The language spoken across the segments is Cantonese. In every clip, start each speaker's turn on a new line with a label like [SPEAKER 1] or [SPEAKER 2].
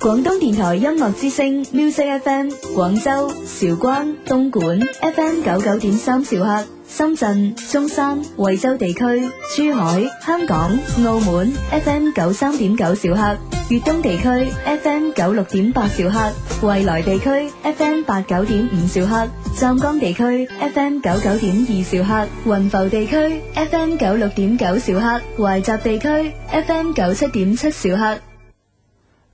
[SPEAKER 1] 廣東電台音樂之聲 Music FM 廣州、韶關、東莞 FM 九九點三兆赫，深圳、中山、惠州地區、珠海、香港、澳門 FM 九三點九兆赫，粵東地區 FM 九六點八兆赫，惠來地區 FM 八九點五兆赫，湛江地區 FM 九九點二兆赫，雲浮地區 FM 九六點九兆赫，懷集地區 FM 九七點七兆赫。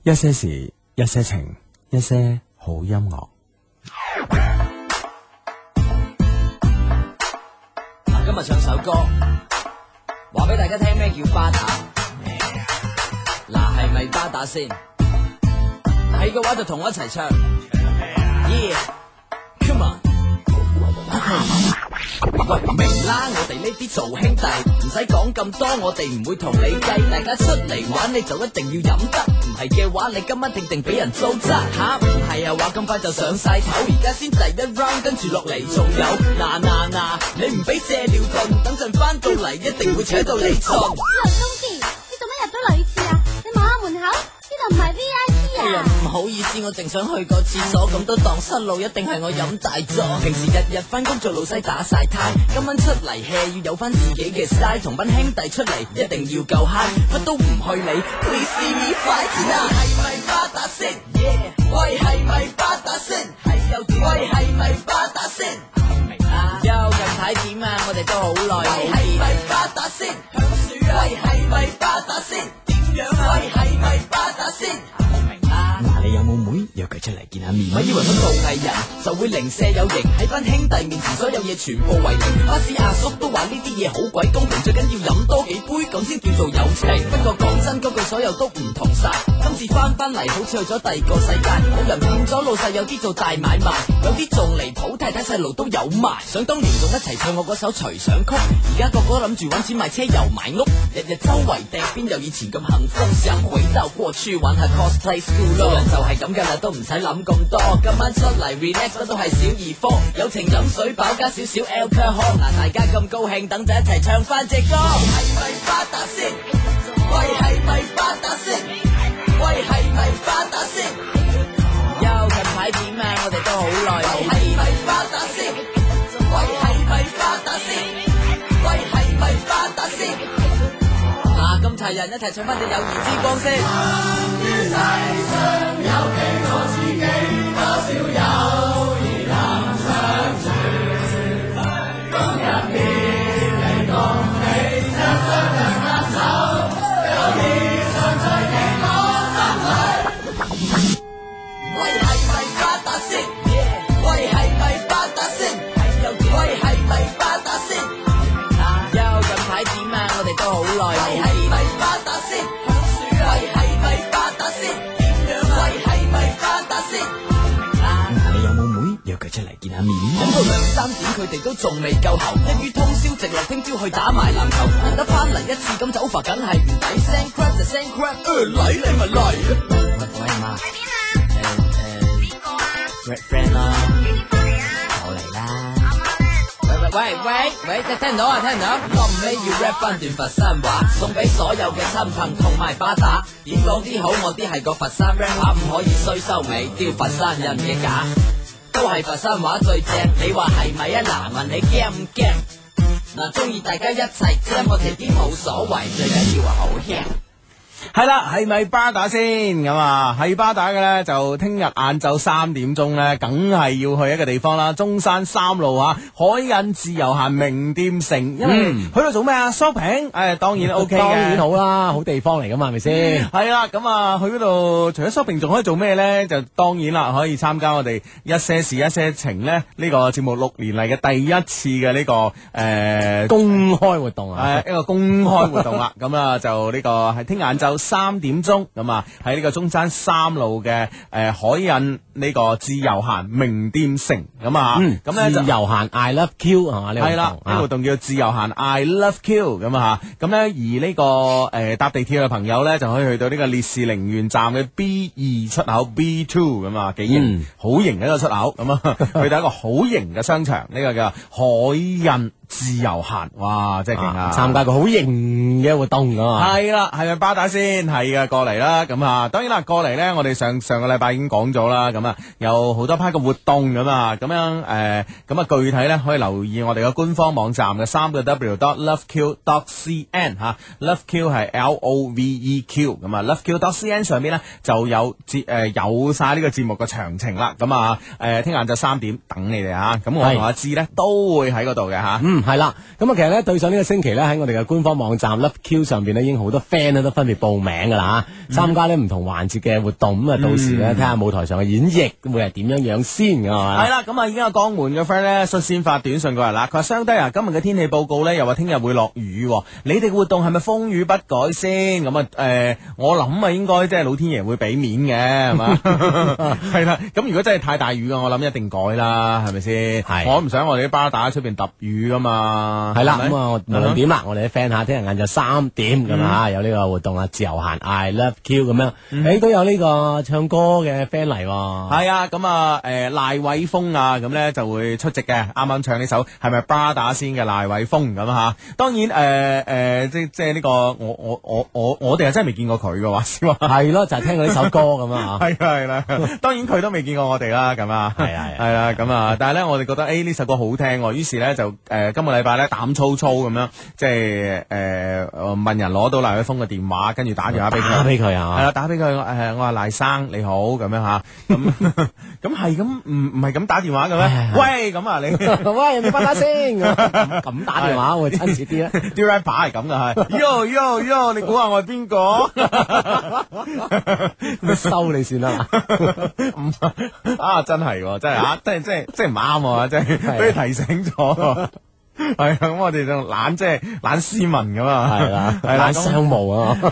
[SPEAKER 2] 一些事，一些情，一些好音樂。
[SPEAKER 3] 今日唱首歌，話俾大家聽咩叫巴打。嗱，係咪巴打先？係嘅話就同我一齊唱。Yeah，come on。喂，明啦，我哋呢啲做兄弟，唔使講咁多，我哋唔會同你計。大家出嚟玩，你就一定要飲得。唔係嘅話，你今晚定定俾人糟質吓，唔係啊話咁快就上晒頭，而家先第一 round，跟住落嚟仲有嗱嗱嗱，你唔俾借尿遁，等陣翻到嚟一定會扯到你盡。
[SPEAKER 4] 劉公子，你做咩入咗女廁啊？你望下門口，呢度唔係 V I P
[SPEAKER 3] 哎呀，
[SPEAKER 4] 啊！
[SPEAKER 3] 唔好意思，我淨想去個廁所，咁都當失路，一定係我飲大咗。平時日日翻工做老細打晒呔，今晚出嚟 hea 要有翻自己嘅 style，同班兄弟出嚟一定要夠 high，乜都唔去理，please see me fight 啦，係咪巴打先？喂，係咪巴打先？係又點？喂，係咪巴打先？明啦，又近排點啊？我哋都好耐冇見。係咪巴打先？響鼠啊！喂，係咪巴打先？點樣啊？喂，係咪巴打先？明啦。
[SPEAKER 5] 嗱，你有冇妹約佢出嚟見下面？
[SPEAKER 3] 咪以為乜做藝人就會零舍有型，喺班兄弟面前所有嘢全部為零。巴士阿叔都話呢啲嘢好鬼公平，最緊要飲多幾杯咁先叫做友情。不過講真嗰句，所有都唔同晒。今次翻返嚟好似去咗第二個世界，有人變咗老細，有啲做大買賣，有啲仲離譜，太太細路都有埋。想當年仲一齊唱我嗰首《隨想曲》，而家個個諗住揾錢買車又買屋，日日周圍掟邊有以前咁幸福。想回到過去玩下 cosplay school 咯，人就係咁㗎啦，都唔使諗咁多。今晚出嚟 relax 乜都係小兒科，友情飲水飽加少少 alcohol。嗱，大家咁高興，等陣一齊唱翻隻歌。係咪巴打先？喂，係咪巴打先？喂，係咪巴打先？又近排點啊？我哋都好耐冇見。係咪巴打先？喂，係咪巴打先？喂，係咪巴打先？嗱，咁齊人一齊唱翻隻友誼之光先。喂，係咪巴打先？喂，係咪巴打先？喂，係咪巴打先？又近排點啊？我哋都好耐冇。係咪巴打先？喂，係咪巴打先？點樣？喂，係咪巴打先？
[SPEAKER 5] 嗱，你有冇妹約佢出嚟見下面？
[SPEAKER 3] 飲到兩三點，佢哋都仲未夠喉，一於通宵直落聽朝去打埋籃球，難得翻嚟一次咁走法，梗係唔抵。Send crap 就 send crap，誒嚟你咪嚟。
[SPEAKER 5] 喂媽，
[SPEAKER 3] 誒誒，red friend à. 啦，
[SPEAKER 5] 我嚟啦！
[SPEAKER 3] 喂喂喂喂喂，聽聽唔到啊，聽唔到？臨尾要 rap 翻段佛山話，送俾所有嘅親朋同埋巴打。點講啲好？我啲係個佛山 rapper，唔可以衰收尾，丟佛山人嘅假。都係佛山話最正，你話係咪啊？嗱，問你驚唔驚？嗱，中意大家一齊啫，我哋啲冇所謂，最緊要係好 hit。
[SPEAKER 2] 係啦，係咪巴打先咁啊？係巴打嘅咧，就聽日晏晝三點鐘咧，梗係要去一個地方啦，中山三路啊，海印自由行名店城，因為去到做咩啊？shopping，誒當然 OK 嘅，
[SPEAKER 5] 當然好啦，好地方嚟噶嘛，係咪先？
[SPEAKER 2] 係啦，咁啊，去嗰度除咗 shopping，仲可以做咩呢？就當然啦，可以參加我哋一些事一些情呢呢、個節目六年嚟嘅第一次嘅呢、個誒。呃
[SPEAKER 5] 公開活動啊！
[SPEAKER 2] 誒一個公開活動啦， 咁啊就呢個係聽晏晝三點鐘，咁啊喺呢個中山三路嘅誒海印呢個自由行名店城，咁啊，
[SPEAKER 5] 嗯，
[SPEAKER 2] 咁咧就
[SPEAKER 5] 自由行 I love Q 係嘛？呢個啊
[SPEAKER 2] 係啦
[SPEAKER 5] 活，動
[SPEAKER 2] 呢個活動叫自由行 I Love Q 咁啊，咁咧而呢、個誒、呃搭地鐵嘅朋友咧就可以去到呢個烈士陵園站嘅 B 二出口 B two 咁啊，幾型，
[SPEAKER 5] 嗯
[SPEAKER 2] 好型嘅一個出口咁啊，去到一個好型嘅商場，呢、個叫海印自由行，哇，真係勁啊！
[SPEAKER 5] 参加個好型嘅活動噶嘛，
[SPEAKER 2] 系啦，系咪巴打先？系嘅，過嚟啦，咁啊，當然啦，過嚟呢，我哋上上个礼拜已經講咗啦，咁啊，有好多 part 嘅活動咁啊，咁樣诶，咁、啊，具體呢，可以留意我哋嘅官方網站嘅三個 W dot loveq dot cn 吓、l o v e q 係 L O V E Q 咁啊，loveq dot cn 上邊呢，就有節诶、有晒呢個節目嘅詳情啦，咁啊，诶、聽晏晝三點等你哋吓，咁、我
[SPEAKER 5] 係
[SPEAKER 2] 同阿志呢，都會喺嗰度嘅吓。
[SPEAKER 5] 嗯，係啦，咁啊，其實咧對上呢個星期咧喺我哋嘅官方網站 LoveQ 上邊咧已經好多 friend 咧都分別報名噶啦
[SPEAKER 2] 嗯
[SPEAKER 5] 嚇，參加呢唔同環節嘅活動，咁啊到時咧睇下舞台上嘅演繹會係點樣樣先㗎嘛
[SPEAKER 2] 系，啦，咁啊已經有江門嘅 friend 咧率先發短信過嚟啦，佢話相低啊，今日嘅天氣報告咧又話聽日會落雨喎，你哋嘅活動係咪風雨不改先？咁啊诶，我諗啊應該即係老天爺會俾面嘅，啊係嘛？係啦，咁如果真係太大雨嘅，我諗一定改啦，係咪先？
[SPEAKER 5] 係
[SPEAKER 2] 我唔想我哋啲巴打喺出边揼雨噶嘛。
[SPEAKER 5] 係啦，
[SPEAKER 2] 係咪嗯
[SPEAKER 5] 咁啊我無論點啦，我哋啲 friend 嚇聽日晏晝三點咁啊有呢個活動啊，自由行 I Love Q 咁樣，誒都有呢個唱歌嘅 friend 嚟喎，
[SPEAKER 2] 系啊，咁啊，诶、賴偉峰啊，咁咧就會出席嘅。啱啱唱呢首係咪巴打先嘅賴偉峰咁吓？當然，诶、誒即即係呢個我我我我我哋係真係未見過佢嘅話先 話。
[SPEAKER 5] 係咯，就係聽過呢首歌咁 啊嚇，
[SPEAKER 2] 係啦係啦，當然佢都未見過我哋啦，咁啊，
[SPEAKER 5] 係啊係啊
[SPEAKER 2] 係啦，咁啊，但係咧，我哋覺得誒呢首歌好聽喎，於是咧就誒、今個禮拜咧膽粗粗咁樣，即係誒、問人攞到賴偉峰嘅電話，跟住打電話俾佢
[SPEAKER 5] 打。俾佢
[SPEAKER 2] 系
[SPEAKER 5] 啊，
[SPEAKER 2] 啦，打俾佢诶，我話賴生你好咁樣 吓，咁 咁係咁唔唔系咁打電話嘅咩
[SPEAKER 5] 唉？
[SPEAKER 2] 喂，咁啊你
[SPEAKER 5] 喂，你翻打先，咁咁打電話會親切啲咧。
[SPEAKER 2] 啲 rapper 係咁噶係 yo yo yo，你估下我係邊個？
[SPEAKER 5] 收你算啦，
[SPEAKER 2] 唔係啊，真係喎，真係啊，真係真係真係唔啱啊，真係俾你提醒咗。係啊，咁我哋就懶即係懶斯文咁啊，
[SPEAKER 5] 係啦，
[SPEAKER 2] 係啦，
[SPEAKER 5] 懶
[SPEAKER 2] 咁
[SPEAKER 5] 商務啊，
[SPEAKER 2] 係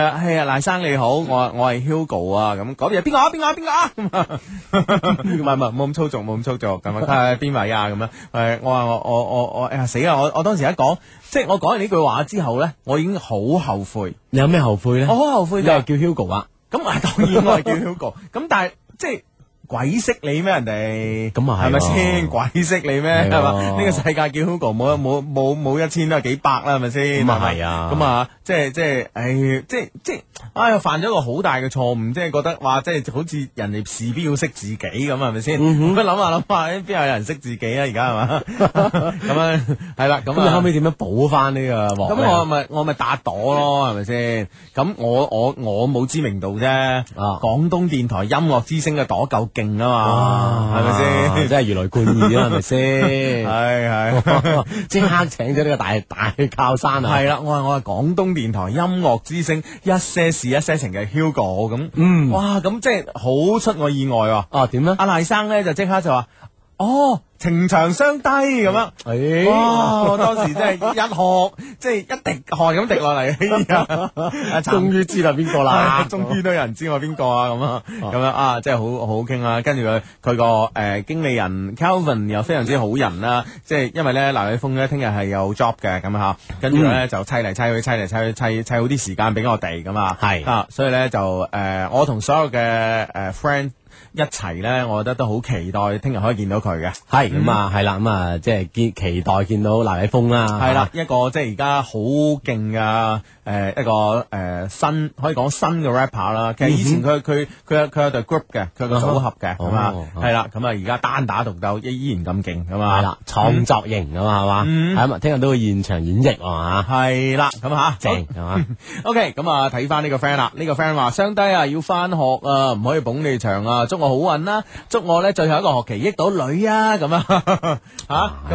[SPEAKER 2] 啊，係啊，賴生你好，我我係 Hugo 啊，咁嗰邊係邊個啊？邊個啊？邊個啊？咁啊唔係唔係，冇咁粗俗，冇咁粗俗咁啊！睇 下邊位 啊咁樣。誒，我話我我我我，哎呀死啦！我我當時一講，即係我講完呢句話之後咧，我已經好後 悔，
[SPEAKER 5] 你有咩後悔咧？
[SPEAKER 2] 我好後悔
[SPEAKER 5] 你
[SPEAKER 2] 就
[SPEAKER 5] 又
[SPEAKER 2] 哦係
[SPEAKER 5] 叫 Hugo 啊？
[SPEAKER 2] 咁啊！當然我係叫 Hugo，咁 但係即係。鬼識你咩人哋？
[SPEAKER 5] 咁啊係
[SPEAKER 2] 係咪
[SPEAKER 5] 喎
[SPEAKER 2] 先？鬼識你咩？
[SPEAKER 5] 係喎
[SPEAKER 2] 係嘛？呢個世界叫 Hugo 冇冇冇冇一千都係幾百啦，係咪先？
[SPEAKER 5] 咁啊
[SPEAKER 2] 咪
[SPEAKER 5] 係啊
[SPEAKER 2] 咁啊，即係即係，唉，即係即係，哎呀，犯咗一個好大嘅錯誤，即係覺得哇，即係好似人哋事必要識自己咁，係咪
[SPEAKER 5] 嗯
[SPEAKER 2] 先？咁啊諗下諗下，哎邊有人識自己啊？而家係 嘛？咁啊，係啦，咁
[SPEAKER 5] 咁你
[SPEAKER 2] 啊
[SPEAKER 5] 後尾點樣補翻呢個鑊
[SPEAKER 2] 咁
[SPEAKER 5] 咧？
[SPEAKER 2] 我咪我咪打朵咯，係咪先？咁我我我冇知名度啫，
[SPEAKER 5] 啊
[SPEAKER 2] 廣東電台音樂之星嘅朵夠勁啊嘛，係咪先？
[SPEAKER 5] 真係如雷貫耳啊，係咪先？
[SPEAKER 2] 係 係
[SPEAKER 5] 即刻請咗呢個大大靠山啊！
[SPEAKER 2] 係啦，我係我係廣東電台音樂之星一些事一些情嘅 Hugo 咁，
[SPEAKER 5] 嗯
[SPEAKER 2] 哇咁即係好出我意外喎！
[SPEAKER 5] 哦，點咧？
[SPEAKER 2] 阿賴生咧就即刻就話：哦，情長相低咁樣。
[SPEAKER 5] 誒
[SPEAKER 2] 哇！我當時真 係一殼，即係一滴汗咁滴落嚟，哎呀！
[SPEAKER 5] 終於知道邊個啦哦
[SPEAKER 2] 啦，！ 終於都有人知我邊個啊咁啊，咁樣啊，即係好好傾啦。跟住佢佢個誒經理人 Calvin 又非常之好人啦，即係因為咧賴偉峰咧聽日係有 job 嘅咁嚇，跟住
[SPEAKER 5] 嗯
[SPEAKER 2] 咧就砌嚟砌去，砌嚟砌去，砌砌好啲時間俾我哋咁啊，
[SPEAKER 5] 係
[SPEAKER 2] 啊，所以咧就誒我同所有嘅誒 friend 一齊咧，我覺得都好期待聽日可以見到佢嘅。
[SPEAKER 5] 係咁啊，係啦，咁啊，即係見期待見到賴偉峰啦，
[SPEAKER 2] 系啦，一個即係而家好勁嘅诶一個诶、呃新可以講新嘅 rapper 啦。
[SPEAKER 5] 嗯
[SPEAKER 2] 其實以前佢佢佢有佢有隊 group 嘅，佢有個組合嘅，咁啊
[SPEAKER 5] 哦
[SPEAKER 2] 係啦，咁啊而家單打獨鬥依依然咁勁咁啊。
[SPEAKER 5] 係啦，創作型啊嘛，係嘛，
[SPEAKER 2] 嗯
[SPEAKER 5] 係咁啊，聽日都會現場演繹啊嘛，
[SPEAKER 2] 係啦，咁吓
[SPEAKER 5] 正係嘛。
[SPEAKER 2] OK，咁啊睇翻呢個 friend 啦，呢、個 friend 話：相低啊，要翻學啊，唔可以捧你場啊，祝我好運啦、祝我咧最後一個學期益到女啊，咁啊 吓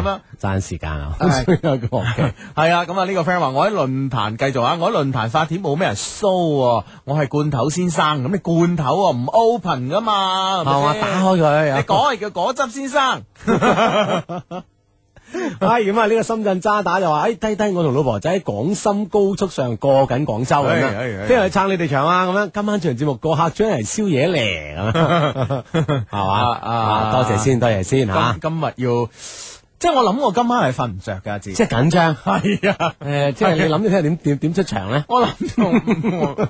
[SPEAKER 2] 咁啊。
[SPEAKER 5] 爭時間 啊，
[SPEAKER 2] 係
[SPEAKER 5] 有個學期
[SPEAKER 2] 系啊，咁啊呢個 friend 話我喺論壇繼續啊，我喺論壇發帖冇咩人 show 喎，我係罐頭先生，咁你罐頭啊唔 open 噶嘛，係
[SPEAKER 5] 啊
[SPEAKER 2] 咪
[SPEAKER 5] 我
[SPEAKER 2] 先
[SPEAKER 5] 打開佢，
[SPEAKER 2] 你講係叫果汁先生，
[SPEAKER 5] 系咁啊！呢個深圳渣打就話：，哎诶，低低，我同老婆仔喺廣深高速上過緊廣州咁
[SPEAKER 2] 哎哎哎
[SPEAKER 5] 樣，聽日去撐你哋場啊！咁樣，今晚做完節目個客將嚟宵 夜嚟，咁樣係嘛？
[SPEAKER 2] 啊啊
[SPEAKER 5] 啊，多謝先，多謝先吓
[SPEAKER 2] 今，今日要，即係我諗我今晚係瞓唔着噶，自
[SPEAKER 5] 即係緊張。
[SPEAKER 2] 係啊，？
[SPEAKER 5] 诶，即係你諗住聽日點點點出場咧
[SPEAKER 2] 我諗到我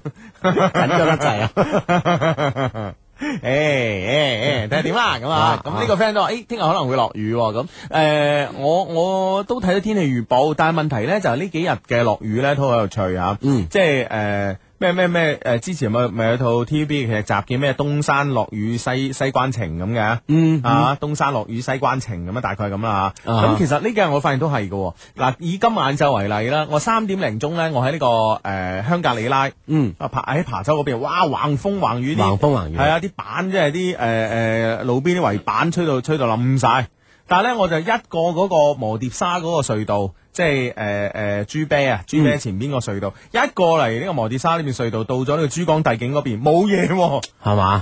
[SPEAKER 5] 緊張得滯啊！
[SPEAKER 2] 诶诶诶，睇下點啦咁啊！咁呢個 friend 都話：，诶，聽日可能會落雨喎。咁诶，我我都睇到天氣預報，但係問題咧就係呢幾日嘅落雨咧都好有趣啊！
[SPEAKER 5] 嗯
[SPEAKER 2] 即係诶咩咩咩诶，之前咪咪有套 TVB 嘅劇集叫咩《東山落雨西西關情》咁嘅。
[SPEAKER 5] 嗯
[SPEAKER 2] 啊，東山落雨西關晴咁啊，大概咁啦吓。
[SPEAKER 5] 啊
[SPEAKER 2] 咁、其實呢幾日我發現都係嘅喎。嗱，以今晏晝為例啦，我三點零鐘咧，我喺呢、個誒香格里拉
[SPEAKER 5] 嗯，
[SPEAKER 2] 啊，爬喺琶洲嗰邊，哇，橫風橫雨啲，
[SPEAKER 5] 橫風橫雨
[SPEAKER 2] 係啊，啲板即係啲誒誒路邊啲圍板吹到吹到冧晒。但係咧，我就一過嗰個磨碟沙嗰個隧道，即係誒誒珠啤
[SPEAKER 5] 嗯
[SPEAKER 2] 啊，珠啤前邊個隧道，一過嚟呢個磨碟沙呢邊隧道，到咗呢個珠江帝景嗰邊，冇嘢喎。
[SPEAKER 5] 係嘛？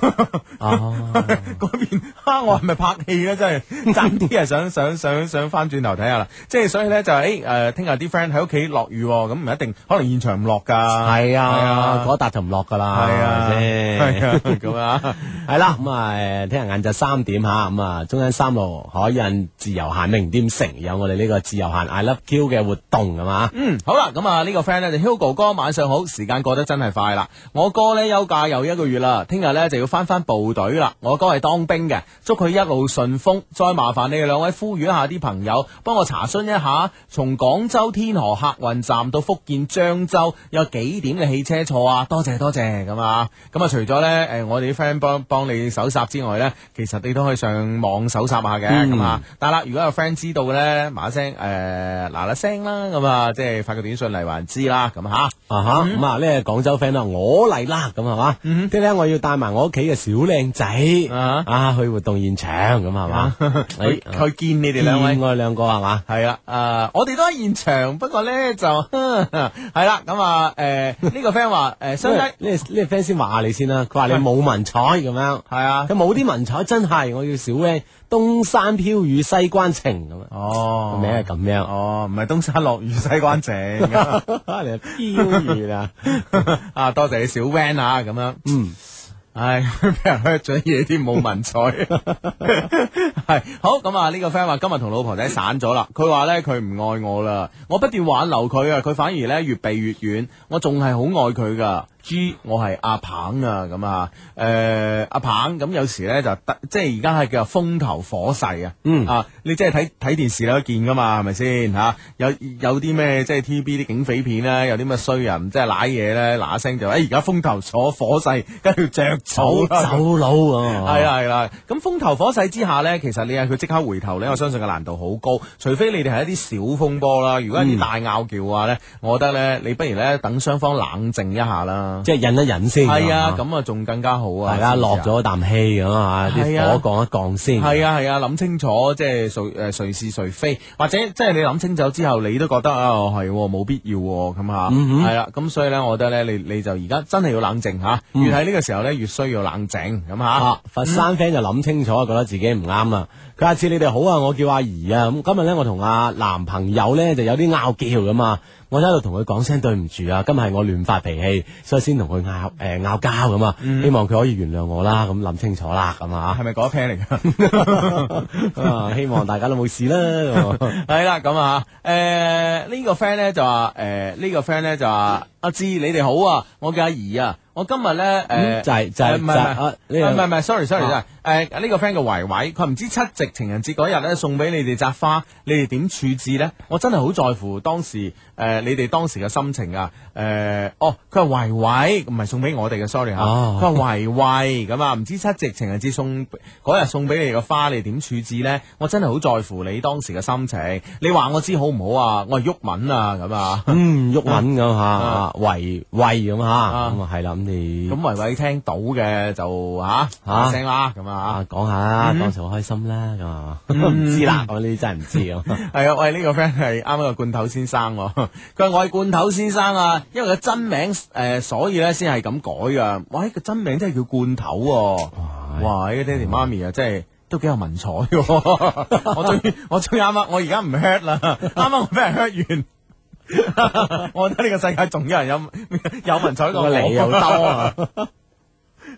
[SPEAKER 5] 哦，
[SPEAKER 2] 嗰邊啊，我係咪拍戲咧？真 係爭啲啊！想想想想翻轉頭睇下啦，即係所以咧就係誒誒，聽日啲 friend 喺屋企落雨喎，咁唔一定，可能現場唔落㗎。
[SPEAKER 5] 係啊，
[SPEAKER 2] 啊
[SPEAKER 5] 嗰笪就唔落㗎啦，
[SPEAKER 2] 係啊，
[SPEAKER 5] 係咪
[SPEAKER 2] 係
[SPEAKER 5] 先
[SPEAKER 2] 啊，咁啊，
[SPEAKER 5] 係啦，咁啊，誒聽日晏晝三點吓，咁啊，中間三路海印自由行名店城有我哋呢個自由行 I Love Q 嘅活動係嘛？
[SPEAKER 2] 嗯，好啦，咁啊呢個 friend 咧就 Hugo 哥晚上好，時間過得真係快啦。我哥咧休假又一個月啦，聽日咧就要翻翻部隊啦。我哥係當兵嘅，祝佢一路順風。再麻煩你哋兩位呼籲一下啲朋友，幫我查詢一下，從廣州天河客運站到福建漳州有幾點嘅汽車坐啊？多謝多謝咁啊！咁啊，除咗咧誒我哋啲 friend 幫幫你搜集之外咧，其實你都可以上網搜集下嘅
[SPEAKER 5] 嗯
[SPEAKER 2] 咁啊。但係啦，如果有 friend 知道嘅咧，馬聲誒嗱嗱聲啦，咁啊，即係發個短信嚟還知啦，咁嚇。
[SPEAKER 5] 啊哈，咁啊呢個廣州 friend 啦，我嚟啦，咁係啊嘛？
[SPEAKER 2] 嗯
[SPEAKER 5] 即係咧，我要帶埋我屋企嘅小靚仔
[SPEAKER 2] 啊
[SPEAKER 5] 啊去活動現場，咁啊係 嘛？
[SPEAKER 2] 去
[SPEAKER 5] 誒
[SPEAKER 2] 去見你哋兩位
[SPEAKER 5] 哎啊見。我哋兩個係嘛？
[SPEAKER 2] 系啦，诶、我哋都喺現場，不過咧就 係啦，咁啊，诶、呢、個 friend 話，诶、相低
[SPEAKER 5] 呢呢呢個 friend 先話你先啦，佢話你冇文采咁樣，
[SPEAKER 2] 係啊
[SPEAKER 5] 佢，冇啲文采真係，我要小靚東山飄雨西關情咁啊，
[SPEAKER 2] 哦
[SPEAKER 5] 個名係咁樣。
[SPEAKER 2] 哦，唔係東山落雨西關啊井
[SPEAKER 5] 你係飄雨啊！
[SPEAKER 2] 啊，多謝你小 van 啊，咁樣，
[SPEAKER 5] 嗯，
[SPEAKER 2] 唉，俾人 hurt 咗嘢啲冇文采，係好咁啊！呢個 friend 話今日同老婆仔散咗啦，佢話呢，佢唔愛我啦，我不斷挽留佢啊，佢反而呢越避越遠，我仲係好愛佢噶。G，我係阿棒啊，咁啊，誒、阿棒咁有時呢就得，即係而家係叫做風頭火勢啊，
[SPEAKER 5] 嗯
[SPEAKER 2] 啊，你即係睇睇電視都見噶嘛，係咪先嚇？有有啲咩即係 TVB 啲警匪片咧，有啲咩衰人即係賴嘢咧，嗱一聲就誒哎而家風頭所火勢，跟住着草
[SPEAKER 5] 走
[SPEAKER 2] 啦
[SPEAKER 5] 走佬啊！
[SPEAKER 2] 係啦係啦，咁風頭火勢之下呢，其實你嗌啊佢即刻回頭呢，我相
[SPEAKER 5] 嗯
[SPEAKER 2] 信嘅難度好高。除非你哋係一啲小風波啦，如果
[SPEAKER 5] 嗯
[SPEAKER 2] 一啲大拗撬嘅話呢，我覺得呢，你不如呢等雙方冷靜一下啦。
[SPEAKER 5] 即係忍一忍先。
[SPEAKER 2] 係啊，咁啊仲更加好啊！
[SPEAKER 5] 大家
[SPEAKER 2] 知唔知啊
[SPEAKER 5] 落咗啖氣咁啊，
[SPEAKER 2] 係啊
[SPEAKER 5] 啲火降一降先。
[SPEAKER 2] 系啊系啊，諗清楚即係誰诶谁是誰非，或者即係你諗清楚之後，你都覺得啊係喎冇必要喎咁吓，
[SPEAKER 5] 嗯哼
[SPEAKER 2] 係啦，咁所以咧，我覺得咧，你你就而家真係要冷靜吓，越喺呢個時候咧，越需要冷靜咁吓
[SPEAKER 5] 嗯啊。！佛山 friend 就諗清楚，覺得自己唔啱啦。佢下次你哋好啊，我叫阿怡啊。咁今日咧，我同阿男朋友咧就有啲拗撬咁啊。我喺度同佢講聲對唔住啊，今日係我亂發脾氣，所以先同佢拗誒拗交咁啊。
[SPEAKER 2] 嗯
[SPEAKER 5] 希望佢可以原諒我啦，咁諗清楚啦，咁啊
[SPEAKER 2] 係咪嗰 pair 嚟 㗎？
[SPEAKER 5] 啊，希望大家都冇事 啦。咁啊
[SPEAKER 2] 係啦，咁啊，诶呢個 friend 咧就話诶呢個 friend 咧就話阿志你哋好啊，我叫阿怡啊，我今日咧诶
[SPEAKER 5] 嗯就係就係
[SPEAKER 2] 呃唔
[SPEAKER 5] 就係啊呢
[SPEAKER 2] 係
[SPEAKER 5] 個
[SPEAKER 2] 唔係唔係，sorry sorry
[SPEAKER 5] 啊
[SPEAKER 2] 誒呢個 friend 嘅維維，佢唔知七夕情人節嗰日咧送俾你哋扎花，你哋點處置咧？我真係好在乎當時誒、呃你哋當時嘅心情啊！誒、哦，佢話維維唔係送俾我哋嘅，sorry 嚇，
[SPEAKER 5] 哦
[SPEAKER 2] 佢話維維咁啊，唔知七夕情人節送嗰日送俾你哋嘅花，你哋點處置咧？我真係好在乎你當時嘅心情，你話我知好唔好啊？我係鬱敏啊咁啊，
[SPEAKER 5] 嗯，鬱敏咁嚇，維維咁嚇，咁
[SPEAKER 2] 啊
[SPEAKER 5] 啊係啦，咁你
[SPEAKER 2] 咁維維聽到嘅就嚇
[SPEAKER 5] 啊
[SPEAKER 2] 嚇聲啦咁啊
[SPEAKER 5] 啊講下啦，當時好開心啦，咁啊， 唔知啦，咁呢啲真係唔知咁。
[SPEAKER 2] 系啊，喂，呢、個 friend 係啱啱個罐頭先生喎， 佢話我係罐頭先生啊，因為佢真名诶、誒所以咧先係咁改噶。喂，個真名真係叫罐頭喎、哇！呢個爹哋媽咪啊，真係都幾有文采喎、 我終於我終於啱啱，我而家唔 hurt 啦，啱啱我俾人 hurt 完。我覺得呢個世界仲有人有有文采過
[SPEAKER 5] 個
[SPEAKER 2] 我
[SPEAKER 5] 理由多啊！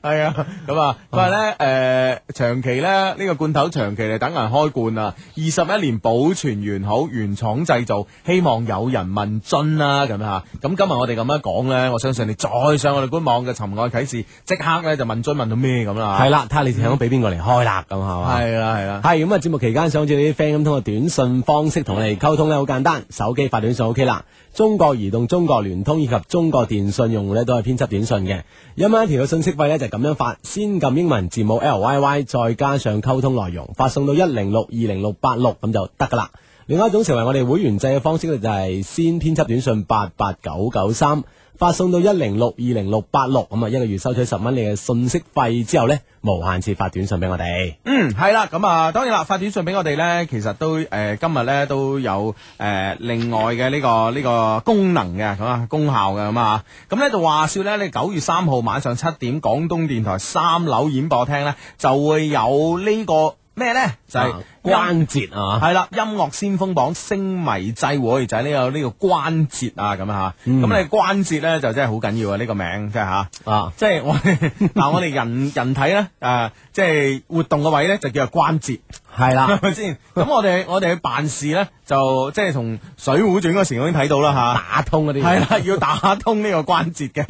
[SPEAKER 2] 系啊，咁啊，佢话咧，诶，长期咧呢個罐頭長期嚟等人開罐啊，二十一年保存完好，原廠製造，希望有人問津啦，咁吓。咁今日我哋咁樣講咧，我相信你再上我哋官網嘅尋愛啟示，即刻咧就問津問到咩咁啦。
[SPEAKER 5] 系啦，睇下你想俾邊個嚟開啦，咁啊係嘛？
[SPEAKER 2] 係啦，係啦。
[SPEAKER 5] 係咁啊！節目期間想好似啲 friend 咁通過短信方式同我哋溝通咧，好簡單，手機發短信 OK 啦。中國移動、中國聯通以及中國電信用戶咧都係編輯短信嘅。一蚊一條嘅信息費咧就咁樣發，先撳英文字母 L Y Y，再加上溝通內容，發送到一零六二零六八六咁就得噶啦。另外一種成為我哋會員制嘅方式咧，就係先編輯短信八八九九三，發送到一零六二零六八六，咁啊一個月收取十蚊你嘅信息費之後呢，無限次發短信俾我哋。
[SPEAKER 2] 嗯，系啦，咁啊，當然啦，發短信俾我哋咧，其實都诶、呃今日咧都有诶、呃另外嘅呢、個呢、個功能嘅，咁啊功效嘅咁啊，咁咧就話说咧，你九月三號晚上七點，廣東電台三樓演播廳咧就會有呢、個咩咧，就係
[SPEAKER 5] 啊關節啊，
[SPEAKER 2] 系啦，音樂先鋒榜星迷祭會就係呢、個呢、個關節啊，咁啊吓，咁、
[SPEAKER 5] 嗯
[SPEAKER 2] 你關節咧就真係好緊要啊，呢、個名真係吓。
[SPEAKER 5] 啊
[SPEAKER 2] 即系我 哋嗱，我哋人人体咧，诶、即系活動嘅位咧，就叫做關節，
[SPEAKER 5] 係啦
[SPEAKER 2] 係，咪先？咁我哋我哋去辦事咧，就即係從《水滸傳》嗰時我已經睇到啦吓。
[SPEAKER 5] 打通嗰啲
[SPEAKER 2] 係啦，要打通呢個關節嘅，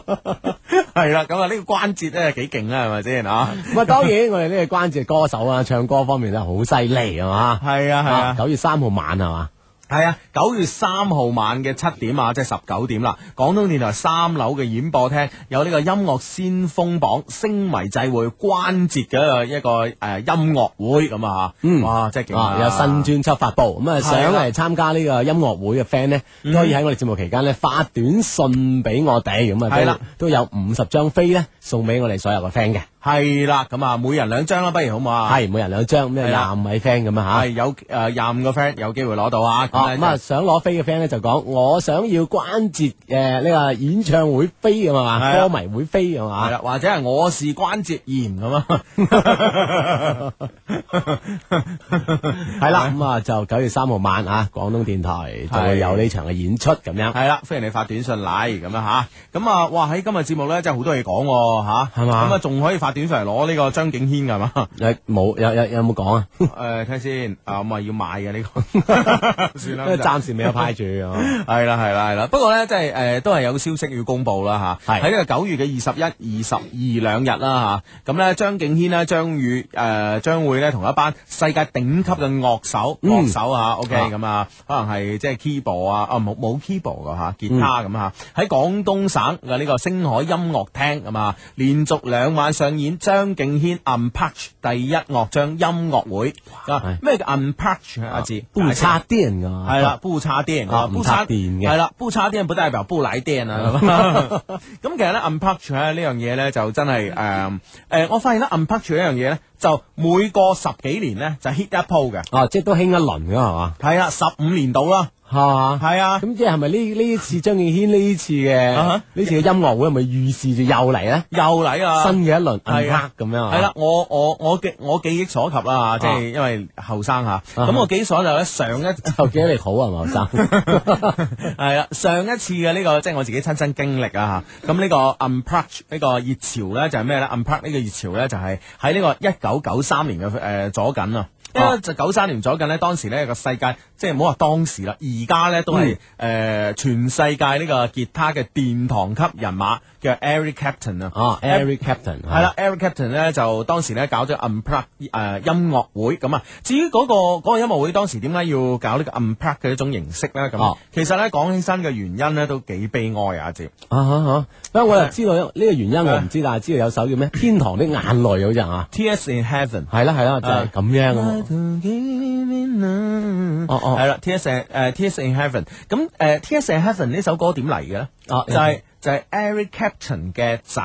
[SPEAKER 2] 係啦，咁啊呢個關節咧幾勁啦，係咪先啊？
[SPEAKER 5] 咁啊，當然我哋呢個關節歌手啊，唱歌方面咧好犀利啊嘛。
[SPEAKER 2] 係啊，係啊。
[SPEAKER 5] 九月三號晚係嘛？
[SPEAKER 2] 系啊，九月三號晚嘅七點啊，即係十九點啦。廣東電台三樓嘅演播廳有呢個音樂先鋒榜星迷祭會關節嘅一個诶、呃音樂會咁啊，
[SPEAKER 5] 嗯
[SPEAKER 2] 哇，真係勁
[SPEAKER 5] 啊，有新專輯發布，咁啊
[SPEAKER 2] 係啦
[SPEAKER 5] 想嚟參加呢個音樂會嘅 friend 咧，都可以喺我哋節目期間咧發短信俾我哋，咁
[SPEAKER 2] 係啦
[SPEAKER 5] 啊都都有五十張飛咧送俾我哋所有嘅 friend 嘅，
[SPEAKER 2] 係啦，咁啊，每人兩張啦，不如好唔好啊？
[SPEAKER 5] 係每人兩張，咁
[SPEAKER 2] 係啦
[SPEAKER 5] 啊廿五位 friend 咁啊
[SPEAKER 2] 係有诶廿五個 friend 有機會攞到啊，
[SPEAKER 5] 吓。啊咁啊，
[SPEAKER 2] 啊
[SPEAKER 5] 想攞飛嘅 friend 咧就講我想要關節誒呢個演唱會飛咁啊嘛，
[SPEAKER 2] 係啊
[SPEAKER 5] 歌迷會飛咁
[SPEAKER 2] 係
[SPEAKER 5] 啊，
[SPEAKER 2] 啦，或者係我是關節炎咁啊，
[SPEAKER 5] 係啦，咁啊就九月三號晚啊，廣東電台就會有呢場嘅演出咁 樣。
[SPEAKER 2] 系啦，歡迎你發短信嚟咁啊吓，咁啊哇喺今日節目咧真係好多嘢講喎吓，
[SPEAKER 5] 係嘛
[SPEAKER 2] 咁啊仲可以發短信嚟攞呢個張敬軒㗎係 嘛？
[SPEAKER 5] 誒冇有有有冇講啊？
[SPEAKER 2] 诶睇下先，啊咁啊要買嘅呢 個，算
[SPEAKER 5] 因
[SPEAKER 2] 啦，
[SPEAKER 5] 為暫時未有派住 啊。
[SPEAKER 2] 係啦係啦係啦，不過咧即係诶都係有消息要公布啦吓，
[SPEAKER 5] 係
[SPEAKER 2] 喺呢個九月嘅二十一、二十二兩日啦吓，咁咧張敬軒呢，張宇诶將會咧同一班世界頂級嘅樂手
[SPEAKER 5] 嗯
[SPEAKER 2] 樂手啊，OK
[SPEAKER 5] 啊
[SPEAKER 2] 咁啊，可能係即係 keyboard 啊，啊冇冇 keyboard 噶吓，吉他咁吓，喺廣東省嘅呢個星海音樂廳咁啊，連續兩晚上演張敬軒 Unpatch 第一樂章音樂會啊
[SPEAKER 5] 係，
[SPEAKER 2] 咩叫 Unpatch 啊字？
[SPEAKER 5] 不插電㗎，
[SPEAKER 2] 系啦，不插電
[SPEAKER 5] 啊
[SPEAKER 2] 不
[SPEAKER 5] 唔
[SPEAKER 2] 插
[SPEAKER 5] 插電嘅
[SPEAKER 2] 系啦，不插電不代表不奶電啊。 咁其實咧，unpatch 咧呢樣嘢咧就真係诶诶，我發現咧 unpatch 呢樣嘢咧就每個十幾年咧就 hit 一鋪嘅，
[SPEAKER 5] 哦，即係都興一輪㗎係嘛，
[SPEAKER 2] 係啦，十五年度啦，
[SPEAKER 5] 係嘛。
[SPEAKER 2] 係啊。
[SPEAKER 5] 咁即係係咪呢呢次張敬軒呢次
[SPEAKER 2] 啊
[SPEAKER 5] 嘅
[SPEAKER 2] 哈
[SPEAKER 5] 呢次嘅音樂會係咪預示住又嚟咧
[SPEAKER 2] 又嚟啦！
[SPEAKER 5] 新嘅一輪
[SPEAKER 2] 係啊
[SPEAKER 5] 暗黑咁樣啊？
[SPEAKER 2] 系啦，我我我記我記憶所及啦，即係因為後生
[SPEAKER 5] 啊
[SPEAKER 2] 吓，咁我記憶所及咧上一
[SPEAKER 5] 就記得你好啊，劉生。
[SPEAKER 2] 系啦，上一次嘅呢、個即係我自己親身經歷啊嚇咁呢個 unplugged 呢個熱潮咧就係咩咧？unplugged 呢個熱潮咧就係喺呢個一九九三年嘅誒、呃左緊啊。因為就九三年左緊咧，當時咧個世界即係唔好話當時啦，而家咧都係誒、呃全世界呢個吉他嘅殿堂級人馬叫 Eric Clapton 啊。
[SPEAKER 5] 哦 e r i Captain
[SPEAKER 2] 系啦，Eric Clapton 咧就當時咧搞咗 unplug 誒、音樂會咁啊。至於嗰、個嗰個音樂會當時點解要搞呢個 unplug 嘅一種形式咧？咁、
[SPEAKER 5] 哦
[SPEAKER 2] 其實咧講起身嘅原因咧都幾悲哀啊，阿哲。
[SPEAKER 5] 啊啊啊！不過我就知道呢個原因，我唔知，但係知道有首叫咩《天堂的眼淚》好似啊，
[SPEAKER 2] T.S. in Heaven。
[SPEAKER 5] 係啦係啦，就係咁樣啊。
[SPEAKER 2] 哦
[SPEAKER 5] 哦哦
[SPEAKER 2] 係啦，T.S. 誒、T.S. in Heaven。咁誒、T.S. in Heaven 呢首歌點嚟嘅咧？
[SPEAKER 5] 啊
[SPEAKER 2] 就係、就係、Eric Clapton 嘅仔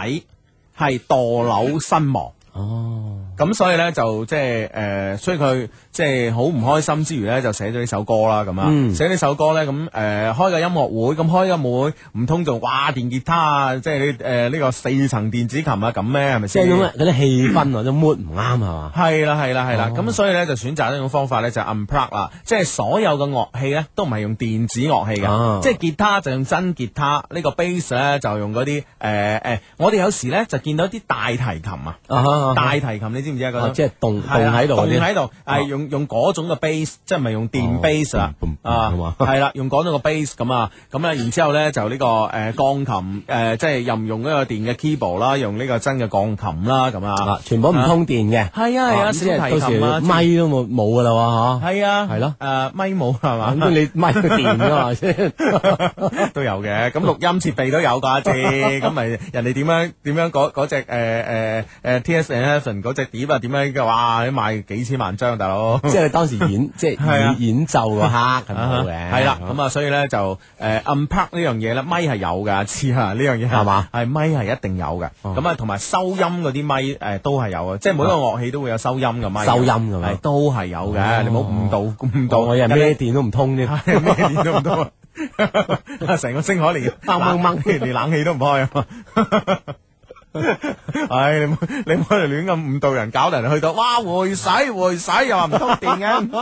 [SPEAKER 2] 係墮樓身亡。
[SPEAKER 5] 哦，
[SPEAKER 2] 咁所以咧就即係誒，所以佢即係好唔開心之餘咧，就寫咗呢首歌啦咁啊。
[SPEAKER 5] 嗯
[SPEAKER 2] 寫呢首歌咧，咁誒、呃、開個音樂會，咁開音樂會唔通仲哇電吉他啊，即係誒呢個四層電子琴啊咁咩？係咪
[SPEAKER 5] 即
[SPEAKER 2] 先
[SPEAKER 5] 係？咁啊，嗰啲氣氛啊，都 mood 唔啱係嘛？
[SPEAKER 2] 係啦，係啦，係
[SPEAKER 5] 哦
[SPEAKER 2] 啦，咁所以咧就選擇呢種方法咧就 unplug 啦，即係所有嘅樂器咧都唔係用電子樂器嘅，
[SPEAKER 5] 啊
[SPEAKER 2] 即係吉他就用真吉他，呢個 bass 咧就用嗰啲誒誒，我哋有時咧就見到啲大提琴啊，
[SPEAKER 5] 啊哈啊哈
[SPEAKER 2] 大提琴你知唔知啊？嗰
[SPEAKER 5] 哦
[SPEAKER 2] 種
[SPEAKER 5] 即係動動
[SPEAKER 2] 係啊
[SPEAKER 5] 喺度嗰
[SPEAKER 2] 動
[SPEAKER 5] 啲，
[SPEAKER 2] 喺度，係用用嗰種嘅 bass，即係唔係用電
[SPEAKER 5] 哦
[SPEAKER 2] bass 啦
[SPEAKER 5] 嘣嘣，嘣
[SPEAKER 2] 啊
[SPEAKER 5] 係嘛，
[SPEAKER 2] 係啦，用嗰種嘅 bass 咁啊，咁啊，然之後咧就呢個誒鋼琴誒，即係又唔用呢個電嘅 keyboard 啦，用呢個真嘅鋼琴啦，咁啊
[SPEAKER 5] 啊，。全部唔通電嘅，
[SPEAKER 2] 係啊係啊，
[SPEAKER 5] 咁即係
[SPEAKER 2] 小提
[SPEAKER 5] 到時
[SPEAKER 2] 琴啊，
[SPEAKER 5] 咪都冇冇噶啦喎，
[SPEAKER 2] 系啊，
[SPEAKER 5] 係咯
[SPEAKER 2] 诶，咪冇系
[SPEAKER 5] 嚇
[SPEAKER 2] 嘛，
[SPEAKER 5] 咁你咪都電噶嘛，即係
[SPEAKER 2] 都有嘅，咁錄音設備都有噶，姐，咁咪人哋點樣點樣嗰嗰只诶诶诶 T S and Heaven 嗰只碟啊，點樣嘅哇，你賣幾千萬張大佬。
[SPEAKER 5] 即係你當時演即係
[SPEAKER 2] 係啊
[SPEAKER 5] 演演奏嗰刻係
[SPEAKER 2] ờ,
[SPEAKER 5] 冇嘅，
[SPEAKER 2] 係啦，咁啊，所以咧就誒 unplug 呢樣嘢咧，咪係有噶，知啊呢樣嘢
[SPEAKER 5] 係嘛？
[SPEAKER 2] 係咪係一定有嘅，
[SPEAKER 5] 哦
[SPEAKER 2] 咁啊，同埋收音嗰啲咪誒都係有嘅，即係每一個樂器都會有收音嘅咪，
[SPEAKER 5] 收音㗎嘛
[SPEAKER 2] 係都係有嘅，你唔好誤導誤導
[SPEAKER 5] 到我又咩電都唔通 啫，
[SPEAKER 2] 係咩電都唔通啊！ 成個星海連
[SPEAKER 5] 掹掹
[SPEAKER 2] 掹， 連冷氣都唔開啊！ 唉，你唔好你唔好嚟亂咁誤導人，搞人去到哇回洗回洗又話唔通電嘅。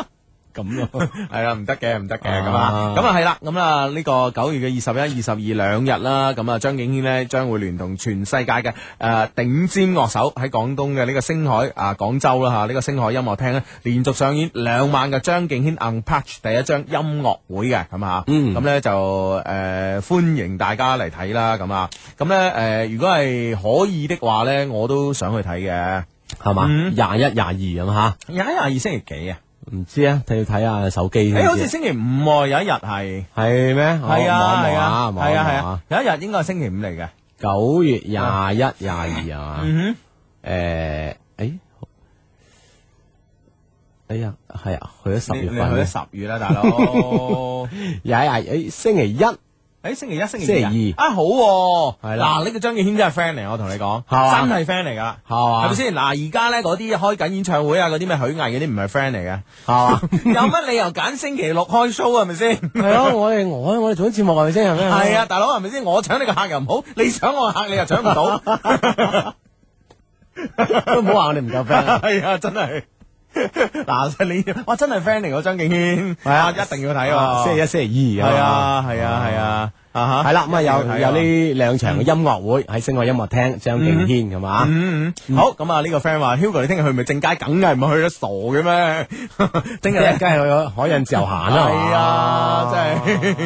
[SPEAKER 5] 咁咯，
[SPEAKER 2] 系啦，唔得嘅，唔得嘅咁
[SPEAKER 5] 啊
[SPEAKER 2] 啊，咁啊系啦，咁啊呢個九月嘅二十一、二十二兩日啦，咁啊張敬軒呢將會聯同全世界嘅诶顶尖樂手喺廣東嘅呢個星海啊廣州啦吓，呢個星海音樂廳呢，連續上演兩晚嘅張敬軒 Unpatch 第一張音樂會嘅咁啊，
[SPEAKER 5] 嗯
[SPEAKER 2] 咁呢就诶歡迎大家嚟睇啦，咁啊，咁呢，诶如果係可以的話呢，我都想去睇嘅，
[SPEAKER 5] 係嘛？廿
[SPEAKER 2] 嗯
[SPEAKER 5] 一廿二咁嚇，
[SPEAKER 2] 廿一、廿二星期幾啊？
[SPEAKER 5] 唔知啊，睇要睇下手機
[SPEAKER 2] 诶，
[SPEAKER 5] 先
[SPEAKER 2] 好似
[SPEAKER 5] 知。
[SPEAKER 2] 星期五喎，有一日係。
[SPEAKER 5] 係咩？
[SPEAKER 2] 系啊系啊
[SPEAKER 5] 我望一望
[SPEAKER 2] 系啊
[SPEAKER 5] 望一
[SPEAKER 2] 系
[SPEAKER 5] 望
[SPEAKER 2] 啊，有一日應該係星期五嚟嘅。
[SPEAKER 5] 九月廿一、廿二啊嘛？
[SPEAKER 2] 嗯
[SPEAKER 5] 诶，诶，哎呀，系啊，去咗
[SPEAKER 2] 哼，
[SPEAKER 5] 十
[SPEAKER 2] 你
[SPEAKER 5] 月
[SPEAKER 2] 你去咗
[SPEAKER 5] 份，
[SPEAKER 2] 十月啦，大 佬。
[SPEAKER 5] 廿一、廿诶，星期一係
[SPEAKER 2] 诶，星期一、星
[SPEAKER 5] 星期
[SPEAKER 2] 期二啊，啊好喎，
[SPEAKER 5] 係啦
[SPEAKER 2] 嗱，呢個張敬軒真係 friend 嚟，我同你講，
[SPEAKER 5] 嘛
[SPEAKER 2] 真係 friend 嚟噶。係
[SPEAKER 5] 嘛？
[SPEAKER 2] 咪先？嗱，而家咧嗰啲開緊演唱會啊，嗰啲咩許藝嗰啲唔係 friend 嚟嘅，
[SPEAKER 5] 係嘛？
[SPEAKER 2] 有乜理由揀星期六開 show 啊係咪 先？
[SPEAKER 5] 係咯，我哋我我哋做緊節目係咪 先？係咪？
[SPEAKER 2] 係啊，，大佬係咪先？我搶你個客又唔好，你搶我個客你又搶唔 到，
[SPEAKER 5] 都唔好話我哋唔夠 friend。
[SPEAKER 2] 係啊，真 係。嗱，你哇真係 friend 嚟喎，張敬軒，
[SPEAKER 5] 係啊
[SPEAKER 2] 哇一定要睇喎。
[SPEAKER 5] 啊星期一、星期
[SPEAKER 2] 系
[SPEAKER 5] 二啊嘛。
[SPEAKER 2] 啊，系啊，系啊，啊
[SPEAKER 5] 系
[SPEAKER 2] 吓，
[SPEAKER 5] 啦，咁啊有
[SPEAKER 2] 一定要睇啊
[SPEAKER 5] 有呢兩場嘅音樂會喺星海音樂廳，張敬軒咁嘛，
[SPEAKER 2] 嗯嗯，好，咁啊呢個 friend 話，Hugo 你聽日去咪正佳，梗係唔去啦，傻嘅咩？ 聽
[SPEAKER 5] 即
[SPEAKER 2] 日
[SPEAKER 5] 係
[SPEAKER 2] 呢
[SPEAKER 5] 梗係去海印自由行啦，
[SPEAKER 2] 係啊真
[SPEAKER 5] 係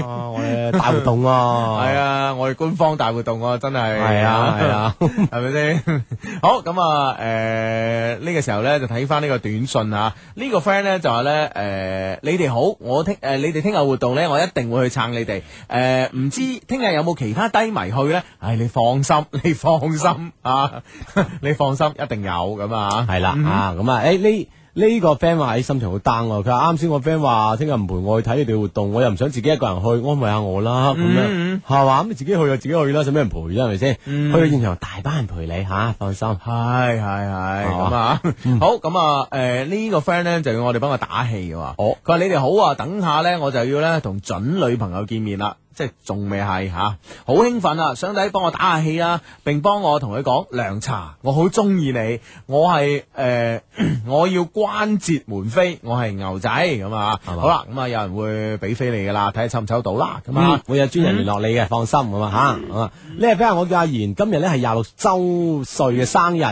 [SPEAKER 5] 嘛啊我哋大活 動啊，
[SPEAKER 2] 係啊，我哋官方大活動啊，真係
[SPEAKER 5] 係啊係啊，
[SPEAKER 2] 係咪先？ 好咁啊，诶呢個時候咧就睇翻呢個短信啊，呢個 friend 咧就話咧，诶你哋好，我聽诶你哋聽日活動咧，我一定會去撐你哋。诶唔知聽日有冇其他低迷去咧？唉，你放心，你放心啊， 你放心，一定有咁啊。
[SPEAKER 5] 系啦啊，咁啊，诶呢呢個 friend 話喺心情好 down 喎，佢話啱先個 friend 話聽日唔陪我去睇你哋活動，我又唔想自己一個人去，安慰下我啦，咁樣係嘛，咁你自己去就自己去啦，使咩人陪啫，係咪先？去到現場大班人陪你吓，放心。
[SPEAKER 2] 系系系咁啊，
[SPEAKER 5] 嗯
[SPEAKER 2] 好咁啊，诶呢個 friend 咧就要我哋幫佢打氣嘅喎。
[SPEAKER 5] 哦
[SPEAKER 2] 佢話你哋好啊，等下咧我就要咧同準女朋友見面啦。即係仲未係吓，好興奮啊！想弟幫我打下氣啊，並幫我同佢講涼茶，我好中意你，我係誒、 呃我要關節門飛，我係牛仔咁啊！
[SPEAKER 5] 係嘛
[SPEAKER 2] 好啦，咁啊有人會俾飛你噶啦，睇下抽唔抽到啦咁啊
[SPEAKER 5] 嗯！，會有專人聯絡你嘅，放心咁啊吓。啊呢位 friend 我叫阿賢，今日咧係廿六周歲嘅生日，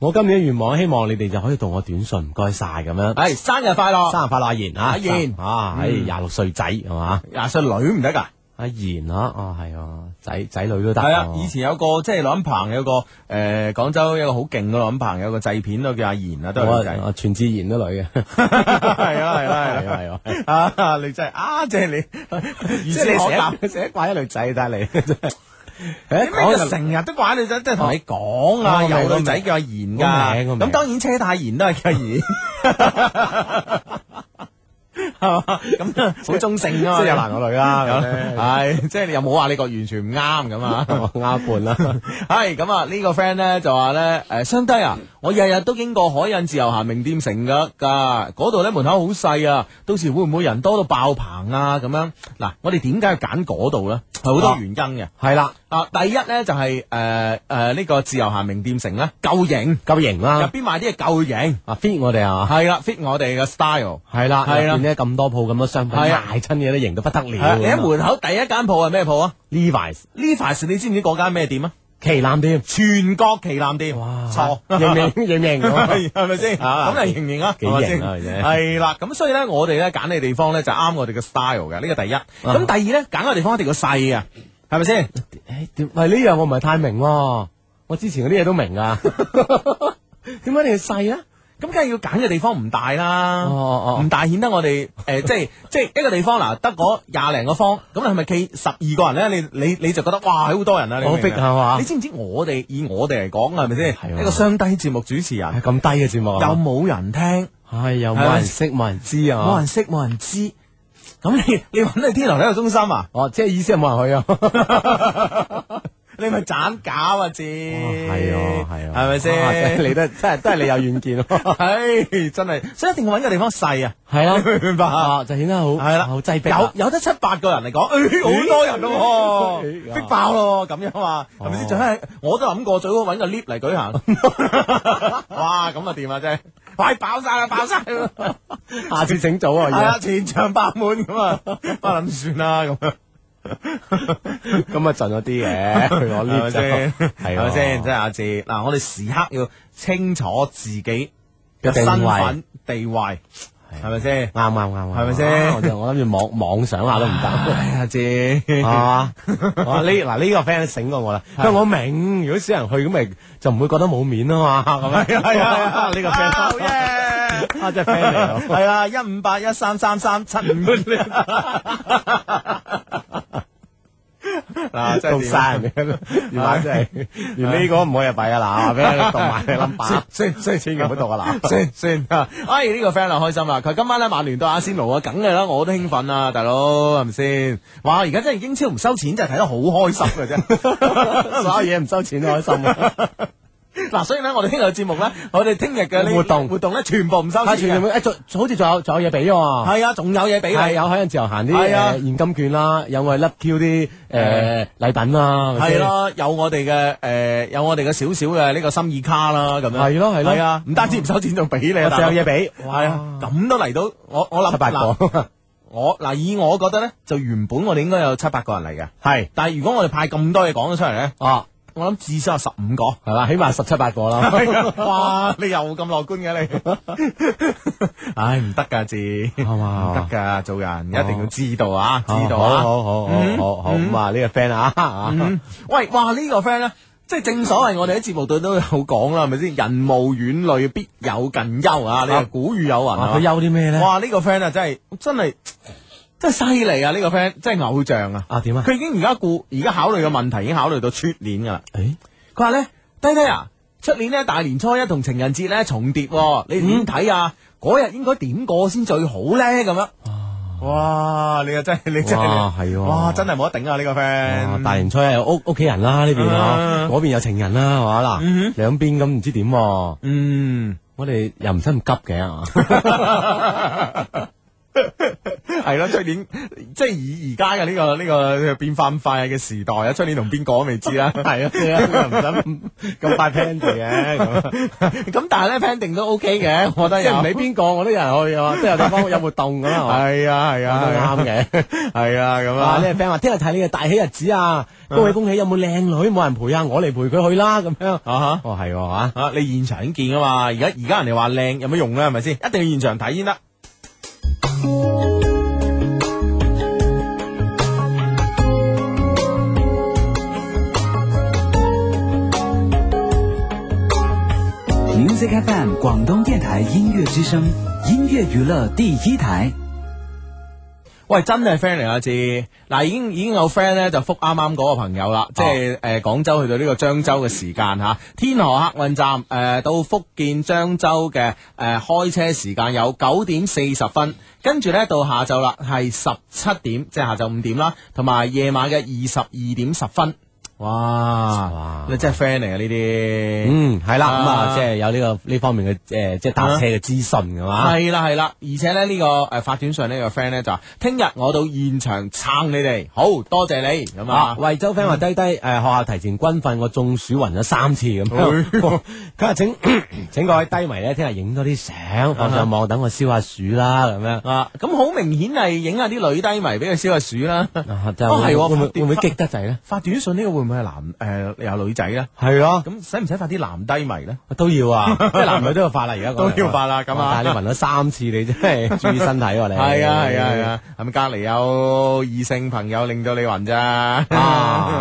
[SPEAKER 5] 我今年嘅願望希望你哋就可以同我短信，唔該晒咁樣。
[SPEAKER 2] 係、生日快樂，
[SPEAKER 5] 嗯生日快樂，哎阿賢啊！
[SPEAKER 2] 阿賢
[SPEAKER 5] 啊，唉，
[SPEAKER 2] 嗯
[SPEAKER 5] 廿六歲仔係嘛？
[SPEAKER 2] 廿歲女唔得㗎。
[SPEAKER 5] 阿賢啊，哦係啊，仔仔女都得哦
[SPEAKER 2] 系啊
[SPEAKER 5] 喎，
[SPEAKER 2] 以前有個即係羅恩鵬有個诶，廣州有個好勁嘅羅恩鵬有個製片都叫阿賢啊，都係女仔
[SPEAKER 5] 我。我全智賢都女嘅，係
[SPEAKER 2] 係啊係啊係啊
[SPEAKER 5] 啊係啊，
[SPEAKER 2] 啊！你真係啊，即係你，
[SPEAKER 5] 即
[SPEAKER 2] 即係你成日
[SPEAKER 5] 係你寫寫怪一女仔，但 係你真係
[SPEAKER 2] 你
[SPEAKER 5] 誒
[SPEAKER 2] 咩
[SPEAKER 5] 講
[SPEAKER 2] 叫
[SPEAKER 5] 就
[SPEAKER 2] 成日都怪女仔，即係同你講啊，
[SPEAKER 5] 哦我明
[SPEAKER 2] 有女仔叫阿賢
[SPEAKER 5] 我明我
[SPEAKER 2] 㗎。
[SPEAKER 5] 明
[SPEAKER 2] 咁當然車太賢都係叫阿賢。係嘛咁好中性啊嘛，
[SPEAKER 5] 即係有男有女啦咁樣
[SPEAKER 2] 係，系即係你又冇話你個完全唔啱咁啊，
[SPEAKER 5] 啱一半啦。
[SPEAKER 2] 系咁啊！呢個 friend 咧就話咧，诶，相低啊，我日日都經過海印自由行名店城噶噶，嗰度咧門口好細啊，到時會唔會人多到爆棚啊？咁樣嗱，我哋點解要揀嗰度咧？係好
[SPEAKER 5] 啊
[SPEAKER 2] 多原因嘅。
[SPEAKER 5] 系啦，
[SPEAKER 2] 啊，第一咧就係诶诶呢個自由行名店城咧夠型，
[SPEAKER 5] 夠型
[SPEAKER 2] 入
[SPEAKER 5] 啦，
[SPEAKER 2] 邊賣啲嘢夠型，
[SPEAKER 5] 啊 fit 我哋啊，
[SPEAKER 2] 係啦 fit 我哋嘅 style。
[SPEAKER 5] 系啦，
[SPEAKER 2] 係啦
[SPEAKER 5] 入邊咧咁多鋪咁多商品
[SPEAKER 2] 係啊
[SPEAKER 5] 賣親嘢都型到不得
[SPEAKER 2] 係啊
[SPEAKER 5] 了。
[SPEAKER 2] 你喺門口第一間鋪係咩鋪啊
[SPEAKER 5] Levi's
[SPEAKER 2] ？Levi's，你知唔知嗰間咩店啊？
[SPEAKER 5] 旗艦店，
[SPEAKER 2] 全國旗艦店。
[SPEAKER 5] 哇，
[SPEAKER 2] 錯
[SPEAKER 5] 型唔型？型唔型？
[SPEAKER 2] 系系咪先？
[SPEAKER 5] 啊
[SPEAKER 2] 咁你型唔型啊？
[SPEAKER 5] 幾型啊係咪先
[SPEAKER 2] 系啦，咁所以咧，我哋咧揀嘅地方咧就啱我哋嘅 style 嘅，呢個第一。
[SPEAKER 5] 啊
[SPEAKER 2] 咁第二咧，揀嘅地方一定要細嘅，係咪先？
[SPEAKER 5] 誒點喂，呢樣我唔係太明喎，我之前嗰啲嘢都 明啊。點解你要 細咧？
[SPEAKER 2] 咁梗係要揀嘅地方唔大啦，
[SPEAKER 5] 哦哦
[SPEAKER 2] 唔大顯得我哋诶，即係即係一個地方嗱，得嗰廿零個方，咁你係咪企十二個人咧？你你你就覺得哇，好多人啊！你明唔
[SPEAKER 5] 好
[SPEAKER 2] 明
[SPEAKER 5] 逼係嘛
[SPEAKER 2] 你知唔知我哋以我哋嚟講係咪
[SPEAKER 5] 係
[SPEAKER 2] 先？
[SPEAKER 5] 喎
[SPEAKER 2] 一個雙低節目主持
[SPEAKER 5] 係
[SPEAKER 2] 人，
[SPEAKER 5] 咁低嘅節目
[SPEAKER 2] 又
[SPEAKER 5] 啊，
[SPEAKER 2] 冇人聽。
[SPEAKER 5] 唉又
[SPEAKER 2] 係
[SPEAKER 5] 冇
[SPEAKER 2] 咪
[SPEAKER 5] 人識冇人知啊，
[SPEAKER 2] 冇人識，冇人知。咁你你揾去天河體育中心啊？
[SPEAKER 5] 哦，即係意思係 冇人去啊。
[SPEAKER 2] 你咪斬假啊！知
[SPEAKER 5] 係啊，係啊，
[SPEAKER 2] 係咪
[SPEAKER 5] 哇真
[SPEAKER 2] 先？
[SPEAKER 5] 係你都真係都係你有遠見咯。
[SPEAKER 2] 係真係，所以一定要揾個地方細啊！
[SPEAKER 5] 係啊，
[SPEAKER 2] 明白
[SPEAKER 5] 啊就顯得好
[SPEAKER 2] 係啦，
[SPEAKER 5] 好擠迫
[SPEAKER 2] 有
[SPEAKER 5] 啊。
[SPEAKER 2] 有得七八個人嚟講，誒好多人咯喎，
[SPEAKER 5] 咦
[SPEAKER 2] 逼爆咯咁樣啊，係咪先？
[SPEAKER 5] 哦
[SPEAKER 2] 仲係我都諗過最好揾個 lift 嚟舉行。哇，咁啊掂 啊真係，快爆晒啦，爆晒啦！
[SPEAKER 5] 下次整早啊，
[SPEAKER 2] 係啊，全場爆滿 咁啊，我諗算啦咁樣。
[SPEAKER 5] 要咁啊震咗啲嘅，我
[SPEAKER 2] 係咪
[SPEAKER 5] lift 就
[SPEAKER 2] 先？係
[SPEAKER 5] 係啊
[SPEAKER 2] 咪
[SPEAKER 5] 喎
[SPEAKER 2] 先？即係阿志，嗱，我哋時刻要清楚自己嘅
[SPEAKER 5] 嘅定
[SPEAKER 2] 身
[SPEAKER 5] 位
[SPEAKER 2] 份地位，係咪先？
[SPEAKER 5] 啱啱啱，
[SPEAKER 2] 係咪先
[SPEAKER 5] 啊我就我諗住妄妄想下都唔得。
[SPEAKER 2] 唉，阿志，
[SPEAKER 5] 係啊 嘛？哦呢嗱呢個 friend 醒過我啦，佢話我明，如果少人去咁咪就唔會覺得冇面啊嘛， 咁樣
[SPEAKER 2] 係啊，
[SPEAKER 5] 呢個
[SPEAKER 2] 好
[SPEAKER 5] friend
[SPEAKER 2] 嘢！
[SPEAKER 5] 啊真係 friend 嚟 啊，
[SPEAKER 2] 係啊，一五八一三三三七五。嗱，真係
[SPEAKER 5] 咁
[SPEAKER 2] 掂
[SPEAKER 5] 晒啊人哋， 原來真係連呢個唔可以入幣啊嗱，話俾 你讀埋你 number，
[SPEAKER 2] 算算
[SPEAKER 5] 千祈唔好讀啊嗱。
[SPEAKER 2] 算算 啊！哎，呢、個 friend 啊開心啦，佢今晚咧曼聯對阿仙奴啊，梗係啦，我都興奮啊，大佬係咪先？哇！而家真係英超唔收錢，真係睇得好開心嘅 啫。
[SPEAKER 5] 所有嘢 唔收錢都開心啊！
[SPEAKER 2] 嗱，所以咧，我哋聽日嘅節目咧，我哋聽日嘅呢
[SPEAKER 5] 活動
[SPEAKER 2] 活動咧，全部唔收
[SPEAKER 5] 啊，
[SPEAKER 2] 錢
[SPEAKER 5] 全年
[SPEAKER 2] 嘅。
[SPEAKER 5] 會誒，仲好似仲有仲有嘢俾喎。
[SPEAKER 2] 係啊，仲有嘢俾
[SPEAKER 5] 係
[SPEAKER 2] 你。
[SPEAKER 5] 有喺自由行啲
[SPEAKER 2] 係啊
[SPEAKER 5] 誒現金券啦，有我哋 Love Q 啲誒禮品啦，咪
[SPEAKER 2] 係
[SPEAKER 5] 先，
[SPEAKER 2] 咯，有我哋嘅誒，有我哋嘅少少嘅呢個心意卡啦，咁樣
[SPEAKER 5] 係咯係咯
[SPEAKER 2] 係啊，唔單止唔收錢，仲俾你啊，
[SPEAKER 5] 仲有
[SPEAKER 2] 俾，
[SPEAKER 5] 嘢俾，
[SPEAKER 2] 係啊，咁都嚟到，我我諗
[SPEAKER 5] 七八
[SPEAKER 2] 嗱
[SPEAKER 5] 個，
[SPEAKER 2] 我嗱，以我覺得咧，就原本我哋應該有七八個人嚟嘅，
[SPEAKER 5] 係
[SPEAKER 2] 但係如果我哋派咁多嘢講咗出嚟咧，
[SPEAKER 5] 哦，
[SPEAKER 2] 我諗至少有十五個。
[SPEAKER 5] 係嘛，起碼十七八個啦。
[SPEAKER 2] 哇！你又咁樂觀嘅你， 唉唔得噶字，
[SPEAKER 5] 係
[SPEAKER 2] 唔
[SPEAKER 5] 嘛
[SPEAKER 2] 得噶，做人一定要知道啊，知道
[SPEAKER 5] 哦好
[SPEAKER 2] 啊。
[SPEAKER 5] 好好好好好咁啊！呢個 friend 啊啊，
[SPEAKER 2] 嗯喂，哇！呢個 friend 咧，即係正所謂我哋喺節目度都有講啦，係咪先？人無遠慮，必有近憂啊！呢個古語有云
[SPEAKER 5] 啊
[SPEAKER 2] 啊
[SPEAKER 5] 佢。憂啲咩咧？
[SPEAKER 2] 哇！呢個 friend 啊，真係真係真係犀利啊！呢個 friend 真係偶像啊！
[SPEAKER 5] 啊點啊？
[SPEAKER 2] 佢已經而家顧而家考慮嘅問題已經考慮到出年噶啦。
[SPEAKER 5] 誒
[SPEAKER 2] 佢話咧，低低啊，出年咧大年初一同情人節咧重疊喎、你點睇啊？嗰日應該點過先最好咧？咁樣。哇！你啊真係你真
[SPEAKER 5] 哇
[SPEAKER 2] 係
[SPEAKER 5] 係喎
[SPEAKER 2] 哇真係冇得頂啊！呢個 friend
[SPEAKER 5] 哇大年初一有屋屋企人啦，呢邊
[SPEAKER 2] 啊
[SPEAKER 5] 啊，嗰邊有情人啦，係嘛
[SPEAKER 2] 嗯哼
[SPEAKER 5] 嗱，兩邊咁唔知點喎，
[SPEAKER 2] 嗯，
[SPEAKER 5] 我哋又唔使咁急嘅啊。
[SPEAKER 2] 係咯，出年即係以而家嘅呢個呢、個變化咁快嘅時代啊，出年同邊個都未知 啦。係啊，
[SPEAKER 5] 唔使咁快 plan 住嘅，
[SPEAKER 2] 咁但係咧 plan 定都 OK 嘅，我覺得
[SPEAKER 5] 即係
[SPEAKER 2] 有
[SPEAKER 5] 唔理邊個，我都有人去啊， 都有地方有活動噶啦，係嘛
[SPEAKER 2] 係啊係啊，
[SPEAKER 5] 咁都啱嘅。
[SPEAKER 2] 係啊咁
[SPEAKER 5] 啊！
[SPEAKER 2] 啊
[SPEAKER 5] 呢。個 friend 話聽日睇你嘅大喜日子啊，恭喜恭喜！有冇靚女冇人陪啊？我嚟陪佢去啦咁樣。
[SPEAKER 2] 啊
[SPEAKER 5] 哦，係喎嚇
[SPEAKER 2] 哈！啊！你現場已經見啊嘛，而家而家人哋話靚有乜用咧？啊係咪先？一定要現場睇先得。
[SPEAKER 6] Music FM 广东电台音乐之声，音乐娱乐第一台。
[SPEAKER 2] 喂，真係 friend 嚟啊！志嗱，已經已經有 friend 咧就覆啱啱嗰個朋友
[SPEAKER 5] 哦
[SPEAKER 2] 啦，即係誒廣州去到呢個漳州嘅時間吓，天河客運站誒、呃到福建漳州嘅誒、呃、開車時間有九點四十分，跟住咧到下晝啦係十七點，即係下晝五點啦，同埋夜晚嘅二十二點十分。哇！你真係 friend 嚟啊呢啲。
[SPEAKER 5] 嗯，系啦，咁啊，
[SPEAKER 2] 啊
[SPEAKER 5] 即係有呢個呢方面嘅诶，即係搭車嘅資訊㗎嘛。
[SPEAKER 2] 系啦系啦，而且咧呢、個个诶、呃發短信呢個 friend 咧就話：聽日我到現場撐你哋，好多謝你咁
[SPEAKER 5] 啊！
[SPEAKER 2] 啊！
[SPEAKER 5] 惠州 friend 話低低誒、學校提前軍訓，我中暑暈咗三次咁 樣。
[SPEAKER 2] 哎
[SPEAKER 5] 佢話請 請各位低迷咧，聽日影多啲相放上網，等我消下暑啦咁樣。
[SPEAKER 2] 啊，咁好明顯係影下啲女低迷俾佢消下暑啦。
[SPEAKER 5] 啊，就
[SPEAKER 2] 哦係
[SPEAKER 5] 會
[SPEAKER 2] 喎
[SPEAKER 5] 會唔會
[SPEAKER 2] 發
[SPEAKER 5] 會唔會激得滯咧？
[SPEAKER 2] 發短信呢個會唔會係男诶、有女仔咧？
[SPEAKER 5] 係咯，
[SPEAKER 2] 咁使唔使發啲男低迷咧？
[SPEAKER 5] 都要 啊，即係男女都要發啦，而家講嚟
[SPEAKER 2] 都要發啦咁啊
[SPEAKER 5] 哇但係你暈咗三次，你真係注意身體喎、你
[SPEAKER 2] 係啊係啊係啊，係咪隔離有異性朋友令到你暈咋？
[SPEAKER 5] 啊，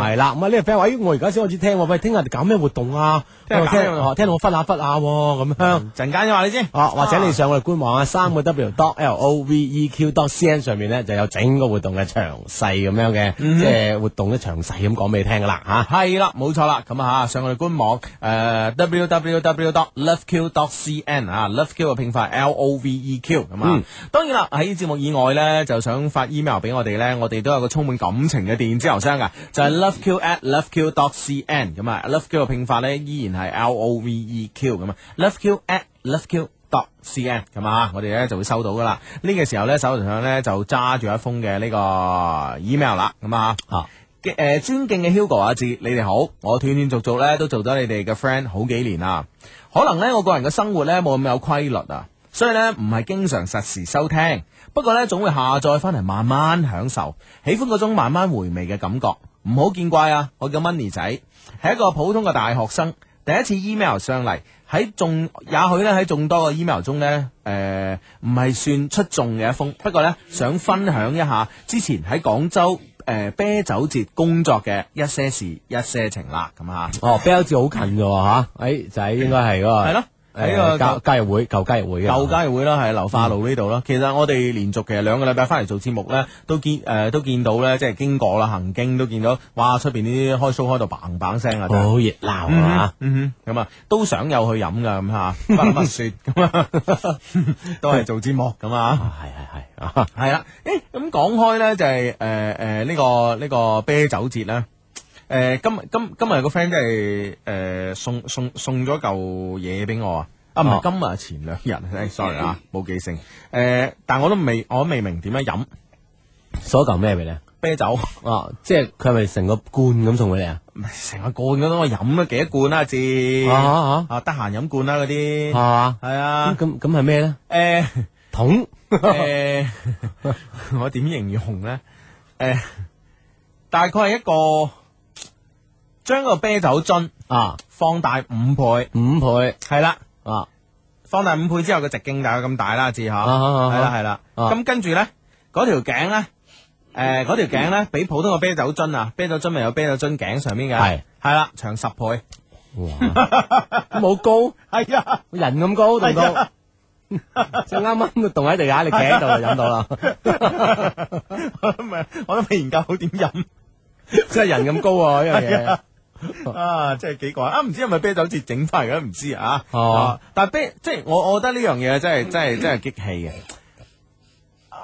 [SPEAKER 5] 系啦，咁啊呢個 friend 話：，咦，我而家先開始聽喎，喂，聽日搞咩活動啊？
[SPEAKER 2] 聽日搞咩活動
[SPEAKER 5] 哦聽到我忽下忽下喎咁樣。
[SPEAKER 2] 陣間話你知。
[SPEAKER 5] 哦，或者你上我哋官網啊，三個 W dot L O V E Q dot C N 上面咧，就有整個活動嘅詳細咁樣嘅，
[SPEAKER 2] 嗯
[SPEAKER 5] 即係活動嘅詳細咁講俾你聽噶啦吓。
[SPEAKER 2] 系啦，冇錯啦，咁啊上我哋官網诶 www dot loveq dot cn 啊，loveq 嘅拼法 L O V E Q 咁啊
[SPEAKER 5] 嗯。
[SPEAKER 2] 當然啦，喺節目以外咧，就想發 email 俾我哋咧，我哋都有個充滿感情嘅電子郵箱噶，啊就係 loveq at loveq dot cn 咁啊，loveq 嘅拼法咧依然係 L O V E Q 咁啊，loveq at loveq。dot cn 咁啊，我哋咧就會收到噶啦。呢、個時候咧，手頭上咧就揸住一封嘅呢個 email 啦，咁啊。
[SPEAKER 5] 啊
[SPEAKER 2] 嘅诶，尊敬嘅 Hugo 阿志，你哋好，我斷斷續續咧都做咗你哋嘅 friend 好幾年啦。可能咧我個人嘅生活咧冇咁有規律啊，所以咧唔係經常實時收聽，不過咧總會下載翻嚟慢慢享受，喜歡嗰種慢慢回味嘅感覺。唔好見怪啊，我叫 Money 仔，係一個普通嘅大學生，第一次 email 上嚟。喺眾也許咧喺眾多嘅 email 中呢，誒唔係算出眾嘅一封，不過呢，想分享一下之前喺廣州誒、呃啤酒節工作嘅一些事一些情啦，咁啊，
[SPEAKER 5] 哦，Bell 字好近噶吓，誒就係哎應該係嗰個
[SPEAKER 2] 係咯喺
[SPEAKER 5] 誒
[SPEAKER 2] 個
[SPEAKER 5] 交交易會舊交易會嘅啊嗯
[SPEAKER 2] 舊家會啦，係流化路呢度啦。其實我哋連續其實兩個禮拜翻嚟做節目呢，都見誒、呃都見到呢，即係經過啦，行經都見到，哇！出邊啲開 show 開到砰砰聲啊！真係
[SPEAKER 5] 好熱鬧啊！
[SPEAKER 2] 嗯哼，咁啊，都想有去飲噶咁吓，不 得不說咁啊， 都係做節目咁啊。
[SPEAKER 5] 啊係係係啊，
[SPEAKER 2] 系啦，诶，咁講開咧就係诶诶呢個呢、個啤酒節咧，诶、今今今日有個 friend 即係诶送送送咗嚿嘢俾我啊，啊唔
[SPEAKER 5] 哦
[SPEAKER 2] 係今日前兩日，唉 sorry 啊，冇記性，诶、但我都未我都未明點樣飲
[SPEAKER 5] 所嚿咩俾你？啊
[SPEAKER 2] 啤酒，
[SPEAKER 5] 哦，即係佢係咪成個罐咁送俾你啊？
[SPEAKER 2] 唔係 成個罐咁我飲咗幾多罐啦、啊，至
[SPEAKER 5] 啊啊
[SPEAKER 2] 啊得閒飲罐啦嗰啲，係
[SPEAKER 5] 係嘛？咁
[SPEAKER 2] 啊，
[SPEAKER 5] 咁咁係咩咧？
[SPEAKER 2] 诶、
[SPEAKER 5] 桶
[SPEAKER 2] 诶、 我點形容咧？诶、大概係一個將個啤酒樽
[SPEAKER 5] 啊，
[SPEAKER 2] 放大五倍，
[SPEAKER 5] 五倍
[SPEAKER 2] 係啦，
[SPEAKER 5] 啊
[SPEAKER 2] 放大五倍之後嘅直徑大概咁大啦，至下，
[SPEAKER 5] 啊啊
[SPEAKER 2] 係啦係啦。
[SPEAKER 5] 啊
[SPEAKER 2] 咁跟住咧，嗰條頸咧，诶，嗰條頸咧，比普通嘅啤酒樽啊，啤酒樽咪有啤酒樽頸上面嘅，
[SPEAKER 5] 係
[SPEAKER 2] 係啦，長十倍，
[SPEAKER 5] 哇，咁好高。
[SPEAKER 2] 係啊。
[SPEAKER 5] 人咁高棟到， 就啱啱就棟喺地下，你企喺度就飲 到啦。
[SPEAKER 2] 我都未，我都未研究好點飲
[SPEAKER 5] 即係人咁高啊，呢樣嘢。
[SPEAKER 2] 啊！真係幾怪啊！唔知係咪啤酒節整翻嚟嘅，唔知啊。
[SPEAKER 5] 哦
[SPEAKER 2] 啊但係啤即係我，我覺得呢樣嘢真係真係真係激氣嘅。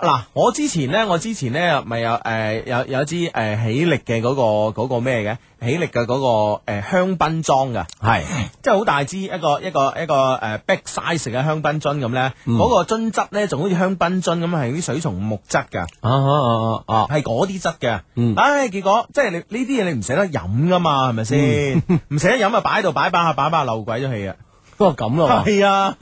[SPEAKER 2] 嗱，我之前咧，我之前咧咪有誒、呃有有支誒、呃喜力嘅嗰、個嗰、個咩嘅喜力嘅嗰、個、呃、香檳裝㗎。
[SPEAKER 5] 係
[SPEAKER 2] 即係好大支一個一個一個誒 big size 嘅香檳樽咁咧，
[SPEAKER 5] 嗯
[SPEAKER 2] 嗰、個樽質咧仲好似香檳樽咁，係啲水松木質㗎。
[SPEAKER 5] 啊啊啊啊！
[SPEAKER 2] 系嗰啲質嘅，
[SPEAKER 5] 嗯
[SPEAKER 2] 唉，結果即係你呢啲嘢你唔捨得飲噶嘛，係咪先？
[SPEAKER 5] 嗯
[SPEAKER 2] 唔捨得飲啊，擺喺度擺擺下擺擺下漏鬼咗氣啊！
[SPEAKER 5] 不過 咁咯喎，
[SPEAKER 2] 係啊，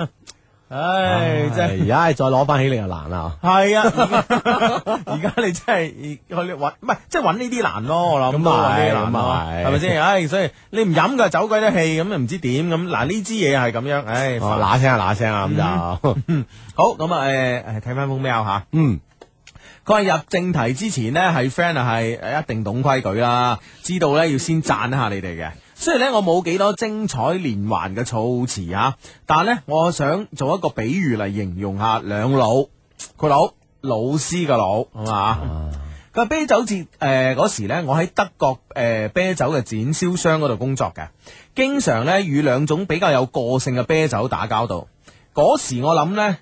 [SPEAKER 2] 唉，真係
[SPEAKER 5] 而家再攞翻起你又難啦。
[SPEAKER 2] 係啊！ 而家而家你真係去揾，唔係即係揾呢啲難咯，我諗
[SPEAKER 5] 咁
[SPEAKER 2] 都揾呢啲
[SPEAKER 5] 係
[SPEAKER 2] 難
[SPEAKER 5] 咁
[SPEAKER 2] 咯，
[SPEAKER 5] 係
[SPEAKER 2] 係咪先？唉，所以你唔飲㗎，走鬼咗氣咁，又唔知點咁。嗱呢支嘢係咁樣，唉，
[SPEAKER 5] 哦
[SPEAKER 2] 煩
[SPEAKER 5] 嗱聲啊嗱聲啊咁就，
[SPEAKER 2] 好咁啊！誒誒，睇翻封 mail 嚇。
[SPEAKER 5] 嗯
[SPEAKER 2] 佢話入正題之前呢，係 friend 啊，係誒一定懂規矩啦，知道呢要先讚一下你哋嘅。雖然呢，我冇幾多精彩連環嘅措辭啊，但係呢，我想做一個比喻嚟形容下兩老。佢老老師嘅老，係
[SPEAKER 5] 啊
[SPEAKER 2] 嘛？個啤酒節誒嗰時咧，我喺德國誒、呃啤酒嘅展銷商嗰度工作嘅，經常咧與兩種比較有個性嘅啤酒打交道。嗰時我諗咧，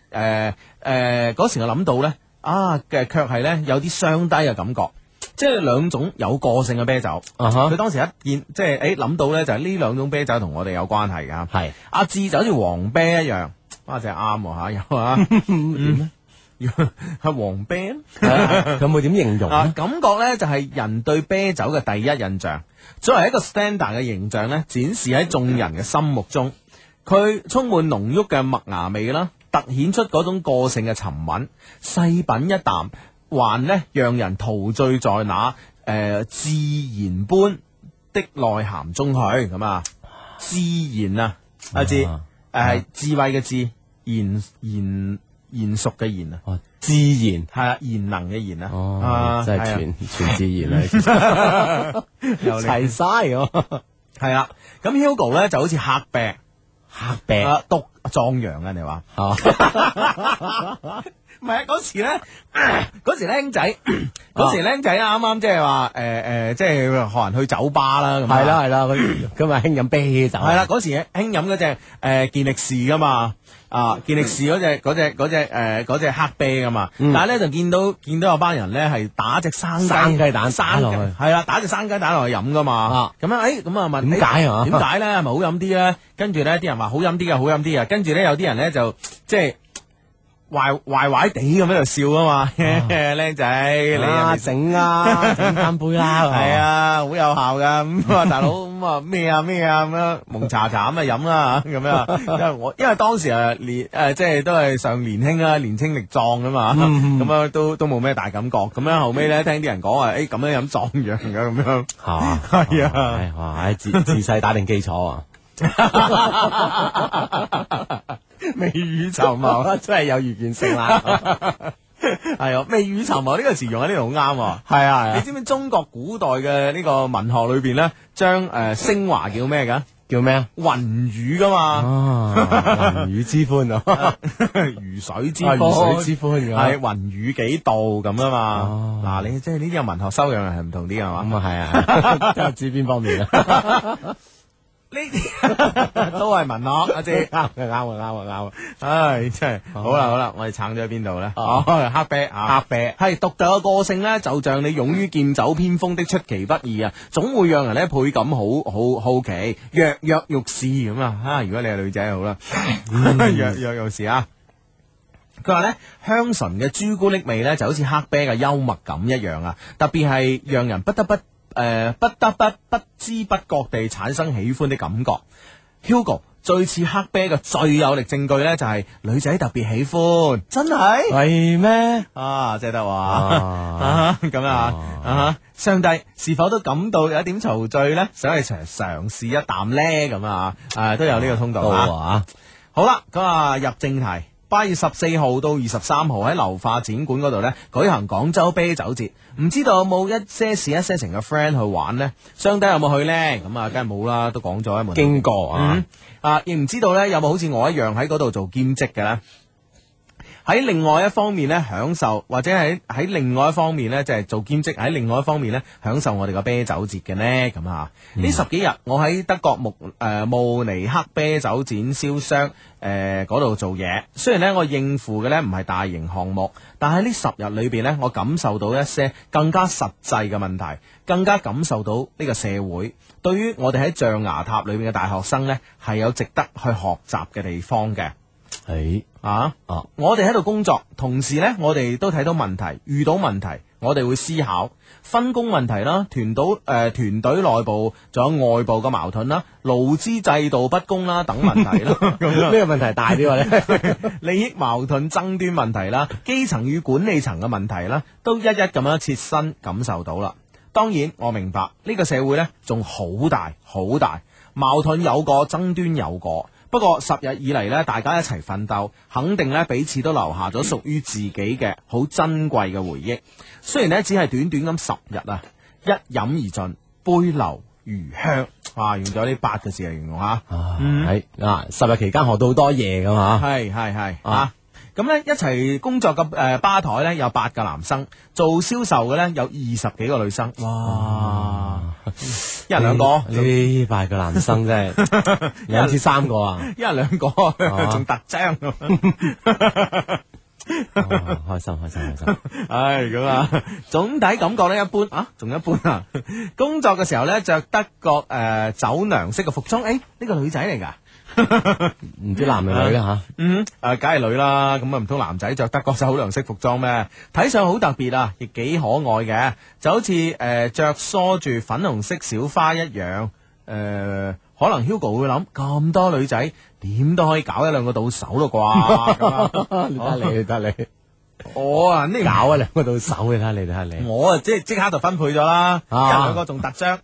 [SPEAKER 2] 誒誒嗰時我諗到咧，啊嘅卻係咧有啲雙低嘅感覺，即係兩種有個性嘅啤酒。佢
[SPEAKER 5] 啊哈，
[SPEAKER 2] 當時一見即係誒諗到咧，就係呢兩種啤酒同我哋有關係㗎。
[SPEAKER 5] 係
[SPEAKER 2] 阿志就好似黃啤一樣，啊就係啱喎嚇，有 啊，嗯係 黃啤啊
[SPEAKER 5] 佢有冇點形容
[SPEAKER 2] 啊
[SPEAKER 5] 咧？
[SPEAKER 2] 感覺咧就係人對啤酒嘅第一印象，作為一個 standard 嘅形象咧，展示喺眾人嘅心目中，佢充滿濃郁嘅麥芽味啦，突顯出嗰種個性嘅沉穩，細品一啖，還呢讓人陶醉在那誒、呃自然般的內涵中去咁啊，自然啊，阿志誒
[SPEAKER 5] 啊
[SPEAKER 2] 係智慧嘅智，賢賢賢淑嘅賢啊。
[SPEAKER 5] 哦，自然。
[SPEAKER 2] 系啊，賢能嘅賢啊，
[SPEAKER 5] 哦
[SPEAKER 2] 啊，
[SPEAKER 5] 真
[SPEAKER 2] 係
[SPEAKER 5] 係
[SPEAKER 2] 啊
[SPEAKER 5] 全全自然 啦，
[SPEAKER 2] 又嚟
[SPEAKER 5] 齊晒咁
[SPEAKER 2] 系啦，咁 Hugo 咧就好似黑病
[SPEAKER 5] 黑病
[SPEAKER 2] 啊，毒壯陽啊，你話？
[SPEAKER 5] 嚇，
[SPEAKER 2] 唔係嗰時 咧，嗰時僆仔，嗰時僆仔啱啱即係話诶诶，即係學人去酒吧啦，咁啊
[SPEAKER 5] 係啦係啦，佢今日興飲啤酒，
[SPEAKER 2] 係啦，嗰時興飲嗰只誒健力士噶嘛，啊健力士嗰只嗰只嗰只誒嗰只黑啤噶嘛，但係咧就見到見到有班人咧係打只生
[SPEAKER 5] 生雞蛋打
[SPEAKER 2] 生
[SPEAKER 5] 落去
[SPEAKER 2] 嘅係啦，打隻生雞蛋落去飲噶嘛，咁樣誒咁啊問
[SPEAKER 5] 點解啊
[SPEAKER 2] 誒點解咧係咪好飲啲咧？跟住咧啲人話好飲啲嘅好飲啲嘅，跟住咧有啲人咧就即係。壞壞壞地咁喺度笑啊嘛， 僆仔你
[SPEAKER 5] 啊
[SPEAKER 2] 啊
[SPEAKER 5] 整啊整翻杯啦，
[SPEAKER 2] 系，啊，好有效噶。咁啊， 大佬咁啊咩啊咩啊咁樣蒙查查咁啊飲啦 咁樣。啊因為我因為當時啊年诶即係都係上年輕啦，年青力壯啊嘛，
[SPEAKER 5] 嗯
[SPEAKER 2] 咁啊都都冇咩大感覺。咁樣後尾咧聽啲人講話，诶咁樣飲壯陽嘅咁樣。
[SPEAKER 5] 係嘛，
[SPEAKER 2] 係啊
[SPEAKER 5] 唉哎哇，自自細打定基 礎啊，
[SPEAKER 2] 未雨綢繆，
[SPEAKER 5] 真係有預見性啦，
[SPEAKER 2] 係啊，未雨綢繆呢個詞用喺呢度好啱喎。
[SPEAKER 5] 係啊係
[SPEAKER 2] 你
[SPEAKER 5] 啊，
[SPEAKER 2] 知唔知中國古代嘅呢個文學裏邊咧，將诶升華叫咩㗎？
[SPEAKER 5] 叫咩啊？
[SPEAKER 2] 雲雨噶嘛，
[SPEAKER 5] 啊，雲雨之歡啊，
[SPEAKER 2] 如水之
[SPEAKER 5] 啊
[SPEAKER 2] 歌
[SPEAKER 5] 魚水之歡㗎
[SPEAKER 2] 系雲雨幾度咁啊
[SPEAKER 5] 啊哦
[SPEAKER 2] 嘛。嗱、你即係呢啲有文學修養係唔同啲係嘛？
[SPEAKER 5] 咁啊係啊，睇下指邊方面啊，
[SPEAKER 2] 呢啲 都係文學，阿姐
[SPEAKER 5] 啱。啊啱啊啱啊
[SPEAKER 2] 唉，真係好啦好啦，我哋撐咗去邊度咧？哦，黑啤啊，黑啤係獨特嘅個性咧，就像你勇於劍走偏鋒的出其不意啊，總會讓人咧倍感好好好奇，躍躍欲試咁啊！啊，如果你係女仔好啦，
[SPEAKER 5] 嗯
[SPEAKER 2] 躍躍欲試啊！佢話咧香醇嘅朱古力味咧就好似黑啤嘅幽默感一樣啊，特別係讓人不得不誒、呃不得不不知不覺地產生喜歡的感覺。Hugo 最似黑啤嘅最有力證據咧就係、女仔特別喜歡，真係
[SPEAKER 5] 係咩？
[SPEAKER 2] 啊，真係得話。
[SPEAKER 5] 啊，
[SPEAKER 2] 啊 咁啊
[SPEAKER 5] 啊
[SPEAKER 2] 啊！上帝是否都感到有一點陶醉咧？想去嘗嘗試一啖咧咁啊！啊，都有呢個通道
[SPEAKER 5] 到
[SPEAKER 2] 啊！
[SPEAKER 5] 啊，
[SPEAKER 2] 好啦，咁啊入正題。八月十四號到二十三號喺流化展館嗰度呢舉行廣州啤酒節，唔知道有冇一些事一些情嘅 friend 去玩呢？相低有冇去呢？咁啊，梗係冇啦，都講咗一門。
[SPEAKER 5] 經過啊
[SPEAKER 2] 嗯。啊，亦唔知道呢有冇好似我一樣喺嗰度做兼職嘅呢？喺另外一方面呢，享受或者喺喺另外一方面呢，就係、做兼職；喺另外一方面呢，享受我哋個啤酒節嘅呢。咁啊，呢、十幾日我喺德國慕誒、呃慕尼黑啤酒展銷商誒嗰度做嘢。雖然呢，我應付嘅呢唔係大型項目，但喺呢十日裏邊呢，我感受到一些更加實際嘅問題，更加感受到呢個社會對於我哋喺象牙塔裏邊嘅大學生呢，係有值得去學習嘅地方嘅
[SPEAKER 5] 誒
[SPEAKER 2] 啊！
[SPEAKER 5] 哦。
[SPEAKER 2] 我哋喺度工作，同時呢，我哋都睇到問題，遇到問題，我哋會思考分工問題啦，團隊誒、呃、團隊內部，仲有外部嘅矛盾啦，勞資制度不公啦等問題啦， 咁樣
[SPEAKER 5] 呢個問題大啲喎，你
[SPEAKER 2] 利益矛盾爭端問題啦，基層與管理層嘅問題啦，都一一咁樣切身感受到啦。當然，我明白呢、個社會呢仲好大好大，矛盾有個，爭端有個。不過十日以嚟呢，大家一齊奮鬥，肯定呢彼此都留下咗屬於自己嘅好珍貴嘅回憶。雖然呢只係短短咁十日啊，一飲而盡，杯留餘香。哇！用咗呢八個字嚟形容嚇。
[SPEAKER 5] 嗯啊係啊，十日期間學到好多嘢噶嘛，
[SPEAKER 2] 系系系
[SPEAKER 5] 啊
[SPEAKER 2] 啊！咁咧一齊工作嘅誒吧台咧有八個男生，做銷售嘅咧有二十幾個女生，哇！一人兩個，
[SPEAKER 5] 呢八個男生真係 兩至三個啊，
[SPEAKER 2] 一人兩個， 仲特張咁樣。
[SPEAKER 5] 哦開心開心開心，
[SPEAKER 2] 唉，咁啊，總體感覺咧一般啊，仲一般啊。工作嘅時候咧，着德國誒、呃酒娘式嘅服裝，誒、呢、個女仔嚟㗎。
[SPEAKER 5] 唔知男定女啊 啦
[SPEAKER 2] 嗯，誒、梗係女啦，咁啊唔通男仔着德國酒娘式服裝咩？睇上好特別啊，亦幾可愛嘅，就好似誒着梳住粉紅色小花一樣。誒、可能 Hugo 會諗咁多女仔點都可以搞一兩個到手咯啩？咁啊
[SPEAKER 5] 吓，你睇下你，你睇下你。
[SPEAKER 2] 我啊呢
[SPEAKER 5] 哦搞啊兩個到手，你睇下你睇 下你，
[SPEAKER 2] 我啊，即係即刻就分配咗啦，一
[SPEAKER 5] 啊
[SPEAKER 2] 兩個仲特 張，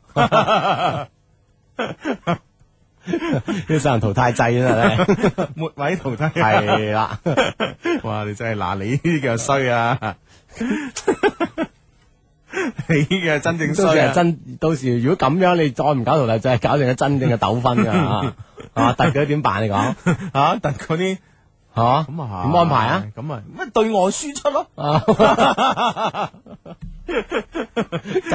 [SPEAKER 5] 啲殺人淘汰制啦，真係
[SPEAKER 2] 末位淘 汰。
[SPEAKER 5] 係啦，
[SPEAKER 2] 哇！你真係嗱，你呢啲叫衰 啊！你嘅真正
[SPEAKER 5] 到時
[SPEAKER 2] 衰
[SPEAKER 5] 係
[SPEAKER 2] 啊！
[SPEAKER 5] 真，到時如果咁樣你再唔搞淘汰制，搞成咗真正嘅 糾紛噶，啊，突佢點辦？你講
[SPEAKER 2] 吓，但啊嗰啲
[SPEAKER 5] 吓咁
[SPEAKER 2] 咁啊，
[SPEAKER 5] 點安排啊？？
[SPEAKER 2] 咁啊，乜對外輸出咯？
[SPEAKER 5] 隔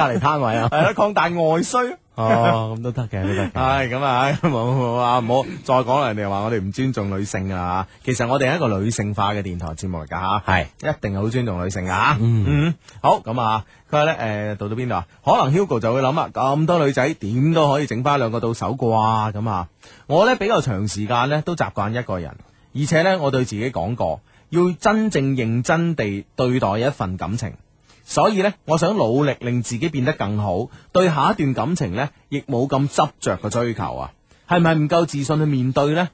[SPEAKER 5] 離攤位啊？
[SPEAKER 2] 係 啦，擴大外需。啊
[SPEAKER 5] 哦，咁都得嘅，都得嘅。
[SPEAKER 2] 唉，咁啊，冇冇啊，唔好再講啦！人哋話我哋唔尊重女性啊，其實我哋係一個女性化嘅電台節目嚟㗎吓。
[SPEAKER 5] 係
[SPEAKER 2] 一定係好尊重女性啊！嗯，好咁啊，佢話咧誒到到邊度啊？可能 Hugo 就會諗啊，咁多女仔點都可以整翻兩個到手啩咁啊！我咧比較長時間咧都習慣一個人，而且咧我對自己講過，要真正認真地對待一份感情。所以咧，我想努力令自己變得更好，對下一段感情咧，亦冇咁執着嘅追求啊。係咪唔夠自信去面對呢？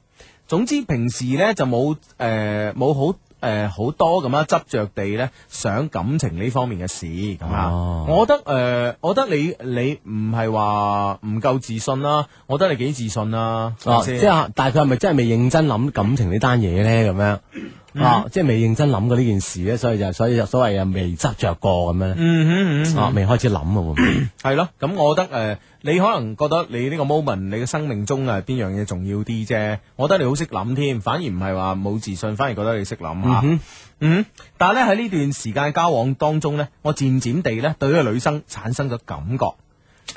[SPEAKER 2] 總之平時呢就冇誒冇好誒好多咁樣執着地呢想感情呢方面嘅事咁啊。
[SPEAKER 5] 哦
[SPEAKER 2] 我覺得誒、呃我覺得你你唔係話唔夠自信啦，我覺得你幾自信啦，係
[SPEAKER 5] 哦，
[SPEAKER 2] 咪
[SPEAKER 5] 即
[SPEAKER 2] 先
[SPEAKER 5] 係，但係佢係咪真係未認真諗感情呢單嘢咧？咁
[SPEAKER 2] 嗯
[SPEAKER 5] 樣啊，即係未認真諗過呢件事咧，所以就所以就所謂啊未執着過咁樣咧，
[SPEAKER 2] 嗯哼嗯
[SPEAKER 5] 啊
[SPEAKER 2] 哼，
[SPEAKER 5] 未開始諗啊會唔會？
[SPEAKER 2] 係咯、咁我覺得誒、呃你可能覺得你呢個 moment，你嘅生命中啊邊樣嘢重要啲啫？我覺得你好識諗添，反而唔係話冇自信，反而覺得你識諗吓。嗯，但系咧喺呢段時間交往當中呢，我漸漸地呢對呢個女生產生咗感覺。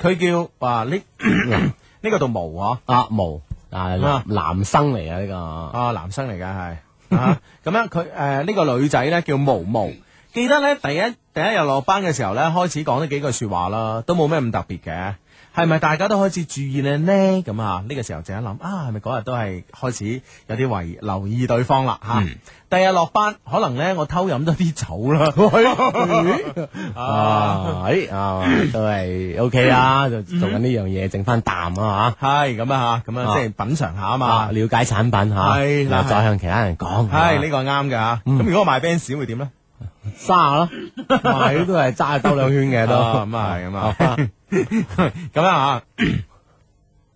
[SPEAKER 2] 佢叫話 呢呢個度毛啊，
[SPEAKER 5] 啊毛啊男
[SPEAKER 2] 啊
[SPEAKER 5] 男生嚟啊呢個
[SPEAKER 2] 啊男生嚟㗎係 啊，咁樣佢诶呢個女仔呢叫毛毛。記得呢，第一第一日落班嘅時候呢，開始講咗幾句说話啦，都冇咩咁特別嘅。係咪大家都開始注意咧呢？咁啊，呢個時候就一諗啊，係咪嗰日都係開始有啲為留意對方啦吓？
[SPEAKER 5] 嗯
[SPEAKER 2] 第日落班可能呢，我偷飲咗啲酒 啦。哎
[SPEAKER 5] 嗯
[SPEAKER 2] 嗯
[SPEAKER 5] 啊，诶啊都係 OK 啦，就做緊呢樣嘢，
[SPEAKER 2] 嗯
[SPEAKER 5] 整翻啖啊
[SPEAKER 2] 系咁啊吓，咁
[SPEAKER 5] 啊
[SPEAKER 2] 啊即系品尝下啊
[SPEAKER 5] 吓，啊
[SPEAKER 2] 嘛，
[SPEAKER 5] 了解產品吓，
[SPEAKER 2] 係啦
[SPEAKER 5] 然後再向其他人講，
[SPEAKER 2] 系呢個啱嘅吓。
[SPEAKER 5] 嗯
[SPEAKER 2] 咁如果我賣 Benz 會點咧？
[SPEAKER 5] 揸下咯，係都係揸兜兩圈嘅都，
[SPEAKER 2] 啊咁啊係咁啊， 咁啊吓。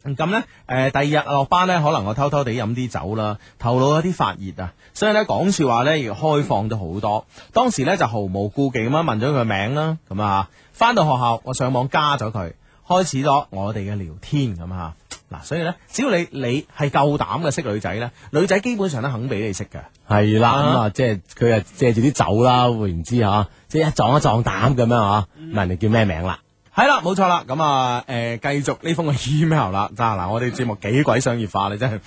[SPEAKER 2] 咁呢，誒、第二日落班呢，可能我偷偷地飲啲酒啦，頭腦有啲發熱啊，所以呢，講説話呢，亦開放咗好多。當時呢，就毫無顧忌咁樣問咗佢名啦，咁啊，翻到學校我上網加咗佢，開始咗我哋嘅聊天咁啊。嗱，所以呢，只要你你係夠膽嘅識女仔呢，女仔基本上都肯俾你識嘅。
[SPEAKER 5] 係啦，咁啊，即係佢啊借住啲酒啦，會唔知啊，即係一撞一撞膽咁樣啊，
[SPEAKER 2] 嗯
[SPEAKER 5] 問你叫咩名啦，
[SPEAKER 2] 系啦，冇錯啦，咁啊，诶、繼續呢封嘅 email 啦， 嗱嗱，我哋節目幾鬼商業化，你 真係，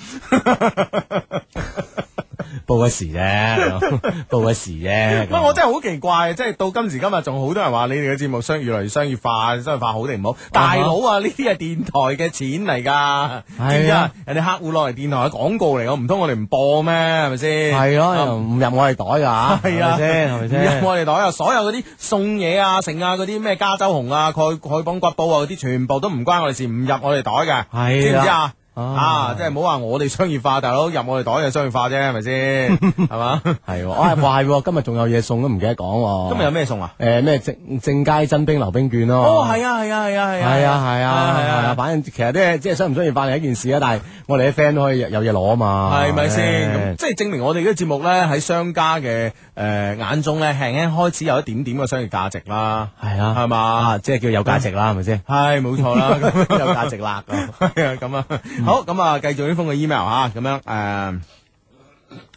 [SPEAKER 5] 報一時啫， 報一時啫，
[SPEAKER 2] 喂，
[SPEAKER 5] 咁啊
[SPEAKER 2] 我真係好奇怪，即係到今時今日，仲好多人話你哋嘅節目商越嚟越商業化，商業化好定唔好？大佬啊，呢啲係電台嘅錢嚟㗎，知唔知
[SPEAKER 5] 係啊
[SPEAKER 2] 啊？人哋客户落嚟電台嘅廣告嚟，我唔通我哋唔播咩？係咪先？啊
[SPEAKER 5] 係咯，又唔入我哋袋㗎
[SPEAKER 2] 係
[SPEAKER 5] 嚇，
[SPEAKER 2] 啊
[SPEAKER 5] 係咪先係咪先
[SPEAKER 2] 入？我哋袋啊！所有嗰啲送嘢啊、剩啊、嗰啲咩加州紅啊、蓋蓋邦骨煲啊嗰啲，全部都唔關我哋事，唔入我哋袋嘅。
[SPEAKER 5] 係
[SPEAKER 2] 知唔知
[SPEAKER 5] 啦
[SPEAKER 2] 啊？
[SPEAKER 5] 啊
[SPEAKER 2] 啊，即係唔好話我哋商業化，大佬入我哋袋就商業化啫，係咪 先？係嘛？
[SPEAKER 5] 系喎，啊哇係喎，今日仲有嘢送都唔記得講喎。
[SPEAKER 2] 今日有咩送啊？
[SPEAKER 5] 诶咩正正佳真冰溜冰券咯。
[SPEAKER 2] 哦，係啊，係啊，係啊，係啊，
[SPEAKER 5] 係啊係啊
[SPEAKER 2] 係
[SPEAKER 5] 係
[SPEAKER 2] 啊
[SPEAKER 5] 啊，反正其實咧即係想唔想要翻嚟一件事啊，但係我哋啲 friend 都可以有有嘢攞啊嘛。
[SPEAKER 2] 係咪先？咁即係證明我哋呢個節目咧喺商家嘅誒眼中咧，輕輕開始有一點點嘅商業價值 啦，
[SPEAKER 5] 係啊，
[SPEAKER 2] 係嘛？？
[SPEAKER 5] 啊即係叫有價值啦，係咪先
[SPEAKER 2] 係冇錯啦， 咁
[SPEAKER 5] 有價值 啦。咁
[SPEAKER 2] 啊係啊，咁啊，好，咁啊，繼續呢封嘅 email 吓，咁樣誒。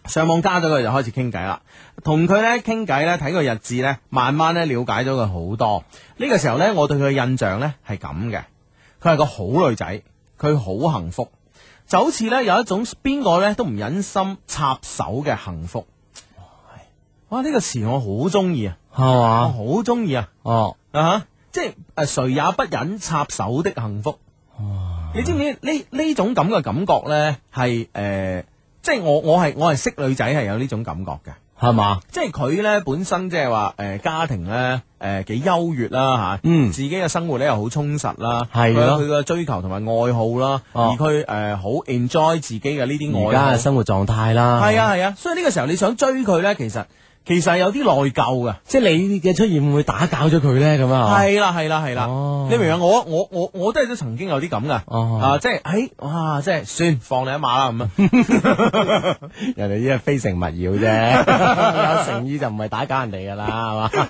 [SPEAKER 2] 上網加咗佢就開始傾偈啦，同佢咧傾偈咧睇個日誌咧，慢慢咧了解咗佢好多。呢、個時候咧，我對佢嘅印象咧係咁嘅，佢係個好女仔，佢好幸福，就好似咧有一種邊個咧都唔忍心插手嘅幸福。哇！呢、個詞我好中意啊，
[SPEAKER 5] 系嘛？
[SPEAKER 2] 我好中意啊！
[SPEAKER 5] 哦，
[SPEAKER 2] 啊哈！即系诶，谁也不忍插手的幸福。你知唔知呢呢种咁嘅感覺呢？係诶、呃即係我我係我係識女仔係有呢種感覺嘅。
[SPEAKER 5] 系嘛？
[SPEAKER 2] 即係佢呢本身即係話诶家庭呢诶幾優越啦吓，
[SPEAKER 5] 嗯
[SPEAKER 2] 自己嘅生活呢又好充實啦，
[SPEAKER 5] 係咯
[SPEAKER 2] 佢佢嘅追求同埋愛好啦，而
[SPEAKER 5] 哦
[SPEAKER 2] 佢诶好 enjoy 自己嘅呢啲
[SPEAKER 5] 而
[SPEAKER 2] 愛
[SPEAKER 5] 家
[SPEAKER 2] 好
[SPEAKER 5] 嘅。生活狀態啦，
[SPEAKER 2] 係，啊係啊，所以呢個時候你想追佢呢，其實其實有啲內疚嘅。
[SPEAKER 5] 即係你嘅出現會唔會打攪咗佢咧？咁啊，
[SPEAKER 2] 系啦，系啦，系啦，
[SPEAKER 5] 哦
[SPEAKER 2] 你明唔明啊？我我我我都系都曾經有啲咁噶，
[SPEAKER 5] 哦
[SPEAKER 2] 啊，即係，哎，哇，即係算放你一馬啦咁 啊，
[SPEAKER 5] 人哋依家非誠勿 擾啫，有誠意就唔係打攪人哋噶啦，係嘛？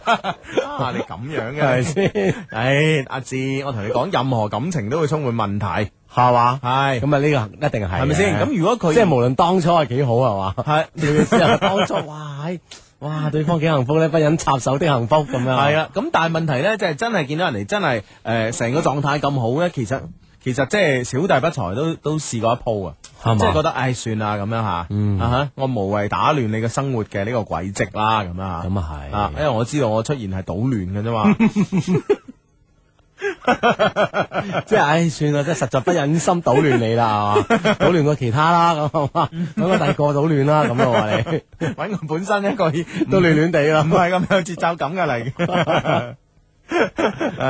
[SPEAKER 2] 啊，你咁樣
[SPEAKER 5] 係咪
[SPEAKER 2] 嘅，
[SPEAKER 5] 先？
[SPEAKER 2] 唉，阿志，我同你講，任何感情都會充滿問題，
[SPEAKER 5] 係嘛？
[SPEAKER 2] 係，
[SPEAKER 5] 咁啊，呢個一定係嘅，
[SPEAKER 2] 係咪先？咁如果佢
[SPEAKER 5] 即係無論當初係幾好 係啊嘛？
[SPEAKER 2] 係
[SPEAKER 5] 你之後當初哇，唉哇，對方幾幸福咧，不忍插手的幸福咁樣。
[SPEAKER 2] 係啊，咁但係問題咧，即係真係見到人哋真係诶成個狀態咁好咧，其實其實即係小弟不才都都試過一鋪啊，
[SPEAKER 5] 係嘛
[SPEAKER 2] 即係覺得唉算啦咁樣吓，
[SPEAKER 5] 嗯
[SPEAKER 2] 啊哈我無謂打亂你嘅生活嘅呢個軌跡啦，咁樣吓，
[SPEAKER 5] 咁啊係
[SPEAKER 2] 啊，因為我知道我出現係搗亂嘅啫 嘛。
[SPEAKER 5] 即係唉，算啦，即係實在不忍心搗亂你 啦，係嘛？搗亂過其他啦，咁係嘛？咁啊我第二個搗亂啦，咁咯喎你。
[SPEAKER 2] 揾個本身一個已
[SPEAKER 5] 都亂亂地啦
[SPEAKER 2] 唔係咁有節奏感嘅嚟 哦嘅。誒誒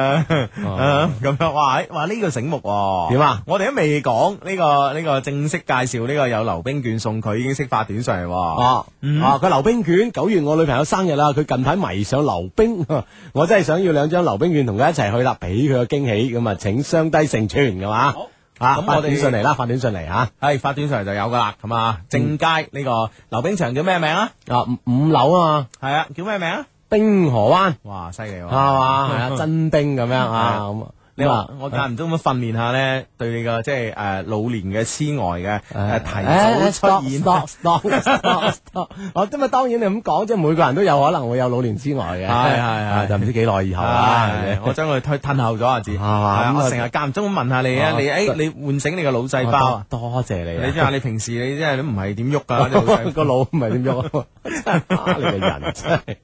[SPEAKER 2] 啊咁樣，哇！哎哇呢、個醒目喎、
[SPEAKER 5] 點啊？
[SPEAKER 2] 我哋都未講呢個呢、個正式介紹呢、個有溜冰券送佢，已經識發短信嚟喎。
[SPEAKER 5] 哦，
[SPEAKER 2] 嗯
[SPEAKER 5] 啊！佢溜冰券，九月我女朋友生日啦，佢近排迷上溜冰， 我真係想要兩張溜冰券同佢一齊去啦，俾佢個驚喜，咁啊，請雙低成全嘅嘛
[SPEAKER 2] 好，
[SPEAKER 5] 啊，
[SPEAKER 2] 咁
[SPEAKER 5] 發
[SPEAKER 2] 我哋
[SPEAKER 5] 短信嚟啦，發短信嚟吓，
[SPEAKER 2] 係哎發短信嚟就有噶啦，咁啊，正佳呢、個溜冰場叫咩名啊？
[SPEAKER 5] 啊五五樓啊嘛，
[SPEAKER 2] 係啊，叫咩名啊？
[SPEAKER 5] 冰河灣
[SPEAKER 2] 哇，犀利喎！
[SPEAKER 5] 哦係嘛，係啊，真冰咁樣啊，咁啊
[SPEAKER 2] 你
[SPEAKER 5] 咁
[SPEAKER 2] 話
[SPEAKER 5] 啊
[SPEAKER 2] 我間唔中咁訓練下咧，對你個即係誒老年嘅痴呆
[SPEAKER 5] 啊誒
[SPEAKER 2] 嘅誒提早出現。
[SPEAKER 5] stop stop stop stop！我咁啊，當然你咁講，即係每個人都有可能會有老年之外
[SPEAKER 2] 係
[SPEAKER 5] 嘅，
[SPEAKER 2] 係
[SPEAKER 5] 啊
[SPEAKER 2] 係
[SPEAKER 5] 就唔知幾耐以後啦。係咪
[SPEAKER 2] 唉我將佢推褪後咗啊，字
[SPEAKER 5] 係嘛
[SPEAKER 2] 係啊
[SPEAKER 5] 咁啊
[SPEAKER 2] 我成日間唔中問下你啊，
[SPEAKER 5] 哦
[SPEAKER 2] 你誒
[SPEAKER 5] 得
[SPEAKER 2] 你喚醒你個腦細
[SPEAKER 5] 我
[SPEAKER 2] 胞啊！
[SPEAKER 5] 多多謝你啊，
[SPEAKER 2] 你知啊，你平時你真係都唔係點喐 噶，你腦細
[SPEAKER 5] 個
[SPEAKER 2] 胞
[SPEAKER 5] 腦唔係點喐啊，真係蝦你個人真係。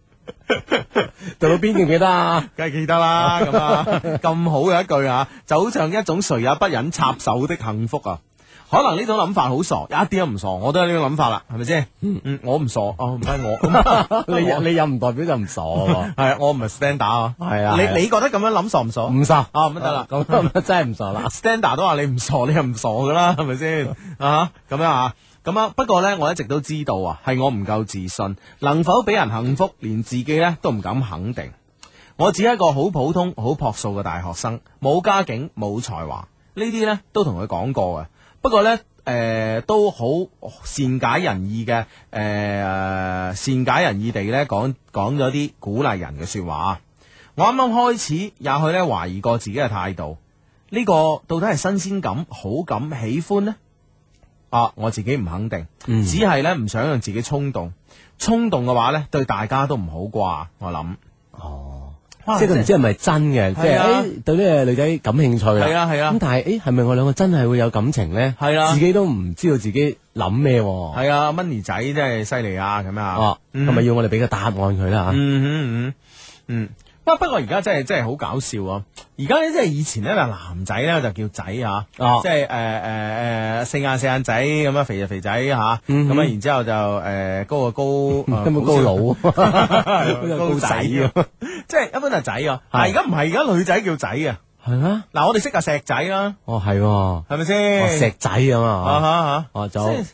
[SPEAKER 5] 杜老邊記唔記 得啊？
[SPEAKER 2] 梗係記得啦。咁 啊，咁好嘅一句啊，就好像一種誰也不忍插手的幸福啊！可能呢種諗法好傻，一啲都唔傻，我都有呢種諗法啦，係咪先？嗯，我唔傻，哦，唔係我，
[SPEAKER 5] 你你又唔代表就唔傻 喎，
[SPEAKER 2] 係啊我唔係 stand 打啊，
[SPEAKER 5] 係啊係啊嗯
[SPEAKER 2] 你你覺得咁樣諗傻唔傻？
[SPEAKER 5] 唔傻
[SPEAKER 2] 啊咁就得啦
[SPEAKER 5] 咁咁真係唔傻啦。
[SPEAKER 2] standard 都話你唔傻，你又唔傻噶啦，係 咪先啊？咁樣啊？咁啊，不過呢，我一直都知道啊，係我唔夠自信，能否俾人幸福，連自己呢都唔敢肯定。我只係一個好普通、好樸素嘅大學生，冇家境，冇才華，呢啲呢都同佢講過嘅。不過呢，诶、都好善解人意嘅，诶、善解人意地呢講講咗啲鼓勵人嘅说話。我啱啱開始，也許呢懷疑過自己嘅態度，呢個到底係新鮮感、好感、喜歡呢？啊，我自己唔肯定，只係呢唔想讓自己衝動。衝動嘅話呢，對大家都唔好啩，我諗。
[SPEAKER 5] 哦，
[SPEAKER 2] 哇
[SPEAKER 5] 即係佢唔知係咪真嘅，即係
[SPEAKER 2] 係
[SPEAKER 5] 哎
[SPEAKER 2] 啊
[SPEAKER 5] 誒對呢個女仔感興趣啦。
[SPEAKER 2] 係啊係啊
[SPEAKER 5] 咁但係誒係咪我兩個真係會有感情咧？
[SPEAKER 2] 係啊
[SPEAKER 5] 自己都唔知道自己諗咩喎。
[SPEAKER 2] 系啊，Money 仔真係犀利啊，咁啊，
[SPEAKER 5] 哦，
[SPEAKER 2] 嗯
[SPEAKER 5] 咁咪要我哋俾個答案佢啦啊嚇。
[SPEAKER 2] 嗯嗯嗯嗯，不不過而家真係真係好搞笑啊！而家咧即係以前咧，男仔咧就叫仔啊，
[SPEAKER 5] 哦
[SPEAKER 2] 即係誒誒誒四眼四眼仔咁啊，肥就肥仔嚇，咁啊，
[SPEAKER 5] 嗯哼
[SPEAKER 2] 然之後就誒高啊高， 呃
[SPEAKER 5] 根本高佬，
[SPEAKER 2] 高
[SPEAKER 5] 高
[SPEAKER 2] 仔啊，即係一般係仔啊，但係而家唔係，而家女仔叫仔啊。
[SPEAKER 5] 係咩？
[SPEAKER 2] 嗱，我哋識阿石仔啦，
[SPEAKER 5] 哦係喎，
[SPEAKER 2] 係咪先
[SPEAKER 5] 哦？石仔咁
[SPEAKER 2] 啊
[SPEAKER 5] 啊，
[SPEAKER 2] 哈啊
[SPEAKER 5] 哦
[SPEAKER 2] 即
[SPEAKER 5] 就
[SPEAKER 2] 係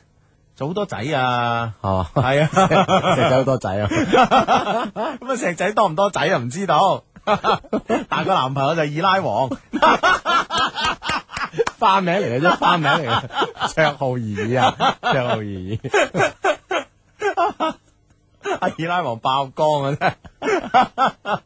[SPEAKER 2] 做好多仔啊，
[SPEAKER 5] 係嘛。
[SPEAKER 2] 係啊。
[SPEAKER 5] 石仔好多仔啊！
[SPEAKER 2] 咁啊，石仔多唔多仔啊？唔知 道，但個男朋友就係二奶王，
[SPEAKER 5] 花名嚟 嘅啫，花名嚟嘅，绰號而已啊，绰號而已。
[SPEAKER 2] 阿二奶王爆光啊！真係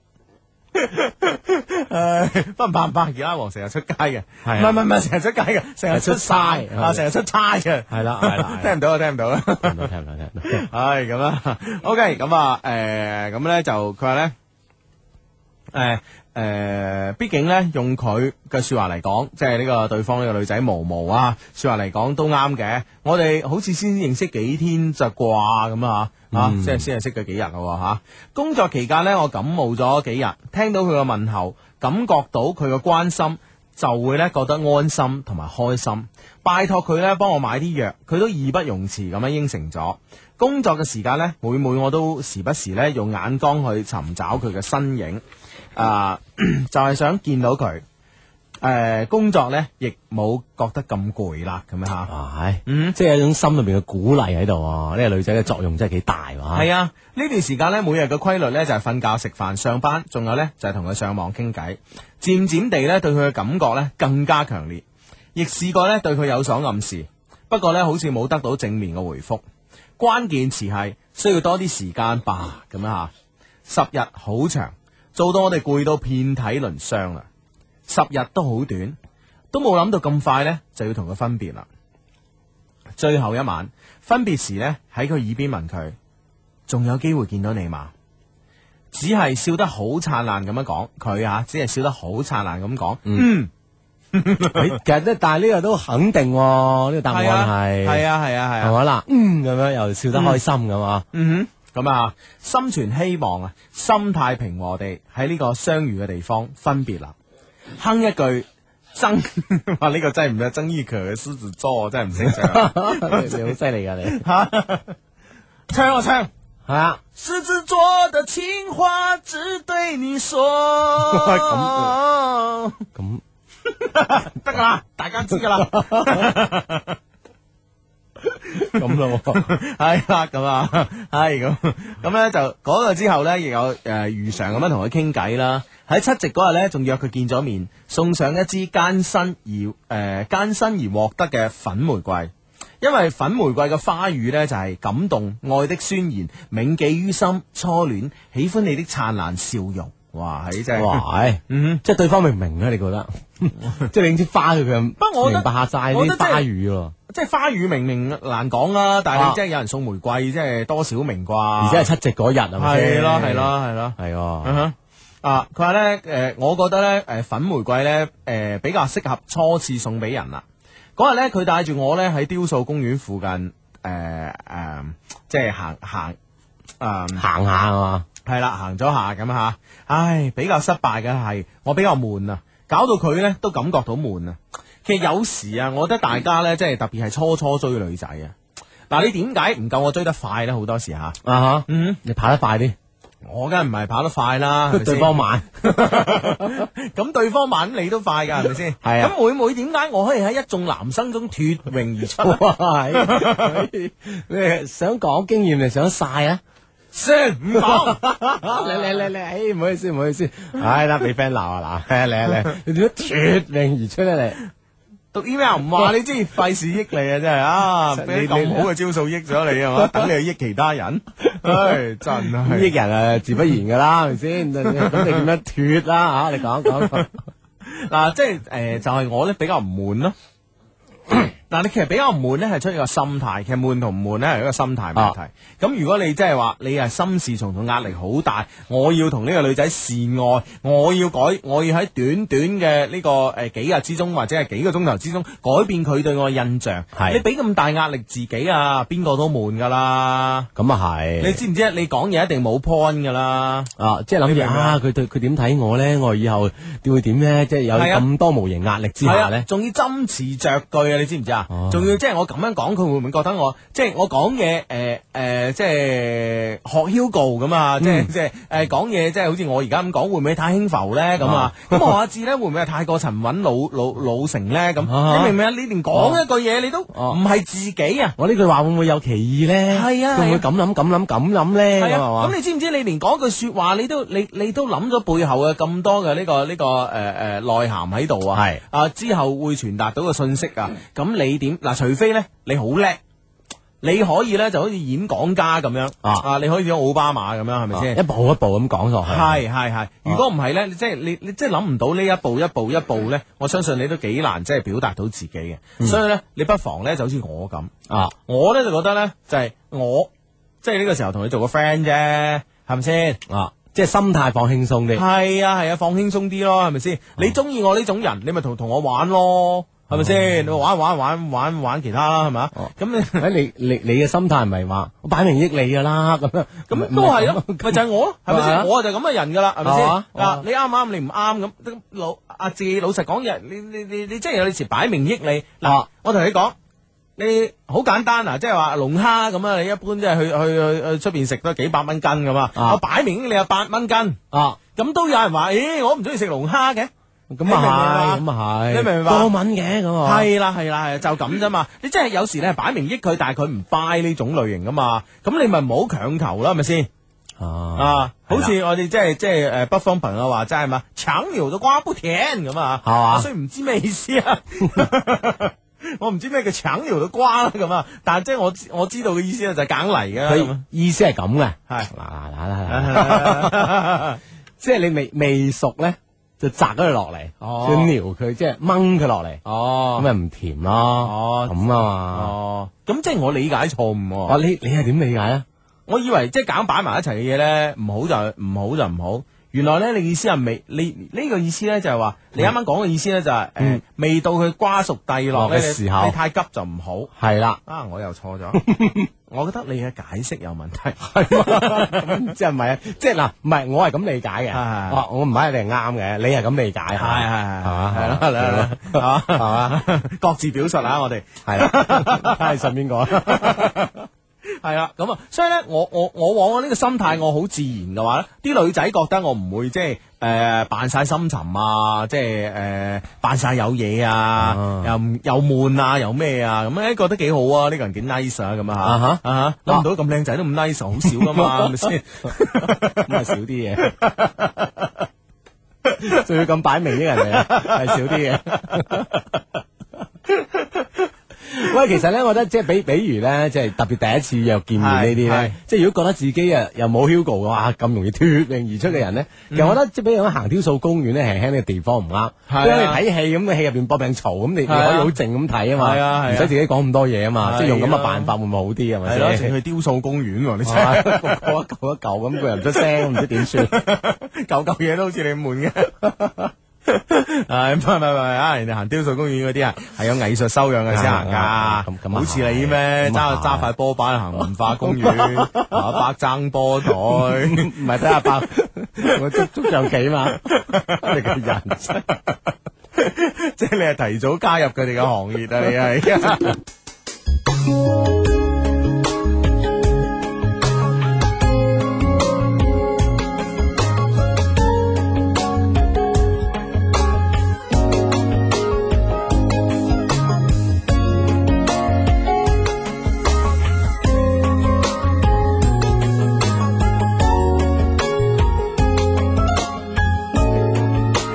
[SPEAKER 2] 唉，不過冇辦法，而家王成日出街嘅，唔
[SPEAKER 5] 係
[SPEAKER 2] 係
[SPEAKER 5] 啊
[SPEAKER 2] 唔係唔係成日出街嘅，成日出晒
[SPEAKER 5] 係
[SPEAKER 2] 啊，成日出差嘅，
[SPEAKER 5] 係 啦係啦係啦
[SPEAKER 2] 聽唔到啊，聽唔到啊，
[SPEAKER 5] 聽 唔到聽唔到聽唔到。
[SPEAKER 2] 係咁啦，OK，咁啊，誒，咁咧就佢話咧，誒。誒、畢呃竟咧，用佢嘅説話嚟講，即係呢個對方呢個女仔毛毛啊，説話嚟講都啱嘅。我哋好似先認識幾天就啩咁啊，啊，即係先係識佢幾日咯嚇。工作期間呢，我感冒咗幾日，聽到佢嘅問候，感覺到佢嘅關心，就會咧覺得安心同埋開心。拜託佢咧幫我買啲藥，佢都義不容辭咁樣應承咗。工作嘅時間呢，每每我都時不時咧用眼光去尋找佢嘅身影，啊、 就係想見到佢。誒、工作呢，亦冇覺得咁攰啦，咁樣嚇。
[SPEAKER 5] 唉，
[SPEAKER 2] 嗯
[SPEAKER 5] 即係有一種心裏邊嘅鼓勵喺度啊！呢個女仔嘅作用真係幾大喎。
[SPEAKER 2] 系啊，呢段時間呢，每日嘅規律呢就係瞓覺、食飯、上班，仲有呢就係同佢上網傾偈。漸漸地呢，對佢嘅感覺呢更加強烈，亦試過呢對佢有所暗示，不過呢好似冇得到正面嘅回覆。關鍵詞係需要多啲時間吧，咁樣吓，十日好長，做到我哋攰到遍體鱗傷啦。十日都好短，都冇諗到咁快呢就要同佢分別啦。最後一晚分別時呢，喺佢耳邊問佢。仲有機會見到你嘛？只係笑得好燦爛咁樣講，佢啊，只係笑得好燦爛咁講，嗯，
[SPEAKER 5] 你其實咧，但係呢個都肯定喎，呢個答案係
[SPEAKER 2] 係啊，係啊，係
[SPEAKER 5] 係
[SPEAKER 2] 啊，
[SPEAKER 5] 咪啦？嗯，咁樣又笑得開心咁啊！
[SPEAKER 2] 嗯哼，咁啊，心存希望啊，心態平和地喺呢個相遇嘅地方分別啦，哼一句。曾， 哇！呢、個真係唔係曾軼可嘅獅子座，我真係唔識 唱。
[SPEAKER 5] 你好犀利㗎你，係
[SPEAKER 2] 唱啊唱！
[SPEAKER 5] 啊！
[SPEAKER 2] 獅子座的情話只對你說。
[SPEAKER 5] 咁咁
[SPEAKER 2] 得噶啦，大家知噶啦。
[SPEAKER 5] 咁 咯喎，
[SPEAKER 2] 系啦，咁啊，系咁，咁咧就嗰個之後咧，亦有诶如常咁樣同佢傾偈啦。喺七夕嗰日咧，仲約佢見咗面，送上一支艱辛而诶艰辛而獲得嘅粉玫瑰。因為粉玫瑰嘅花語呢，就係、感動、愛的宣言、銘記於心、初戀、喜歡你的燦爛笑容。哇！喺真係，
[SPEAKER 5] 哇！唉
[SPEAKER 2] 嗯
[SPEAKER 5] 即係對方明唔明啊咧？你 覺得？即係你已經花佢佢，
[SPEAKER 2] 不過我覺得
[SPEAKER 5] 明白下晒
[SPEAKER 2] 我覺得
[SPEAKER 5] 啲
[SPEAKER 2] 真係
[SPEAKER 5] 花語咯，
[SPEAKER 2] 哼，即係花語明明難講啦，但係
[SPEAKER 5] 啊
[SPEAKER 2] 你真係有人送玫瑰，即係多少明啩。
[SPEAKER 5] 而且係七夕嗰日係咪
[SPEAKER 2] 係
[SPEAKER 5] 先？
[SPEAKER 2] 咯，係咯，，係咯。
[SPEAKER 5] 係喎
[SPEAKER 2] 嗯哼啊，佢話咧，誒、我覺得咧，誒、粉玫瑰咧，誒、比較適合初次送俾人啦。嗰日咧，佢帶住我咧喺雕塑公園附近，誒、誒、即係行行，誒、
[SPEAKER 5] 行下啊嘛。
[SPEAKER 2] 係啦，行咗下咁啊吓，唉，比較失敗嘅係我比較悶啊，搞到佢咧都感覺到悶啊。其實有時啊，我覺得大家咧，即係特別係初初追女仔啊，嗱，你點解唔夠我追得快咧？好多時吓，
[SPEAKER 5] 啊哈，
[SPEAKER 2] 嗯，
[SPEAKER 5] 你跑得快啲，
[SPEAKER 2] 我梗係唔係跑得快啦，係咪先
[SPEAKER 5] 對方慢，
[SPEAKER 2] 咁對方慢你都快㗎，係咪先？
[SPEAKER 5] 係啊
[SPEAKER 2] 咁妹妹點解我可以喺一眾男生中脱穎而 出？啊
[SPEAKER 5] 哇！係你係想講經驗定想晒啊？
[SPEAKER 2] 先唔講，
[SPEAKER 5] 嚟嚟嚟嚟，唉，唔好意思，唔好意思，唉啦，俾 friend 鬧啊嗱，嚟嚟嚟，你點樣脱穎而出咧？你
[SPEAKER 2] 讀 email 唔話你 知，費事益你啊！真係啊，
[SPEAKER 5] 你
[SPEAKER 2] 俾啲咁好嘅招數益咗你係 嘛？等你去益其他人，唉，真
[SPEAKER 5] 咁 益
[SPEAKER 2] 係。
[SPEAKER 5] 人啊，自不然噶啦，係咪先？咁你點樣脱啦？吓，你講講講，
[SPEAKER 2] 嗱，即係誒，就係我咧比較唔悶咯。嗱，你其實比較悶咧，係出於個心態。其實悶同唔悶咧係一個心態問題。咁、如果你即係話你係心事重重，壓力好大，我要同呢個女仔示愛，我要改，我要喺短短嘅呢、個誒、呃、幾日之中，或者係幾個鐘頭之中改變佢對我嘅印象。
[SPEAKER 5] 係
[SPEAKER 2] 你俾咁大壓力自己啊，邊個都悶㗎啦。
[SPEAKER 5] 咁啊係，
[SPEAKER 2] 你知唔知啊？你講嘢一定冇 point 㗎啦。
[SPEAKER 5] 啊，即係諗
[SPEAKER 2] 你
[SPEAKER 5] 住
[SPEAKER 2] 明唔明啊
[SPEAKER 5] 啊，佢對佢點睇我咧？我以後會點咧？即係有
[SPEAKER 2] 係啊
[SPEAKER 5] 咁多無形壓力之下
[SPEAKER 2] 係啊
[SPEAKER 5] 咧，
[SPEAKER 2] 仲要斟詞酌句啊！你知唔知啊
[SPEAKER 5] 哦？
[SPEAKER 2] 仲要即係我咁樣講，佢會唔會覺得我即係我講嘢誒誒，即係學 Hugo 咁
[SPEAKER 5] 嗯
[SPEAKER 2] 啊？即係即係誒講嘢，即係好似我而家咁講，會唔會太輕浮咧？咁啊
[SPEAKER 5] 啊？
[SPEAKER 2] 咁我阿志咧，會唔會係太過沉穩老老老成咧？咁
[SPEAKER 5] 啊哦
[SPEAKER 2] 你明唔明啊？你連講一句嘢，你都唔係自己啊！
[SPEAKER 5] 我呢句話會唔會有歧義咧？
[SPEAKER 2] 係啊
[SPEAKER 5] 會唔會
[SPEAKER 2] 係
[SPEAKER 5] 咁諗咁諗咁諗咧？
[SPEAKER 2] 係
[SPEAKER 5] 咁係
[SPEAKER 2] 啊，
[SPEAKER 5] 嘛
[SPEAKER 2] 咁？你知唔知你連講句説話你都你你都諗咗背後嘅咁多嘅呢、個呢、個誒誒、呃、內涵喺度啊？
[SPEAKER 5] 係
[SPEAKER 2] 啊，之後會傳達到個信息啊。咁你點嗱？除非咧你好叻，你可以咧就好似演講家咁樣
[SPEAKER 5] 啊
[SPEAKER 2] 你可以做奧巴馬咁樣，係咪先
[SPEAKER 5] 一？步一步咁講落去。
[SPEAKER 2] 係係係，如果唔係咧，即係你你即係諗唔到呢一步一步一步咧，我相信你都幾難即係表達到自己嘅。所以咧，你不妨咧就好似我咁，
[SPEAKER 5] 啊，
[SPEAKER 2] 我咧就覺得咧就係我即係呢個時候同你做個 friend 啫，係咪先？
[SPEAKER 5] 啊，即係心態放輕鬆啲。
[SPEAKER 2] 係啊係啊，放輕鬆啲咯，係咪先？你中意我呢種人，你咪同同我玩咯，係咪先？你玩玩玩玩玩其他啦，係咪啊
[SPEAKER 5] 哦
[SPEAKER 2] 咁你。
[SPEAKER 5] 誒，你你你嘅心態唔係話我擺明益你噶啦咁樣，
[SPEAKER 2] 咁都係咯，咪就係我咯，係咪
[SPEAKER 5] 係啊
[SPEAKER 2] 先？我就係咁嘅人噶啦，係咪
[SPEAKER 5] 係嘛
[SPEAKER 2] 先？
[SPEAKER 5] 啊
[SPEAKER 2] 嗱，你啱啱，你唔啱咁，咁老阿志老實講嘅，你你你你真係有時擺明益你。嗱
[SPEAKER 5] 啊，
[SPEAKER 2] 我同你講，你好簡單啊，即係話龍蝦咁啊，你一般即係去去去去出邊食都係幾百蚊斤咁嘛。
[SPEAKER 5] 啊
[SPEAKER 2] 我擺明益你有八蚊斤，
[SPEAKER 5] 啊，
[SPEAKER 2] 咁都有人話，咦，我唔中意食龍蝦嘅。
[SPEAKER 5] 咁啊係，咁啊係，
[SPEAKER 2] 你明唔明白
[SPEAKER 5] 多文嘅咁啊，
[SPEAKER 2] 係啦係啦係啦，就咁啫嘛。你真係有時你係擺明益佢，但係佢唔 buy 呢種類型噶嘛。咁你咪唔好強求啦，係咪先？
[SPEAKER 5] 啊，
[SPEAKER 2] 啊，好似我哋即係即係呃誒北方朋友話齋係嘛，橙苗就瓜不甜咁啊，
[SPEAKER 5] 係嘛
[SPEAKER 2] 我雖然唔知咩意思啊。 我唔知咩叫橙苗到瓜啦咁啊，但係即係我知我知道嘅意思咧就係梗嚟嘅咁
[SPEAKER 5] 佢
[SPEAKER 2] 啊
[SPEAKER 5] 意思係咁嘅，
[SPEAKER 2] 係
[SPEAKER 5] 嗱嗱嗱嗱 嗱。
[SPEAKER 2] 啊，
[SPEAKER 5] 即係你未未熟咧，就摘咗佢落嚟，
[SPEAKER 2] 哦
[SPEAKER 5] 就撩佢，即係掹佢落嚟，咁
[SPEAKER 2] 哦
[SPEAKER 5] 咪唔甜咯，
[SPEAKER 2] 哦
[SPEAKER 5] 咁啊嘛。
[SPEAKER 2] 哦，咁即係我理解錯誤喎，
[SPEAKER 5] 哦，你你係點理解咧？
[SPEAKER 2] 我以為即係揀擺埋一齊嘅嘢咧，唔好就唔好就唔好。原來咧，你意思係未？你呢個意思咧就係話，你啱啱講嘅意思咧就係、誒、
[SPEAKER 5] 嗯
[SPEAKER 2] 未到佢瓜熟蒂落咧
[SPEAKER 5] 落嘅時候
[SPEAKER 2] 你你太急就唔好。
[SPEAKER 5] 係啦，
[SPEAKER 2] 啊，我又錯咗。 我覺得你嘅解釋有問題。
[SPEAKER 5] 咁即係唔係啊？即係嗱，唔係我係咁理解嘅，
[SPEAKER 2] 係
[SPEAKER 5] 哦我唔係一定啱嘅，你係咁理解，
[SPEAKER 2] 啊係係係
[SPEAKER 5] 係嘛
[SPEAKER 2] 係咯係咯係嘛
[SPEAKER 5] 係嘛，
[SPEAKER 2] 各自表述啊，我哋
[SPEAKER 5] 係啦，睇下你信邊個啊啦，
[SPEAKER 2] 係啦，咁啊，所以咧，我我我往往呢個心態，我好自然嘅話咧，啲女仔覺得我唔會即係誒扮晒深沉啊，即係誒扮晒有嘢啊
[SPEAKER 5] 啊，
[SPEAKER 2] 又唔又悶啊，又咩啊，咁咧覺得幾好啊，呢個人幾 nice 啊，咁
[SPEAKER 5] 啊
[SPEAKER 2] 啊
[SPEAKER 5] 哈
[SPEAKER 2] 嚇啊嚇諗唔到咁靚仔都唔 nice，好啊少噶 嘛，係咪先？
[SPEAKER 5] 咁啊少啲 嘢，仲要咁擺明啲人嚟啊，係少啲嘢。喂，其實咧，我覺得即係比，比如咧，即係特別第一次約見面呢啲
[SPEAKER 2] 係係
[SPEAKER 5] 咧，即係如果覺得自己啊又冇 Hugo 嘅話，咁容易脱穎而出嘅人咧，其實我覺得即係比如講行雕塑公園咧，輕輕呢個地方唔啱，
[SPEAKER 2] 嗯係啊
[SPEAKER 5] 因為你睇戲咁嘅戲入邊搏命嘈，咁你你
[SPEAKER 2] 係啊
[SPEAKER 5] 可以好靜咁睇啊嘛，
[SPEAKER 2] 係啊係啊
[SPEAKER 5] 唔使自己講咁多嘢啊嘛，即係用咁
[SPEAKER 2] 係啊
[SPEAKER 5] 嘅辦法會唔會好啲啊？係咪
[SPEAKER 2] 係咯，
[SPEAKER 5] 先
[SPEAKER 2] 淨？去雕塑公園喎，你 真 係
[SPEAKER 5] 啊個個一嚿一嚿咁，佢又唔出聲，唔知點算。
[SPEAKER 2] 嚿嚿嘢都好似你咁悶嘅。 唉，唔係唔係唔係啊！人哋行雕塑公園嗰啲啊，係有藝術修養嘅先行噶
[SPEAKER 5] 啊咁。咁啊
[SPEAKER 2] 好似你咩
[SPEAKER 5] 係咁
[SPEAKER 2] 揸
[SPEAKER 5] 啊
[SPEAKER 2] 揸塊波板行文化公 園，啊百爭波台，
[SPEAKER 5] 唔係睇下 包，我捉捉象棋嘛，你個人真係
[SPEAKER 2] 即係你係提早加入佢哋嘅行業啊！你係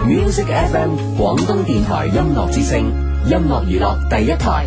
[SPEAKER 6] Music FM 广东电台音乐之声，音乐娱乐第一台。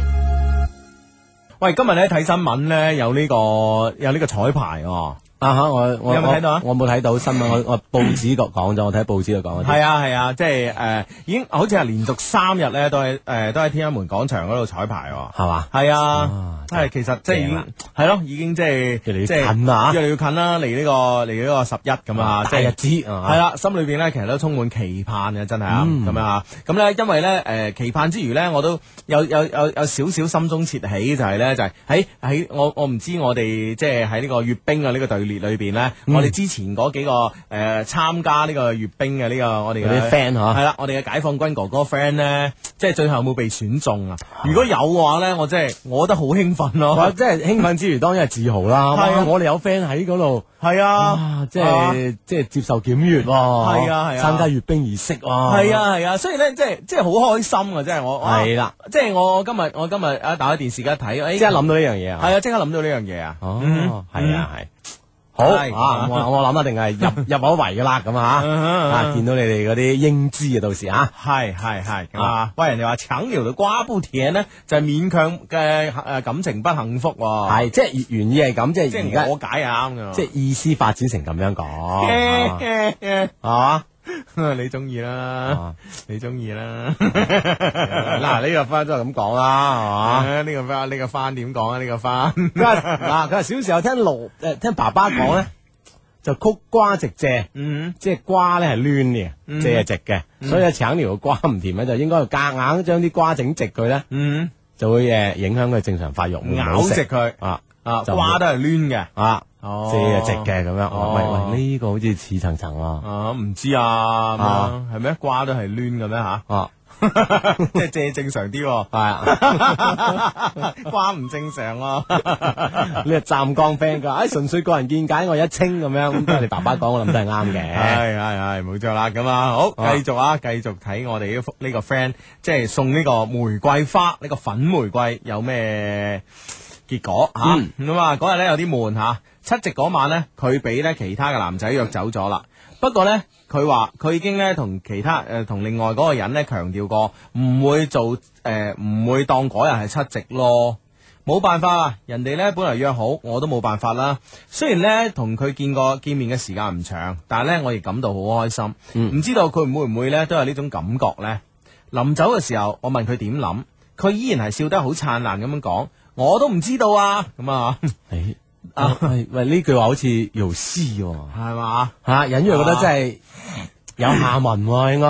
[SPEAKER 2] 喂，今日咧睇新聞咧有呢個有呢個彩排喎。
[SPEAKER 5] 啊嚇！我我
[SPEAKER 2] 有冇睇到啊
[SPEAKER 5] 我我冇睇到新聞，我我報紙度講咗，我睇報紙度講咗。
[SPEAKER 2] 係啊係啊，即係誒已經好似係連續三日咧都係誒都喺天安門廣場嗰度彩排喎。
[SPEAKER 5] 係嘛？
[SPEAKER 2] 系啊
[SPEAKER 5] 啊，
[SPEAKER 2] 係其實即係已
[SPEAKER 5] 正
[SPEAKER 2] 經
[SPEAKER 5] 啦
[SPEAKER 2] 係咯，已經即係
[SPEAKER 5] 越嚟越
[SPEAKER 2] 即係
[SPEAKER 5] 近啦
[SPEAKER 2] 越
[SPEAKER 5] 嚇
[SPEAKER 2] 嚟越近啦，離呢個離呢個十一咁啊，即
[SPEAKER 5] 大日
[SPEAKER 2] 係。
[SPEAKER 5] 子
[SPEAKER 2] 係
[SPEAKER 5] 係
[SPEAKER 2] 啦，心裏邊咧其實都充滿期盼嘅，真係啊，
[SPEAKER 5] 嗯
[SPEAKER 2] 咁樣啊，咁咧因為咧誒、呃期盼之餘咧，我都有有有有少少心中竊喜，就係咧就係喺喺我我唔知我哋即係喺呢個閱兵嘅呢個隊列裏邊咧，
[SPEAKER 5] 嗯
[SPEAKER 2] 我哋之前嗰幾個誒、呃、參加呢個閱兵嘅呢、個我哋
[SPEAKER 5] 嗰啲
[SPEAKER 2] 嘅
[SPEAKER 5] friend 啊
[SPEAKER 2] 系
[SPEAKER 5] 嚇，
[SPEAKER 2] 啦，我哋嘅解放軍哥哥 friend 咧，即係最後有冇被選中啊？如果有嘅話咧，我真係我覺得好興奮
[SPEAKER 5] 我
[SPEAKER 2] 咯。
[SPEAKER 5] 即係興奮之餘，當然係自豪啦。
[SPEAKER 2] 係啊
[SPEAKER 5] 哇我哋有 friend 喺嗰度，
[SPEAKER 2] 係
[SPEAKER 5] 啊
[SPEAKER 2] 啊，，
[SPEAKER 5] 即係即係接受檢閱喎，係
[SPEAKER 2] 啊係啊
[SPEAKER 5] 參加閱兵儀式喎，
[SPEAKER 2] 係，啊係啊，所以咧即係即係好開心啊！即係我哇
[SPEAKER 5] 係啦，
[SPEAKER 2] 即係我我今日我今日啊打開電視機一睇，誒
[SPEAKER 5] 即刻諗到呢樣嘢啊，
[SPEAKER 2] 係啊，即刻諗到呢樣嘢啊！
[SPEAKER 5] 哦，係啊係。好啊！
[SPEAKER 2] 係
[SPEAKER 5] 咁我我諗一定係入入咗圍噶啦，咁啊
[SPEAKER 2] 嗯哼
[SPEAKER 5] 啊！見到你哋嗰啲英姿啊，到時啊，
[SPEAKER 2] 系系系咁啊！喂，人哋話橙條到瓜不甜咧，就係勉強嘅诶感情不幸福喎。
[SPEAKER 5] 係即係原意係咁，即
[SPEAKER 2] 哦即
[SPEAKER 5] 係而
[SPEAKER 2] 係
[SPEAKER 5] 家
[SPEAKER 2] 我啊解係啱嘅。
[SPEAKER 5] 即係意思發展成咁 樣講，
[SPEAKER 2] 係
[SPEAKER 5] 係嘛？
[SPEAKER 2] 啊 你中意啦，
[SPEAKER 5] 啊
[SPEAKER 2] 你中意啦。
[SPEAKER 5] 嗱，呢個花都係咁講啦，係嘛？
[SPEAKER 2] 啊 呢個花呢個番點講啊？呢個番
[SPEAKER 5] 佢話嗱，佢話小時候聽老誒聽爸爸講咧，就曲瓜直蔗。
[SPEAKER 2] 嗯
[SPEAKER 5] 即係瓜咧係攣嘅，蔗係直嘅，所以咧橙條個瓜唔甜咧，就應該夾硬將啲瓜整直佢咧，
[SPEAKER 2] 嗯，
[SPEAKER 5] 就會誒影響佢正常發育，會唔好
[SPEAKER 2] 咬
[SPEAKER 5] 食
[SPEAKER 2] 直佢
[SPEAKER 5] 啊
[SPEAKER 2] 啊，
[SPEAKER 5] 就唔
[SPEAKER 2] 瓜都係攣嘅。
[SPEAKER 5] 啊，
[SPEAKER 2] 哦
[SPEAKER 5] 蔗係直嘅咁樣。
[SPEAKER 2] 哦
[SPEAKER 5] 哦喂喂，呢個好似似層層喎。
[SPEAKER 2] 啊，唔知啊，咁
[SPEAKER 5] 啊
[SPEAKER 2] 樣係咩？瓜都係攣嘅咩吓？
[SPEAKER 5] 哦，
[SPEAKER 2] 即係借正常啲喎，
[SPEAKER 5] 係啊，
[SPEAKER 2] 瓜唔正常咯。
[SPEAKER 5] 呢個湛江 friend 佢話，誒純粹個人見解，我一清咁樣。咁都係你爸爸講，我諗都係啱
[SPEAKER 2] 系系
[SPEAKER 5] 嘅。
[SPEAKER 2] 系，冇錯啦。咁啊，好，
[SPEAKER 5] 啊
[SPEAKER 2] 繼續啊，繼續睇我哋呢幅呢個 friend，即係送呢個玫瑰花，呢、個粉玫瑰有咩結果吓？
[SPEAKER 5] 嗯
[SPEAKER 2] 咁、啊，嗰日咧有啲悶吓，七夕嗰晚咧，佢俾咧其他嘅男仔約走咗啦。不過咧，佢話佢已經咧同其他诶同、另外嗰個人咧強調過，唔會做诶唔、會當嗰日係七夕咯。冇辦法啊！人哋咧本來約好，我都冇辦法啦。雖然咧同佢見過見面嘅時間唔長，但係咧我亦感到好開心。唔、知道佢會唔會咧都有呢種感覺呢？臨走嘅時候，我問佢點諗，佢依然係笑得好燦爛咁樣講：我都唔知道啊！咁啊，
[SPEAKER 5] 誒啊喂 喂，呢句話好似姚詩喎，
[SPEAKER 2] 係嘛？
[SPEAKER 5] 嚇隱約覺得真係有下文喎，應該。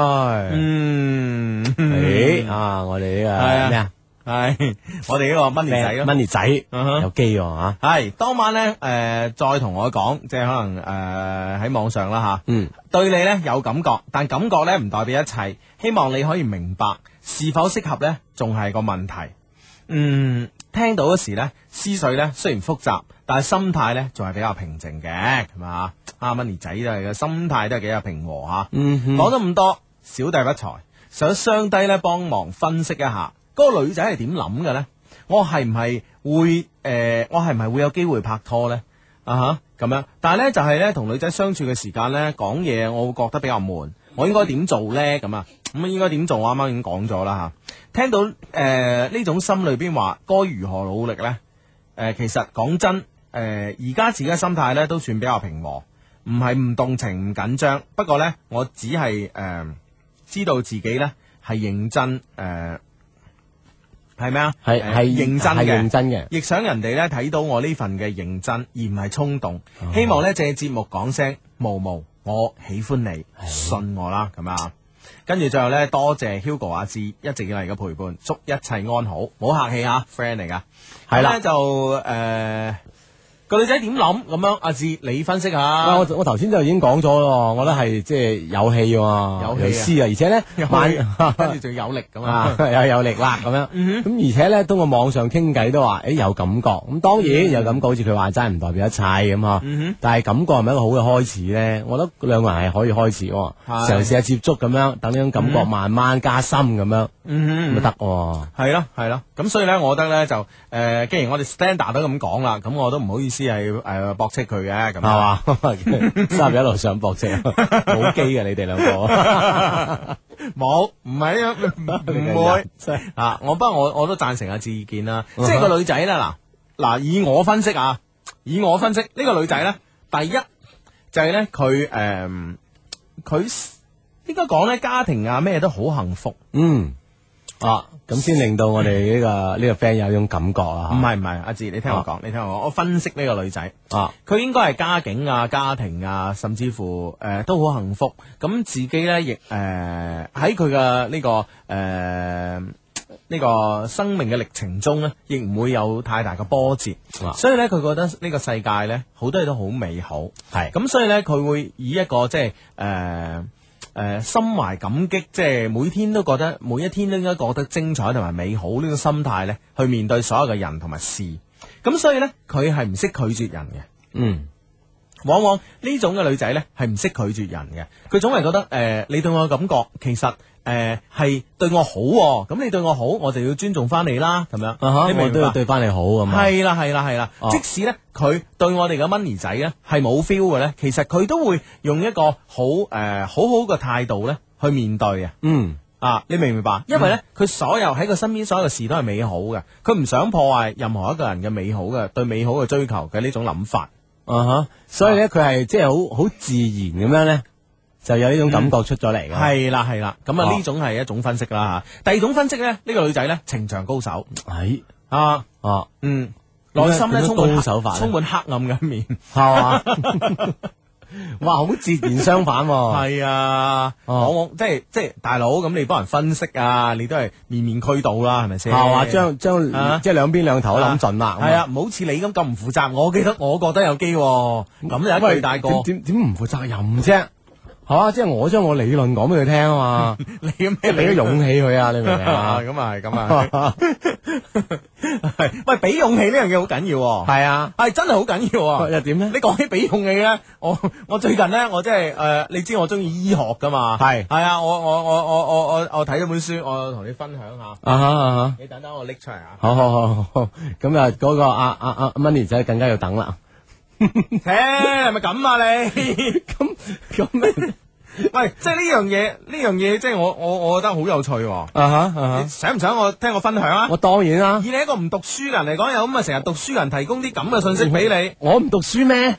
[SPEAKER 2] 嗯，
[SPEAKER 5] 诶啊！我哋
[SPEAKER 2] 係
[SPEAKER 5] 呢
[SPEAKER 2] 啊
[SPEAKER 5] 個咩啊
[SPEAKER 2] 係我哋呢個 money 仔咯。
[SPEAKER 5] ？Money 仔
[SPEAKER 2] 嗯哼
[SPEAKER 5] 有機喎吓，
[SPEAKER 2] 系當晚咧，诶、再同我講，即係可能诶喺、網上啦吓，
[SPEAKER 5] 嗯，
[SPEAKER 2] 对你咧有感覺，但感覺咧唔代表一切，希望你可以明白，是否適合咧，仲係個問題。嗯，聽到嗰時咧，思緒咧雖然複雜，但係心態咧仲係比較平靜嘅，係嘛？阿 Money 仔都係嘅，心態都係幾有平和吓。
[SPEAKER 5] 嗯哼
[SPEAKER 2] 講咗咁多，小弟不才，想雙低咧幫忙分析一下，嗰、個女仔係點諗嘅呢？我係唔係會诶、我係唔係會有機會拍拖呢？啊吓咁樣，但係呢，就係呢，同女仔相處嘅時間呢，講嘢我會覺得比較悶，我應該點做呢？咁啊，咁應該點做？我啱啱已經講咗啦吓，聽到诶呢、種心裏邊話該如何努力呢？誒、呃其實講真，誒而家自己嘅心態咧都算比較平和，唔係唔動情唔緊張。不過呢，我只係誒、呃知道自己呢係認真誒，係咩啊？
[SPEAKER 5] 係
[SPEAKER 2] 呃
[SPEAKER 5] 係
[SPEAKER 2] 認真
[SPEAKER 5] 係
[SPEAKER 2] 嘅，
[SPEAKER 5] 認真嘅。
[SPEAKER 2] 亦想人哋咧睇到我呢份嘅認真，而唔係衝動。
[SPEAKER 5] 哦
[SPEAKER 2] 希望咧借節目講聲毛毛，我喜歡你，信我啦，咁啊。跟住最後咧，多謝 Hugo 阿志一直以嚟嘅陪伴，祝一切安好，唔好客氣啊，friend 嚟噶。
[SPEAKER 5] 係啦
[SPEAKER 2] 咁呢就诶個女仔點諗咁樣？阿志你分析
[SPEAKER 5] 喂，
[SPEAKER 2] 下。
[SPEAKER 5] 我我頭先就已經講咗咯，我覺得係即係有戲喎，
[SPEAKER 2] 有戲啊
[SPEAKER 5] 有詩啊，而且咧晚
[SPEAKER 2] 跟住仲有力咁
[SPEAKER 5] 啊
[SPEAKER 2] 啊！
[SPEAKER 5] 有有力啦咁樣。
[SPEAKER 2] 嗯
[SPEAKER 5] 咁而且咧，通過網上傾偈都話，誒有感覺。咁當
[SPEAKER 2] 嗯
[SPEAKER 5] 然有感覺，好似佢話齋唔代表一切咁嚇。但係感覺係咪一個好嘅開始咧？我覺得兩個人係可以開始喎，
[SPEAKER 2] 係
[SPEAKER 5] 嘗試下接觸咁樣，等呢種感覺慢慢加深咁樣，
[SPEAKER 2] 嗯
[SPEAKER 5] 咁咪得喎。
[SPEAKER 2] 係咯，係咯，咁所以咧，我覺得咧就誒、呃既然我哋 standard 都咁講啦，咁我都唔好意思係誒駁斥佢嘅，咁
[SPEAKER 5] 系嘛？ 三日一路上搏啫，冇機嘅你哋兩個，
[SPEAKER 2] 冇，唔係 啊，唔 會
[SPEAKER 5] 真係 Uh-huh
[SPEAKER 2] 啊！我不過我我都贊成阿志意見啦，即係個女仔咧嗱嗱，以我分析啊，以我分析呢、個女仔咧，第一就係咧佢誒佢應該講咧家庭啊咩都好幸福，
[SPEAKER 5] 嗯啊，咁先令到我哋呢個呢個 friend 有種感覺啊。
[SPEAKER 2] 唔係唔係，阿志你聽我講，你聽我講，我分析呢個女仔。
[SPEAKER 5] 啊，
[SPEAKER 2] 佢應該係家境啊、家庭啊，甚至乎誒、呃都好幸福。咁自己咧亦誒呃喺佢嘅呢個誒。呃呢個生命嘅歷程中咧，亦唔會有太大嘅波折，
[SPEAKER 5] 啊
[SPEAKER 2] 所以咧佢覺得呢個世界咧好多嘢都好美好，
[SPEAKER 5] 係
[SPEAKER 2] 咁所以咧佢會以一個即係誒誒心懷感激，即係每天都覺得每一天都應該覺得精彩同埋美好呢個心態咧，去面對所有嘅人同埋事，咁所以咧佢係唔識拒絕人嘅。
[SPEAKER 5] 嗯，
[SPEAKER 2] 往往呢種嘅女仔呢，係唔識拒絕人嘅，佢總係覺得誒、呃你對我嘅感覺其實誒係、對我好喎、咁你對我好，我就要尊重翻你啦，咁樣，
[SPEAKER 5] 啊哈
[SPEAKER 2] 嗯你明
[SPEAKER 5] 我都
[SPEAKER 2] 白
[SPEAKER 5] 要對翻你好咁啊。
[SPEAKER 2] 係啦係啦係啦，
[SPEAKER 5] 哦
[SPEAKER 2] 即使咧佢對我哋嘅 money 仔咧係冇 feel 嘅咧，其實佢都會用一個好誒、呃好好嘅態度咧去面對嘅。
[SPEAKER 5] 嗯，
[SPEAKER 2] 啊，你明唔明白？因為咧，佢所有喺佢身邊所有嘅事都係美好嘅，佢唔想破壞任何一個人嘅美好嘅對美好嘅追求嘅呢種諗法。
[SPEAKER 5] 啊哈，所以咧佢係即係好好自然咁樣咧，就有呢種感覺出咗嚟嘅。
[SPEAKER 2] 係啦係啦，咁啊
[SPEAKER 5] 哦
[SPEAKER 2] 呢種係一種分析啦吓。第二種分析咧，呢、個女仔咧情場高手
[SPEAKER 5] 係
[SPEAKER 2] 啊，
[SPEAKER 5] 哦，
[SPEAKER 2] 嗯，
[SPEAKER 5] 點
[SPEAKER 2] 內
[SPEAKER 5] 解
[SPEAKER 2] 心咧
[SPEAKER 5] 點解
[SPEAKER 2] 充滿
[SPEAKER 5] 高
[SPEAKER 2] 黑
[SPEAKER 5] 手法呢
[SPEAKER 2] 充滿黑暗嘅一面。
[SPEAKER 5] 係嘛？哇，好截然相反喎。
[SPEAKER 2] 系啊，
[SPEAKER 5] 哦
[SPEAKER 2] 往往即系即系大佬咁，你幫人分析啊，你都係面面俱到啦，係咪先？
[SPEAKER 5] 係嘛？將將
[SPEAKER 2] 啊
[SPEAKER 5] 即係兩邊兩頭都諗盡啦。
[SPEAKER 2] 係啊，唔好似你咁咁唔負責。我記得我覺得有機喎，咁就一
[SPEAKER 5] 喂，
[SPEAKER 2] 巨大個，
[SPEAKER 5] 點點點唔負責任啫？係嘛？即係我將我理論講俾佢聽 啊嘛，
[SPEAKER 2] 你咩
[SPEAKER 5] 即係俾咗勇氣佢啊，你明唔明啊？
[SPEAKER 2] 咁啊係咁啊係， 系喂，俾勇氣呢樣嘢好緊要喎，
[SPEAKER 5] 係啊。
[SPEAKER 2] 係真係好緊要啊！
[SPEAKER 5] 又點咧
[SPEAKER 2] 你？講起俾勇氣咧，我我最近咧，我即係誒，你知我中意醫學噶嘛？
[SPEAKER 5] 係
[SPEAKER 2] 係啊，我我我我我我我睇咗本書，我同你分享下。
[SPEAKER 5] 啊哈啊哈！
[SPEAKER 2] 你等等我拎出嚟 啊！
[SPEAKER 5] 好好好好好，咁啊嗰個阿阿阿 Money 仔更加要等啦。
[SPEAKER 2] 切，係咪咁啊你？
[SPEAKER 5] 咁咁
[SPEAKER 2] 喂，即係呢樣嘢，呢樣嘢即係我我我覺得好有趣喎。
[SPEAKER 5] 啊哈啊哈
[SPEAKER 2] 你！想唔想我聽我分享啊？
[SPEAKER 5] 我當然啦
[SPEAKER 2] 以，你一個唔讀書人嚟講，有咁啊成日讀書人提供啲咁嘅信息俾你，
[SPEAKER 5] 我唔讀書咩？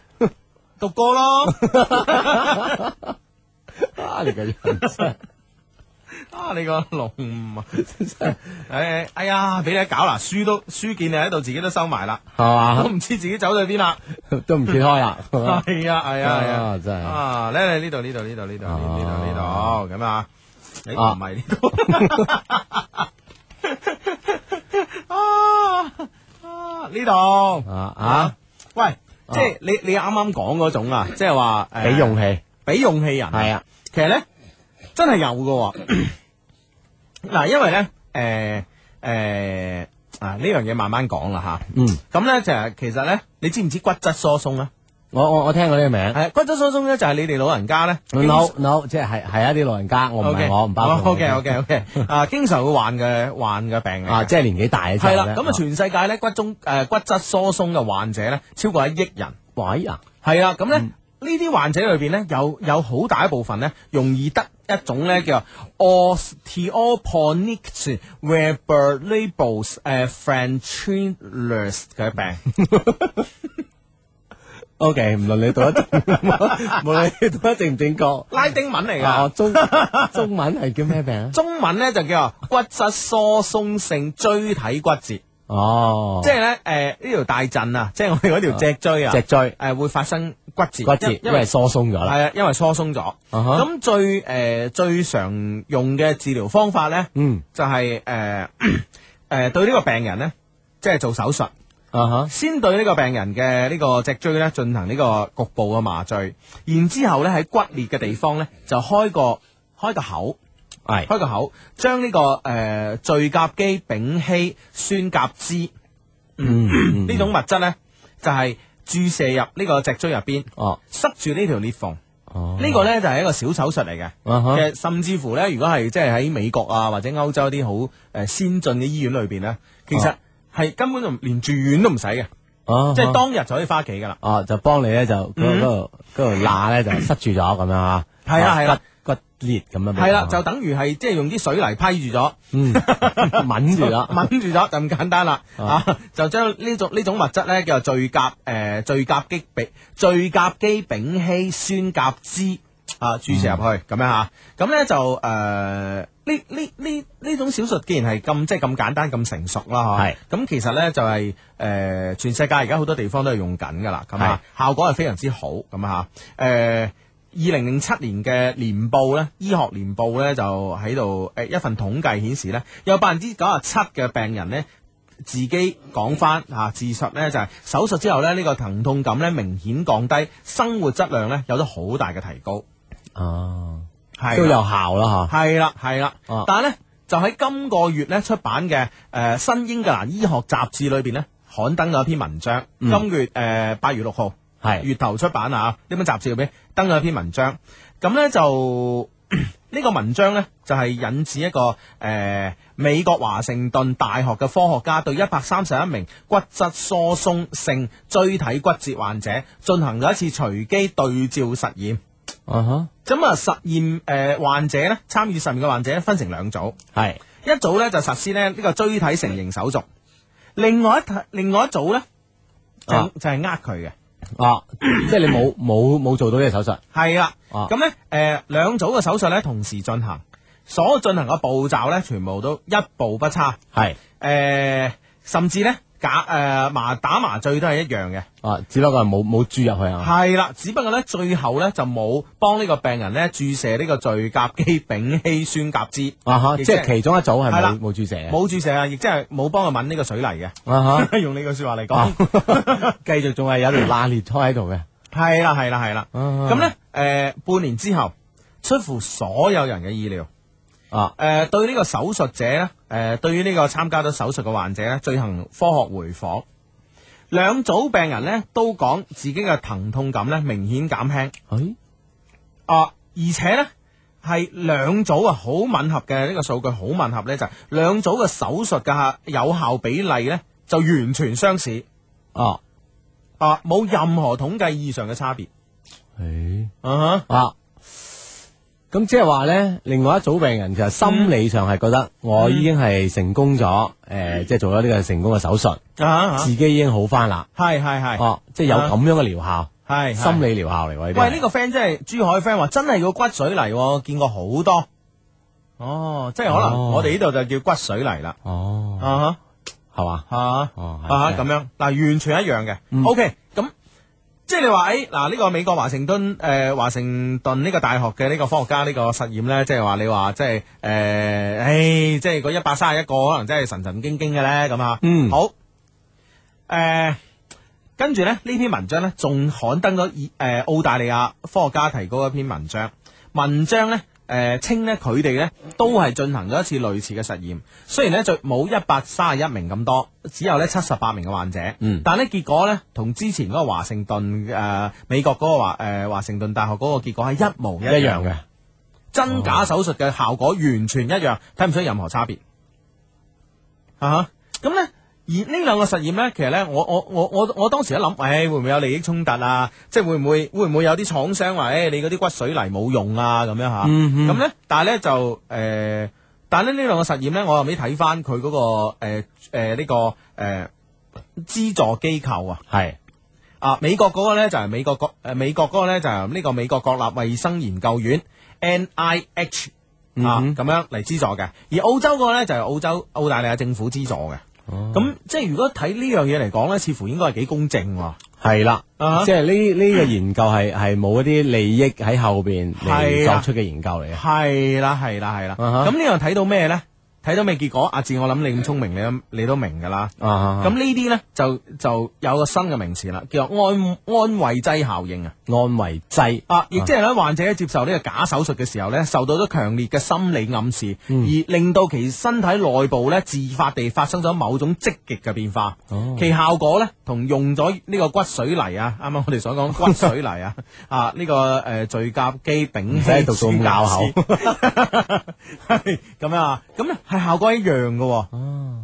[SPEAKER 2] 讀過 咯。
[SPEAKER 5] 啊你個人真 係
[SPEAKER 2] 啊你個龍啊！誒 哎呀，俾你搞啦，書都書見你喺度，自己都收埋啦，
[SPEAKER 5] 係
[SPEAKER 2] 都唔知自己走到去邊啦。
[SPEAKER 5] 嘛，都唔揭開啦。
[SPEAKER 2] 係啊係啊係啊
[SPEAKER 5] 啊，真係
[SPEAKER 2] 啊！咧咧呢度呢度呢度呢度呢度呢度呢度咁啊！你唔
[SPEAKER 5] 啊
[SPEAKER 2] 係呢個 啊啊呢度
[SPEAKER 5] 啊啊！！
[SPEAKER 2] 喂，即係你你啱啱講嗰種啊，即係話誒
[SPEAKER 5] 俾勇氣
[SPEAKER 2] 俾勇氣人
[SPEAKER 5] 係啊，
[SPEAKER 2] 其實咧真係有嘅喎。 嗱，因為咧誒誒啊呢樣嘢慢慢講啦
[SPEAKER 5] 嗯，
[SPEAKER 2] 吓，咁咧就係其實咧，你知唔知骨質疏鬆啊？
[SPEAKER 5] 我我我聽過呢個名。
[SPEAKER 2] 系骨質疏鬆咧，就係你哋老人家咧
[SPEAKER 5] 嗯 no no，即係係係一啲老人家，我唔係我唔包括我。
[SPEAKER 2] O K O K O K 哦啊，經常會患嘅患嘅病嚟嘅
[SPEAKER 5] 啊，即係年紀大嘅
[SPEAKER 2] 係啦。咁啊，全世界咧骨中诶骨質疏鬆嘅患者咧，超過一億人。
[SPEAKER 5] 喂啊，
[SPEAKER 2] 係啦，咁咧呢啲患者裏边咧，有有好大一部分咧，容易得一種咧叫 osteoporotic vertebrae 诶 fractures 嘅病。
[SPEAKER 5] O K，唔論你讀 得正，無論你讀得正唔正確，
[SPEAKER 2] 拉丁文嚟
[SPEAKER 5] 啊
[SPEAKER 2] 㗎。
[SPEAKER 5] 我中中文係叫咩病 啊？
[SPEAKER 2] 中文咧就叫做骨質疏鬆性椎體骨折，
[SPEAKER 5] 哦，
[SPEAKER 2] 即係咧诶呢條大陣啊，即係我哋嗰條脊椎啊，
[SPEAKER 5] 脊椎
[SPEAKER 2] 诶會發生骨折，
[SPEAKER 5] 骨折，
[SPEAKER 2] 因
[SPEAKER 5] 因
[SPEAKER 2] 因
[SPEAKER 5] 為
[SPEAKER 2] 為
[SPEAKER 5] 疏鬆咗
[SPEAKER 2] 係
[SPEAKER 5] 啦。
[SPEAKER 2] 啊，因為疏鬆咗。
[SPEAKER 5] 啊哈
[SPEAKER 2] 咁最诶最常用嘅治療方法咧，
[SPEAKER 5] 嗯
[SPEAKER 2] 就係 诶诶對呢個病人咧，即係做手術。
[SPEAKER 5] 啊哈，
[SPEAKER 2] 先對呢個病人嘅呢個脊椎咧進行呢個局部嘅麻醉，然之後咧喺骨裂嘅地方咧就開個開個口，
[SPEAKER 5] 係
[SPEAKER 2] 開個口，將呢、個誒聚甲基丙烯酸甲酯
[SPEAKER 5] 嗯，
[SPEAKER 2] 呢種物質咧，就係、注射入呢個脊椎入邊，
[SPEAKER 5] 哦
[SPEAKER 2] 塞住呢條裂縫。
[SPEAKER 5] 哦，
[SPEAKER 2] 呢個咧就係一個小手術嚟嘅。
[SPEAKER 5] 啊哈
[SPEAKER 2] 其實甚至乎咧，如果係即係喺美國啊或者歐洲啲好誒先進嘅醫院裏邊咧，其實
[SPEAKER 5] 啊
[SPEAKER 2] 係根本就連住院都唔使嘅，
[SPEAKER 5] 啊
[SPEAKER 2] 即係當日就可以翻屋企噶啦。
[SPEAKER 5] 哦就幫你咧就嗰嗰度嗰度罅咧就塞住咗咁樣啊，
[SPEAKER 2] 嗯係啊
[SPEAKER 5] 哦
[SPEAKER 2] 係啊
[SPEAKER 5] 骨骨裂咁樣俾啊佢，
[SPEAKER 2] 係啦，就等於係即係用啲水泥批住咗，
[SPEAKER 5] 嗯 抿住啦，
[SPEAKER 2] 抿住咗就咁簡單啦。
[SPEAKER 5] 啊
[SPEAKER 2] 啊，就將呢種呢種物質咧叫做聚甲誒聚甲基丙聚甲基丙烯酸甲酯啊注射入去
[SPEAKER 5] 嗯
[SPEAKER 2] 咁樣嚇。咁咧就誒呢呢呢呢種小術既然係咁即係咁簡單咁成熟啦嚇，
[SPEAKER 5] 係
[SPEAKER 2] 咁其實咧就係誒全世界而家好多地方都係用緊㗎啦，咁啊效果係非常之好咁啊嚇誒。二零零七年嘅年報咧，醫學年報咧就喺度誒一份統計顯示咧，有百分之九十七嘅病人咧自己講翻嚇自述咧就係、手術之後咧呢、呢個疼痛感咧明顯降低，生活質量咧有咗好大嘅提高，
[SPEAKER 5] 哦
[SPEAKER 2] 係
[SPEAKER 5] 都有
[SPEAKER 2] 啦
[SPEAKER 5] 效啦嚇，
[SPEAKER 2] 係啦哦係啦，
[SPEAKER 5] 啊
[SPEAKER 2] 但係咧就喺今個月咧出版嘅誒、呃新英格蘭醫學雜誌裏邊咧刊登咗一篇文章，
[SPEAKER 5] 嗯
[SPEAKER 2] 今月誒八、月六號。
[SPEAKER 5] 係
[SPEAKER 2] 月頭出版啊，呢本雜誌入邊登咗一篇文章，咁呢就 呢個文章呢，就係、引致一個誒、呃美國華盛頓大學嘅科學家對一百三十一名骨質疏鬆性椎體骨折患者進行咗一次隨機對照實驗。
[SPEAKER 5] 啊
[SPEAKER 2] 咁啊，實驗誒、呃患者呢，參與實驗嘅患者分成兩組。
[SPEAKER 5] 哈，系
[SPEAKER 2] 一組咧就實施咧呢個椎體成形手術，另外一體另外一組咧就、
[SPEAKER 5] 啊
[SPEAKER 2] 就係呃佢嘅，
[SPEAKER 5] 啊，即系你冇冇冇做到呢个手术，
[SPEAKER 2] 係啦。
[SPEAKER 5] 啊
[SPEAKER 2] 咁咧誒兩組嘅手術咧同時進行，所進行嘅步驟咧全部都一步不差，誒、
[SPEAKER 5] 系
[SPEAKER 2] 甚至咧假誒麻、打麻醉都係一樣嘅。
[SPEAKER 5] 啊，只不过系冇冇注入去啊，
[SPEAKER 2] 係啦，只不過咧最後咧就冇幫呢個病人咧注射呢個聚甲基丙烯酸甲酯，
[SPEAKER 5] 啊哈，
[SPEAKER 2] 亦
[SPEAKER 5] 即
[SPEAKER 2] 即
[SPEAKER 5] 系
[SPEAKER 2] 係
[SPEAKER 5] 其中一组系
[SPEAKER 2] 係啦
[SPEAKER 5] 冇冇注射嘅，
[SPEAKER 2] 冇注射啊，亦即係冇幫佢揾呢個水泥嘅。
[SPEAKER 5] 啊 哈。
[SPEAKER 2] 用呢句説話嚟講
[SPEAKER 5] 啊。继续仲系有条罅裂开喺度嘅，
[SPEAKER 2] 系啦，系啦，系啦。
[SPEAKER 5] 啊
[SPEAKER 2] 咁呢，诶、半年之後，出乎所有人嘅意料，
[SPEAKER 5] 啊
[SPEAKER 2] 诶、對呢個手術者呢，诶、對於呢個參加咗手術嘅患者呢，進行科學回訪。兩組病人呢，都講自己嘅疼痛感呢明顯減輕，
[SPEAKER 5] 诶
[SPEAKER 2] 啊，而且呢，係兩組啊好吻合嘅呢、個數據好吻合呢，就係兩組嘅手術嘅有效比例呢，就完全相似，
[SPEAKER 5] 哦
[SPEAKER 2] 啊，冇任何統計意義上嘅差別。
[SPEAKER 5] 诶
[SPEAKER 2] 啊哈
[SPEAKER 5] 啊，咁即系话咧，另外一组病人其实心理上系觉得
[SPEAKER 2] 嗯
[SPEAKER 5] 我已经系成功咗，诶，即系做咗呢个成功嘅手术，
[SPEAKER 2] 啊哈
[SPEAKER 5] 自己已经好翻啦，
[SPEAKER 2] 係係係。
[SPEAKER 5] 哦，即系有
[SPEAKER 2] 啊
[SPEAKER 5] 咁样嘅疗效，
[SPEAKER 2] 系
[SPEAKER 5] 心
[SPEAKER 2] 理。
[SPEAKER 5] 理疗效嚟喎，
[SPEAKER 2] 喂，呢
[SPEAKER 5] 个
[SPEAKER 2] 個 friend 真係珠海 friend 話，真係個骨水泥喎，見過好多。哦，即係可能
[SPEAKER 5] 哦
[SPEAKER 2] 我哋呢度就叫骨水泥啦。
[SPEAKER 5] 哦，
[SPEAKER 2] 啊
[SPEAKER 5] 系嘛，
[SPEAKER 2] 哈啊
[SPEAKER 5] 哦係
[SPEAKER 2] 啊
[SPEAKER 5] 係嗯
[SPEAKER 2] 咁樣嗱，完全一樣嘅。OK，咁即係你話誒嗱，呢個美國華盛頓誒華盛頓呢個大學嘅呢個科學家呢個實驗咧，即係話你話即係誒，誒即係嗰一百三十一個可能真係神神經經嘅咧咁啊。
[SPEAKER 5] 嗯
[SPEAKER 2] 好誒。呃跟住咧，呢篇文章咧仲刊登咗以誒澳大利亞科學家提供一篇文章，文章咧誒、呃稱咧佢哋咧都係進行咗一次類似嘅實驗，雖然咧就冇一百三十一名咁多，只有咧七十八名嘅患者，
[SPEAKER 5] 嗯
[SPEAKER 2] 但咧結果咧同之前嗰個華盛頓誒、呃美國嗰個華誒、呃、華盛頓大學嗰個結果係一模一
[SPEAKER 5] 一
[SPEAKER 2] 樣
[SPEAKER 5] 样嘅，
[SPEAKER 2] 真假手術嘅效果完全一樣，睇唔出任何差別。啊哈，咁呢，而呢兩個實驗呢，其實呢，我我我我我當時一諗，誒、會唔會有利益衝突啊？即係會唔會會唔會有啲廠商話，誒、你嗰啲骨水泥冇用啊咁樣嚇？咁、
[SPEAKER 5] 嗯哼
[SPEAKER 2] 呢，但係呢，就誒、呃但係呢呢兩個實驗呢，我後尾睇翻佢嗰個誒誒呢個誒、呃、資助機構啊。
[SPEAKER 5] 系
[SPEAKER 2] 啊，美國嗰個咧就係、美國國誒、呃美國嗰個咧就係、呢個美國國立衛生研究院 NIH 啊
[SPEAKER 5] 嗯哼
[SPEAKER 2] 咁樣嚟資助嘅，而澳洲嗰個咧就係、澳洲澳大利亞政府資助嘅。
[SPEAKER 5] 哦
[SPEAKER 2] 咁、即係如果睇呢樣嘢嚟講咧，似乎應該係幾公正喎。
[SPEAKER 5] 系啦
[SPEAKER 2] 啊哈，
[SPEAKER 5] 即系呢呢个研究系系冇一啲利益喺后边
[SPEAKER 2] 係啊
[SPEAKER 5] 嚟作出嘅研究嚟嘅，
[SPEAKER 2] 係啦，係啦，係啦。
[SPEAKER 5] 啊哈
[SPEAKER 2] 咁呢樣睇到咩咧？睇到咩結果？阿志，我諗你咁聰明，你都你都明㗎啦。
[SPEAKER 5] 啊
[SPEAKER 2] 咁呢啲咧就就有個新嘅名詞啦，叫做安安慰劑效應啊。
[SPEAKER 5] 安慰剂
[SPEAKER 2] 啊，亦即係咧，患者接受呢個假手術嘅時候咧，受到咗強烈嘅心理暗示，而令到其身體內部咧自發地發生咗某種積極嘅變化。
[SPEAKER 5] 哦
[SPEAKER 2] 其效果咧，同用咗呢個骨水泥啊， 啱啱我哋所 講骨水泥啊，啊呢、個誒聚甲基丙
[SPEAKER 5] 唔
[SPEAKER 2] 烯
[SPEAKER 5] 使讀到咁咬口
[SPEAKER 2] 酸甲酯，係咁樣啊，咁咧係效果一樣嘅喎、
[SPEAKER 5] 哦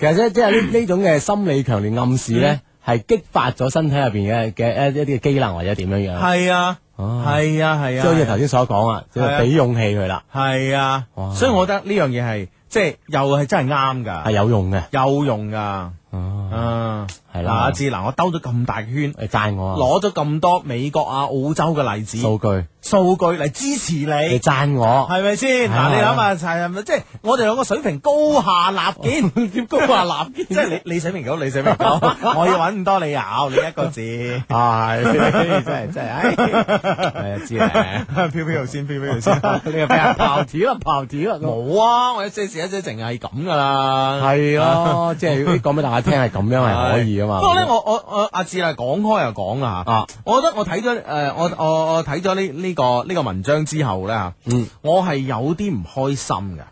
[SPEAKER 5] 其實即即係 呢呢種嘅心理強烈暗示咧，係激發咗身體入邊嘅呃嘅一一啲嘅機能或者點樣樣，
[SPEAKER 2] 係啊，
[SPEAKER 5] 哦
[SPEAKER 2] 係啊，係
[SPEAKER 5] 即
[SPEAKER 2] 啊，
[SPEAKER 5] 係好似頭先所講啊，即
[SPEAKER 2] 係啊
[SPEAKER 5] 係俾勇氣佢啦，
[SPEAKER 2] 係啊，
[SPEAKER 5] 哇
[SPEAKER 2] 所以我覺得呢樣嘢係即係又係真係啱
[SPEAKER 5] 係
[SPEAKER 2] 㗎，
[SPEAKER 5] 有用嘅。
[SPEAKER 2] 有用㗎。
[SPEAKER 5] 哦，
[SPEAKER 2] 啊，
[SPEAKER 5] 係
[SPEAKER 2] 嗱，
[SPEAKER 5] 啦
[SPEAKER 2] 阿志，嗱，我兜咗咁大圈，
[SPEAKER 5] 你讚我啊，
[SPEAKER 2] 攞咗咁多美國啊、澳洲嘅例子、
[SPEAKER 5] 數據，
[SPEAKER 2] 數據嚟支持
[SPEAKER 5] 你
[SPEAKER 2] 你，
[SPEAKER 5] 讚我，
[SPEAKER 2] 係咪先？嗱，
[SPEAKER 5] 係啊
[SPEAKER 2] 你諗下，係咪即係我哋兩個水平高下立 見，點高下立見？即係你你水平高，你水平高，我要揾咁多理由，你一個字。
[SPEAKER 5] 啊係 真係真係，唉係啊知啊，
[SPEAKER 2] 飄飄先，飄飄先。
[SPEAKER 5] 你又俾人啊刨條啦，刨條啦，
[SPEAKER 2] 冇啊！我一些事一些情係咁噶啦，
[SPEAKER 5] 係咯，啊即係講俾大家聽係咁樣係可以啊噶嘛。
[SPEAKER 2] 不過咧，我我我阿志啊，講開又講啦嚇
[SPEAKER 5] 啊，
[SPEAKER 2] 我覺得我睇咗誒，我我我睇咗呢呢個呢個文章之後咧嚇，
[SPEAKER 5] 嗯，
[SPEAKER 2] 我係有啲唔開心嘅。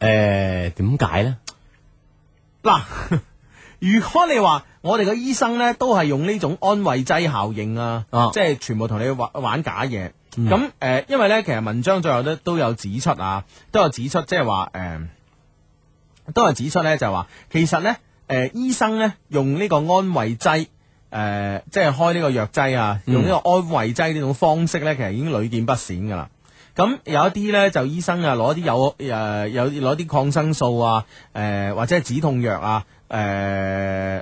[SPEAKER 5] 誒點解咧？
[SPEAKER 2] 嗱， 如果你話我哋嘅醫生咧都係用呢種安慰劑效應啊，
[SPEAKER 5] 啊
[SPEAKER 2] 即係全部同你玩玩假嘢。咁誒、呃因為咧，其實文章最後都都有指出啊，都有指出，即係話誒。呃都係指出咧，就係話其實咧，誒、醫生咧用呢個安慰劑。誒、即係開呢個藥劑啊，用呢個安慰劑呢種方式咧，其實已經屢見不鮮噶啦。咁有一啲咧，就醫生啊攞啲有誒、有攞啲抗生素啊，誒、或者係止痛藥啊，誒、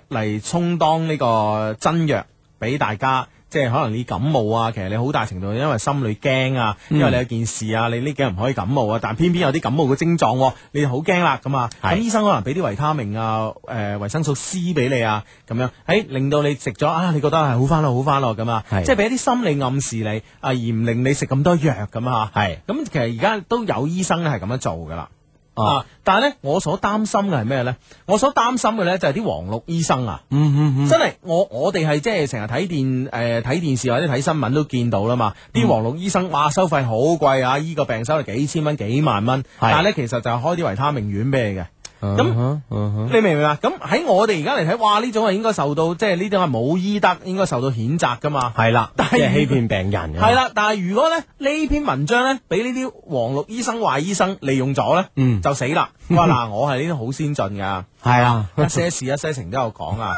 [SPEAKER 2] 嚟充當呢個真藥俾大家。即係可能你感冒啊，其實你好大程度因為心裏驚啊，因為你有件事啊，你呢幾日唔可以感冒啊，但偏偏有啲感冒嘅症狀、喎，你就好驚啦咁啊。咁醫生可能俾啲維他命啊、誒、維生素 C 俾你啊，咁樣，誒、令到你食咗啊，你覺得係好翻咯，好翻咯咁啊，
[SPEAKER 5] 係
[SPEAKER 2] 即係俾一啲心理暗示你啊，而唔令你食咁多藥咁啊。
[SPEAKER 5] 係
[SPEAKER 2] 咁其實而家都有醫生咧係咁樣做噶啦。
[SPEAKER 5] 哦
[SPEAKER 2] 啊！但係咧，我所擔心嘅係咩咧？我所擔心嘅咧就係啲黃綠醫生啊，
[SPEAKER 5] 嗯嗯
[SPEAKER 2] 真係我我哋係即係成日睇電誒睇、電視或者睇新聞都見到啦嘛，
[SPEAKER 5] 嗯
[SPEAKER 2] 啲黃綠醫生哇收費好貴啊，醫個病收係幾千蚊幾萬蚊，但係咧其實就係開啲維他命丸俾你嘅。
[SPEAKER 5] 嗯，
[SPEAKER 2] 咁
[SPEAKER 5] 嗯哼
[SPEAKER 2] 你明唔明啊？咁喺我哋而家嚟睇，哇！呢種係應該受到，即係呢種係冇醫德，應該受到譴責噶嘛。
[SPEAKER 5] 係啦，即
[SPEAKER 2] 但係
[SPEAKER 5] 係欺騙病人，
[SPEAKER 2] 係，啦，但係如果咧呢篇文章咧俾呢啲黃綠醫生、壞醫生利用咗咧，
[SPEAKER 5] 嗯
[SPEAKER 2] 就死啦！哇！嗱，我係呢啲好先進噶。
[SPEAKER 5] 係啊，
[SPEAKER 2] 一些事一些情都有講啊，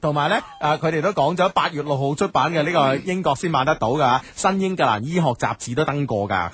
[SPEAKER 2] 同埋咧，誒佢哋都講咗八月六號出版嘅呢個英國先買得到㗎，新英格蘭醫學雜誌都登過㗎，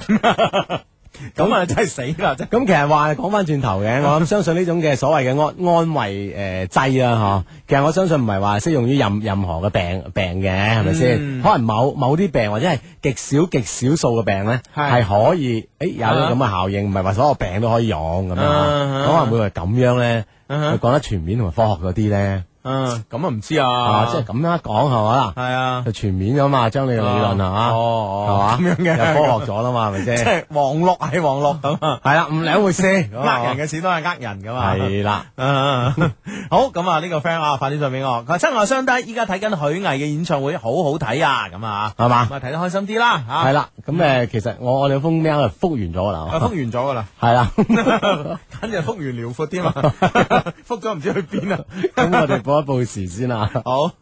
[SPEAKER 2] 咁啊真係死啦真係。
[SPEAKER 5] 咁其實話講翻轉頭嘅，我諗相信呢種嘅所謂嘅安安慰誒劑啦，嗬，其實我相信唔係話適用於任任何嘅病病嘅，係咪先？可能某某啲病或者係極少極少數嘅病咧，
[SPEAKER 2] 係
[SPEAKER 5] 係可以誒有啲咁嘅效應，唔係話所有病都可以用咁樣
[SPEAKER 2] 嗯
[SPEAKER 5] 嗬。咁可能會話咁樣咧，
[SPEAKER 2] 嗯哼
[SPEAKER 5] 佢講得全面同埋科學嗰啲咧，
[SPEAKER 2] 嗯，咁啊唔知
[SPEAKER 5] 啊
[SPEAKER 2] 啊，，
[SPEAKER 5] 即係咁樣一講係嘛啦，
[SPEAKER 2] 係啊，
[SPEAKER 5] 就全面咗嘛，將你嘅理論係嘛，係
[SPEAKER 2] 哦
[SPEAKER 5] 嘛
[SPEAKER 2] 哦，咁樣 嘅，
[SPEAKER 5] 又科學咗啦嘛，係咪
[SPEAKER 2] 即
[SPEAKER 5] 先？
[SPEAKER 2] 係黃綠係黃綠咁啊，
[SPEAKER 5] 係啦，唔兩回事，呃
[SPEAKER 2] 呃人嘅錢都係呃人㗎嘛。
[SPEAKER 5] 係啦。
[SPEAKER 2] 啊， 好咁啊！呢個 friend 啊，快啲信俾我。佢話親愛相低，依家睇緊許藝嘅演唱會，好好睇啊！咁啊，
[SPEAKER 5] 係嘛
[SPEAKER 2] 咁啊睇得開心啲啦，啊吓
[SPEAKER 5] 系啦，咁誒，其實我我哋封 mail 係覆完咗
[SPEAKER 2] 啊，
[SPEAKER 5] 啦，
[SPEAKER 2] 復完咗噶 啦，
[SPEAKER 5] 係啦，
[SPEAKER 2] 簡直係復完遼闊添 啊！ 復咗唔知去邊啊！
[SPEAKER 5] 咁我哋報一報時先啦。
[SPEAKER 2] 好，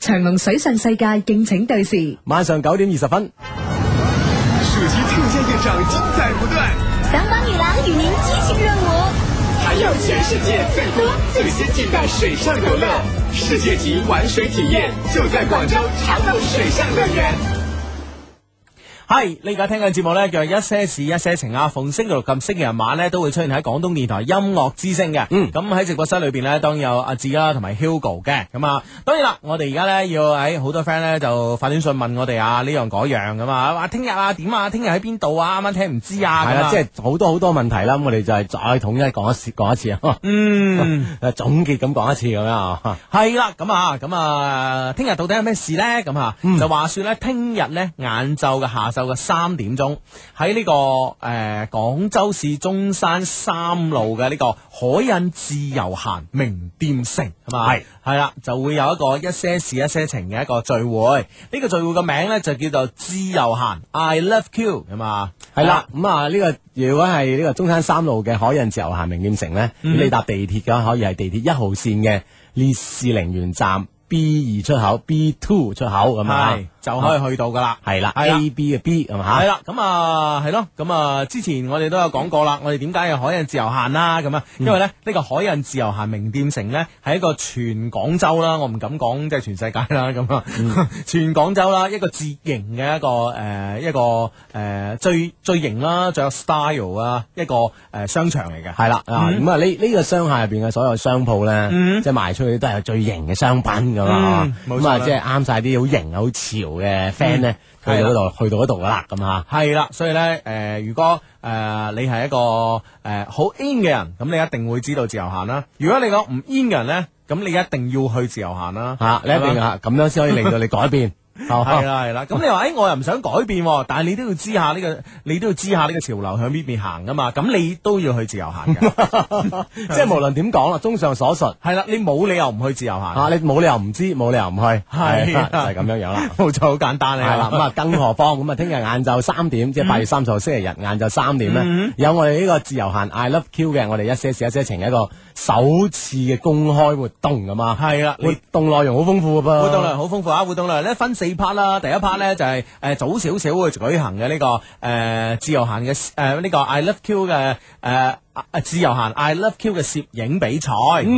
[SPEAKER 1] 長隆水上世界敬請對視。
[SPEAKER 5] 晚上九點二十分，
[SPEAKER 7] 暑期特价夜场精彩不断，
[SPEAKER 4] 想当女郎与您激情热舞，
[SPEAKER 7] 还有全世界最多最先进的水上游乐，世界级玩水体验就在广州长隆水上乐园。
[SPEAKER 2] 係你而家聽緊節目呢，叫做一些事一些情啊。逢星期六及星期日晚呢，都會出現喺廣東電台音樂之聲嘅。
[SPEAKER 5] 嗯
[SPEAKER 2] 咁喺直播室裏邊呢，當然有阿志啦，同埋 Hugo 嘅。咁啊，當然啦，我哋而家呢，要喺好多 friend 呢，就發短信問我哋啊，呢樣嗰樣咁啊，話聽日啊點啊，聽日喺邊度啊，啱啱聽唔知啊。
[SPEAKER 5] 係
[SPEAKER 2] 咁
[SPEAKER 5] 啦，
[SPEAKER 2] 啊
[SPEAKER 5] 即係好多好多問題啦，咁我哋就係再統一講一次，講一次啊，
[SPEAKER 2] 嗯。
[SPEAKER 5] 誒總結咁講一次咁樣啊，
[SPEAKER 2] 系啦，咁啊，咁啊，聽日到底有咩事呢？咁啊，
[SPEAKER 5] 嗯
[SPEAKER 2] 就話说呢，聽日呢，晏晝嘅下晝嘅三點鐘，喺呢、個诶廣州市中山三路嘅呢個海印自由行名店城，係嘛？
[SPEAKER 5] 係
[SPEAKER 2] 係啦，就會有一個一些事一些情嘅一個聚會。呢、個聚會嘅名呢，就叫做自由行，I love you，咁啊，
[SPEAKER 5] 係啦，咁啊呢個如果係呢個中山三路嘅海印自由行名店城咧，
[SPEAKER 2] 嗯
[SPEAKER 5] 你搭地鐵嘅話可以係地鐵一號線嘅烈士陵園站 B 二出口、B two 出口
[SPEAKER 2] 係，
[SPEAKER 5] 咁啊，
[SPEAKER 2] 就可以去到噶啦。
[SPEAKER 5] 係啦
[SPEAKER 2] 係啦
[SPEAKER 5] ，A B 嘅 B 係嘛
[SPEAKER 2] 系。啦，咁啊，系咯，咁啊，之前我哋都有講過啦，我哋點解有海印自由行啦？咁啊，
[SPEAKER 5] 嗯
[SPEAKER 2] 因為咧呢個海印自由行名店城咧係一個全廣州啦，我唔敢講即係全世界啦，咁啊，
[SPEAKER 5] 嗯
[SPEAKER 2] 全廣州啦，一個自型嘅一個誒、呃一個誒、呃最最型啦，最有 style 啊，一個誒、呃商場嚟嘅。
[SPEAKER 5] 系啦，啊咁啊呢呢個商廈入边嘅所有商鋪咧，
[SPEAKER 2] 嗯
[SPEAKER 5] 即係賣出去都係有最型嘅商品咁啊
[SPEAKER 2] 嗯，冇錯
[SPEAKER 5] 咁啊
[SPEAKER 2] 啦
[SPEAKER 5] 即係啱晒啲好型好潮嘅 friend 咧，去
[SPEAKER 2] 係
[SPEAKER 5] 到
[SPEAKER 2] 啦
[SPEAKER 5] 嗰度去到嗰度噶啦，咁啊，
[SPEAKER 2] 嗯係啦，所以咧，誒、如果誒、呃你係一個誒好 in 嘅人，咁你一定會知道自由行啦。如果你講唔 in 嘅人咧，咁你一定要去自由行啦。
[SPEAKER 5] 吓你一定
[SPEAKER 2] 係嘛
[SPEAKER 5] 啊咁樣先可以令到你改變，
[SPEAKER 2] 系啦系啦，咁你話诶，我又唔想改變喎，但係你都要知下呢個，你都要知下呢個潮流向邊邊行噶嘛，咁你都要去自由行嘅，
[SPEAKER 5] 即系无论点讲啦，综上所述
[SPEAKER 2] 係啦，你冇理由唔去自由行，
[SPEAKER 5] 啊，你冇理由唔知，冇理由唔去，
[SPEAKER 2] 係啊
[SPEAKER 5] 係啦就系咁样 样啦。
[SPEAKER 2] 冇錯，好簡單
[SPEAKER 5] 系
[SPEAKER 2] 啊，嗯
[SPEAKER 5] 啦，咁啊，更何況咁啊，聽日晏晝三點，即係八月三十號星期日晏晝三點咧，有我哋呢個自由行 I Love Q 嘅，我哋一些事一些情嘅一個首次嘅公開活動咁啊，
[SPEAKER 2] 係啦，
[SPEAKER 5] 活
[SPEAKER 2] 你。
[SPEAKER 5] 動內容好豐富嘅噃，
[SPEAKER 2] 活動量好豐富啊！活動量咧分四 part 啦，第一 part 咧就係、呃早少少會舉行嘅呢、個呃自由行嘅誒呢個 I Love Q 嘅誒。呃啊自由行 I Love Q 嘅攝影比賽、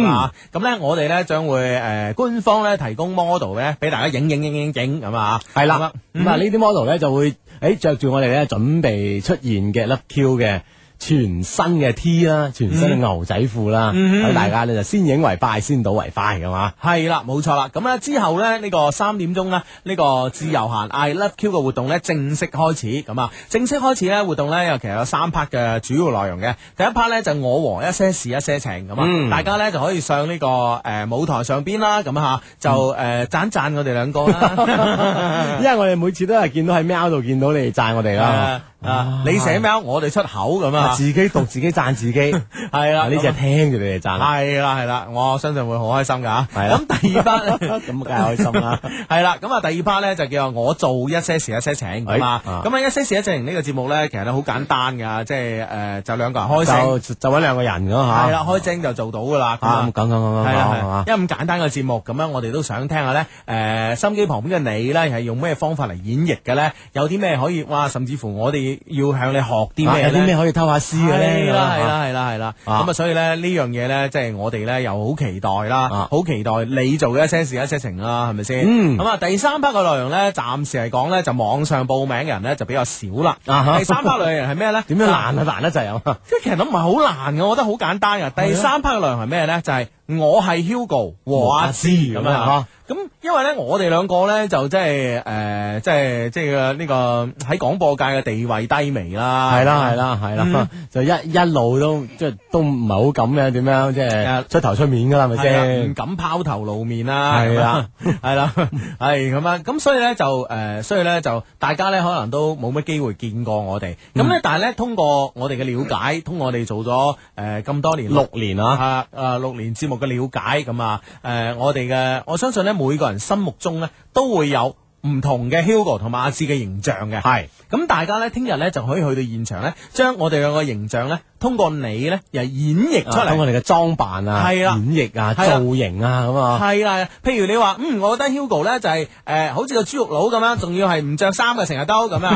[SPEAKER 2] 啊，咁咧我哋咧將會誒、呃官方咧提供 model 咧俾大家影影影影影咁啊，
[SPEAKER 5] 係
[SPEAKER 2] 咁啊
[SPEAKER 5] 啦，咁啊呢啲 model 咧就會誒着住我哋咧準備出現嘅 Love Q 嘅。全新嘅 T 啦，全
[SPEAKER 2] 嗯
[SPEAKER 5] 新嘅牛仔褲啦，咁大家咧就先影為快，先睹為快咁嘛。
[SPEAKER 2] 系啦，冇錯啦。咁咧之後咧，呢、個三點鐘呢，呢、個自由行 I Love Q 嘅活動呢，正式開始。咁啊，正式開始呢活動呢，又其實有三 part 嘅主要內容嘅。第一 part 呢，就我和一些事一些情咁啊，大家呢就可以上呢、個呃舞台上邊啦，咁啊就誒讚讚我哋兩個啦。
[SPEAKER 5] 因為我哋每次都係見到喺喵度見到你哋讚我哋啦
[SPEAKER 2] 嗯啊，啊！你寫 mail，我哋出口咁啊，
[SPEAKER 5] 自己讀自己讚自己，係
[SPEAKER 2] 係啦，
[SPEAKER 5] 呢
[SPEAKER 2] 咁
[SPEAKER 5] 只
[SPEAKER 2] 啊
[SPEAKER 5] 聽住你哋讚啦。
[SPEAKER 2] 系啦系啦，我相信會好開心噶。
[SPEAKER 5] 係啦
[SPEAKER 2] 咁第二 part 呢
[SPEAKER 5] 咁梗係開心啦。
[SPEAKER 2] 系啦，咁啊第二 part 咧就叫我做一些事一些情咁啊，
[SPEAKER 5] 哎啊
[SPEAKER 2] 咁啊一些事一些情呢個節目咧，其實咧好簡單噶，即係诶、呃就兩個人開聲，
[SPEAKER 5] 就啊就揾兩個人咁吓，
[SPEAKER 2] 係啦，開聲就做到噶啦，咁
[SPEAKER 5] 啊，咁
[SPEAKER 2] 啊。
[SPEAKER 5] 講講講講
[SPEAKER 2] 係
[SPEAKER 5] 講係
[SPEAKER 2] 啦
[SPEAKER 5] 嘛，
[SPEAKER 2] 係，因為咁簡單嘅節目，咁樣我哋都想聽下咧，诶、心機旁邊嘅你咧，係用咩方法嚟演繹嘅咧？有啲咩可以，哇，甚至乎我哋要向你學啲
[SPEAKER 5] 啊
[SPEAKER 2] 咩
[SPEAKER 5] 有啲
[SPEAKER 2] 咧
[SPEAKER 5] 咩？可以偷下師嘅咧？
[SPEAKER 2] 係
[SPEAKER 5] 咁
[SPEAKER 2] 啦
[SPEAKER 5] 啊
[SPEAKER 2] 係啦係啦係啦，
[SPEAKER 5] 啊
[SPEAKER 2] 咁啊所以咧呢樣嘢咧，即係我哋咧又好期待啦
[SPEAKER 5] 啊，
[SPEAKER 2] 好期待你做嘅一些事一些情啦，係咪先？
[SPEAKER 5] 嗯
[SPEAKER 2] 咁啊第三 part 嘅內容咧，暫時嚟講咧就網上報名嘅人咧就比較少啦。
[SPEAKER 5] 啊哈
[SPEAKER 2] 第 三 part 內容係咩咧？
[SPEAKER 5] 點樣難啊難得滯啊！
[SPEAKER 2] 即係其實都唔係好難嘅，我覺得好簡單嘅。第三 part 嘅內容係咩咧？就係、我係 Hugo 和阿芝咁樣
[SPEAKER 5] 和阿啊
[SPEAKER 2] 嚇。咁因為咧，我哋兩個咧就即係誒，即係呃即係呢個喺廣播界嘅地位低微啦。
[SPEAKER 5] 係啦係啦係啦，
[SPEAKER 2] 嗯
[SPEAKER 5] 就一一路都即係都唔係好敢嘅，點樣即
[SPEAKER 2] 啊
[SPEAKER 5] 係出頭出面㗎啦，係咪
[SPEAKER 2] 係啦唔
[SPEAKER 5] 先？
[SPEAKER 2] 敢拋頭露面啦，
[SPEAKER 5] 係啊啦
[SPEAKER 2] 咁樣，係啦， 係咁啊，咁所以咧就誒、呃所以咧就大家咧可能都冇乜機會見過我哋，
[SPEAKER 5] 嗯
[SPEAKER 2] 咁咧、但係咧通過我哋嘅了解，通過我哋做咗誒咁多年
[SPEAKER 5] 六年啊，
[SPEAKER 2] 啊啊六年節目嘅了解，咁啊誒我哋嘅我相信咧每個人心目中咧都會有唔同嘅 Hugo 同埋阿志嘅形象嘅，
[SPEAKER 5] 係
[SPEAKER 2] 咁大家咧，聽日咧就可以去到現場咧，將我哋兩個形象咧，通過你咧，又演繹出
[SPEAKER 5] 啊
[SPEAKER 2] 嚟
[SPEAKER 5] 咁我。哋嘅裝扮啊、
[SPEAKER 2] 係
[SPEAKER 5] 演
[SPEAKER 2] 啦
[SPEAKER 5] 繹啊、
[SPEAKER 2] 係啦
[SPEAKER 5] 造型啊咁啊，
[SPEAKER 2] 系啦，譬如你話嗯，我覺得 Hugo 咧就係呃好似個豬肉佬咁樣，仲要係唔着衫嘅，成日都咁樣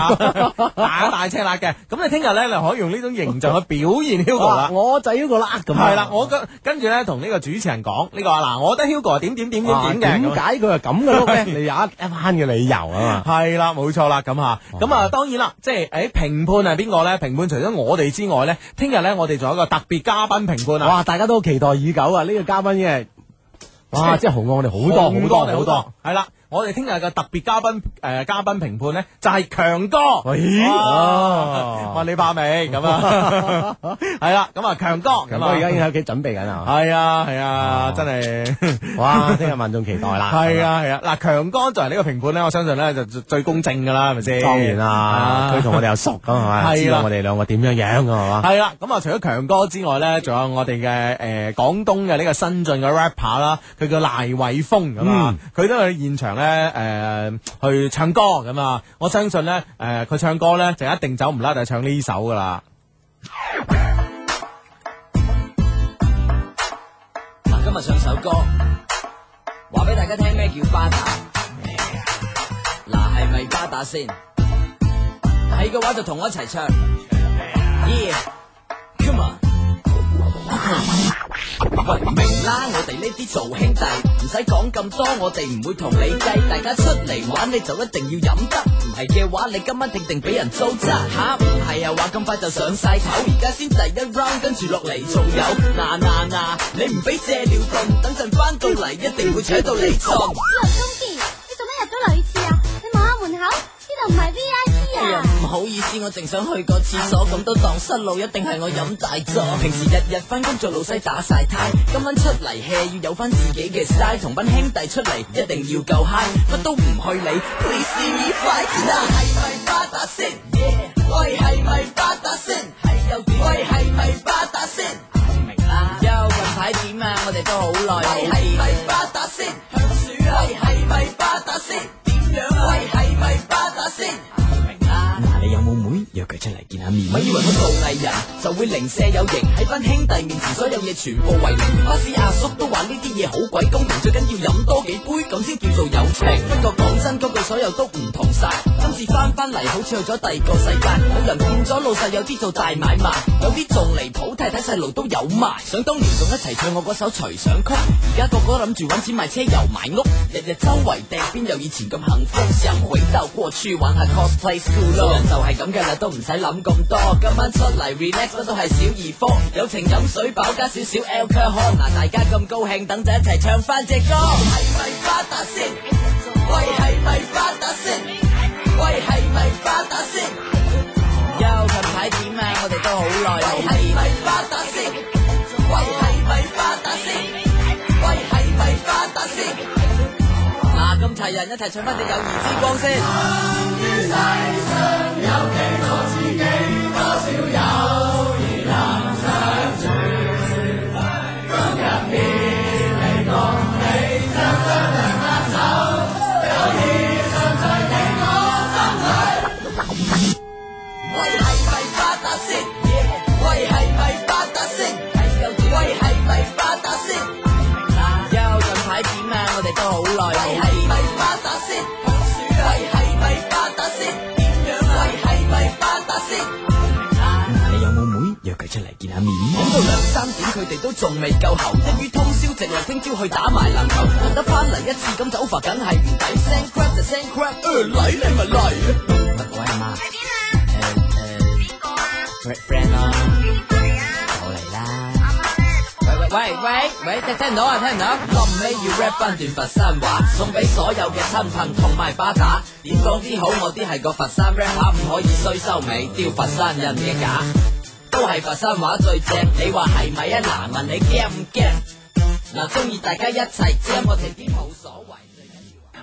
[SPEAKER 2] 吓，大大赤辣嘅。咁你聽日咧，你可以用呢種形象去表現 Hugo
[SPEAKER 5] 哇
[SPEAKER 2] 啦。
[SPEAKER 5] 我就要個啦咁啊。
[SPEAKER 2] 係啦，我跟跟住咧同呢個主持人講，呢個話嗱，我覺得 Hugo 係點點點
[SPEAKER 5] 啊
[SPEAKER 2] 點點嘅
[SPEAKER 5] 點
[SPEAKER 2] 咁樣。
[SPEAKER 5] 解佢係咁嘅碌咧？你有一一番嘅理由啊嘛。
[SPEAKER 2] 係啦，冇錯啦，咁吓，咁啊，當然啦，即係诶，評判係邊個咧？評判除咗我哋之外咧，聽日咧我哋仲有一個特別嘉賓評判啊，
[SPEAKER 5] 哇！大家都期待已久啊！呢、個嘉賓嘅，哇！即係紅過我哋好多好多好多。，
[SPEAKER 2] 係啦，我哋聽日嘅特別嘉賓诶嘉賓評判咧就係強哥。
[SPEAKER 5] 咦
[SPEAKER 2] 哇
[SPEAKER 5] 哦
[SPEAKER 2] 問你怕未咁 啊？係啦，咁啊強哥，
[SPEAKER 5] 強
[SPEAKER 2] 咁
[SPEAKER 5] 哥
[SPEAKER 2] 啊
[SPEAKER 5] 而家已經喺屋企準備緊啊！
[SPEAKER 2] 係啊係啊，真係。
[SPEAKER 5] 哇！聽日萬眾期待啦。
[SPEAKER 2] 係啊係啊，嗱，強哥作為呢個評判咧，我相信咧就最最公正噶啦，係咪
[SPEAKER 5] 係
[SPEAKER 2] 先？啊
[SPEAKER 5] 嘛，當然
[SPEAKER 2] À.
[SPEAKER 5] 啦，佢同我哋又熟咁係
[SPEAKER 2] 係啦
[SPEAKER 5] 嘛，知道我哋兩個點樣樣㗎係嘛。
[SPEAKER 2] 系啦，咁啊，除咗強哥之外咧，仲有我哋嘅诶廣東嘅呢個新晉嘅 rapper 啦，佢叫賴偉峰咁啊，
[SPEAKER 5] 嗯
[SPEAKER 2] 佢都去現場咧诶、呃去唱歌咁啊，我相信咧诶佢唱歌咧就一定走唔甩，就係唱呢首噶啦。
[SPEAKER 3] 嗱，今日唱首歌，話俾大家聽咩叫巴打。嗱，係咪巴打先？係嘅話就同我一齊唱。Yeah，come on。喂，明啦，我哋呢啲做兄弟，唔使講咁多，我哋唔會同你計。大家出嚟玩，你就一定要飲得，唔係嘅話，你今晚定定俾人糟質吓。唔係啊，話咁快就上晒頭，而家先第一 round，跟住落嚟仲有嗱嗱嗱，你唔俾借尿遁，等陣翻到嚟一定會扯到你痛。
[SPEAKER 4] 朱紅中健，你做咩入咗女廁啊？你望下門口，呢度唔係 V I P
[SPEAKER 3] 哎呀
[SPEAKER 4] 啊！
[SPEAKER 3] 唔好意思，我淨想去個廁所，咁都蕩失路，一定係我飲大咗。平時日日翻工做老細打晒呔，今晚出嚟 hea 要有翻自己嘅 style，同班兄弟出嚟一定要夠 high，乜都唔去理，please see me fight。嗱係咪巴打先？喂係咪巴打先？係又點？喂係咪巴打先？明啦。Yo，近排點啊？我哋都好耐冇見。係咪巴打先？響鼠啊！喂係咪巴打先？點樣啊？喂係咪巴打先？明啦。
[SPEAKER 8] 嗱，你有冇妹約佢出嚟見下面？
[SPEAKER 3] 咪以為我做藝人就會零舍有型，喺班兄弟面前所有嘢全部為零。巴士阿叔都話呢啲嘢好鬼公平，最緊要飲多幾杯咁先叫做友情。不過講真嗰句，所有都唔同晒。今次翻返嚟好似去咗第二個世界，有人變咗老細，有啲做大買賣，有啲仲離譜，太太細路都有埋。想當年仲一齊唱我嗰首《隨想曲》，而家個個諗住揾錢買車又買屋，日日周圍掟，邊有以前咁幸福？想回到過去玩下 cosplay school 咯，做人就係咁嘅啦，都唔使諗咁多。今晚出嚟 relax 乜都係小兒科，友情飲水飽加少少 alcohol。嗱，大家咁高興，等陣一齊唱翻只歌。係咪巴打先？喂，係咪巴打先？喂，係咪巴打先？又近排點啊？我哋都好耐冇見。係咪巴打先？喂，係咪巴打先？喂，係咪巴打先？嗱，咁齊人一齊唱翻只友誼之光先。喂，係咪巴打先？喂，係咪巴打先？喂，係咪巴打先？又近排點啊？我哋都好耐冇係咪巴打先？喂，係咪巴打先？點樣啊？喂，係咪巴打先？
[SPEAKER 8] 嗱，你有冇妹約佢出嚟見下面？
[SPEAKER 3] 講到兩三點，佢哋都仲未夠喉，一於通宵直落聽朝去打埋籃球，難得翻嚟一次咁走法，梗係唔抵。聲 crap 就聲 crap，誒嚟你咪嚟。
[SPEAKER 8] 喂，阿媽，
[SPEAKER 4] 去邊啊？邊個啊？
[SPEAKER 3] friend 咯，
[SPEAKER 4] 邊個嚟啊？
[SPEAKER 3] 我嚟啦。
[SPEAKER 4] 阿媽咧就
[SPEAKER 3] 喂喂喂喂喂，聽聽唔到啊，聽唔到？臨尾要 rap 翻段佛山話，送俾所有嘅親朋同埋巴打。點講啲好，我啲係個佛山 rapper，唔可以衰收尾，丟佛山人嘅假。都係佛山話最正，你話係咪啊？嗱，問你驚唔驚？嗱，中意大家一齊 jam，我哋啲冇所謂。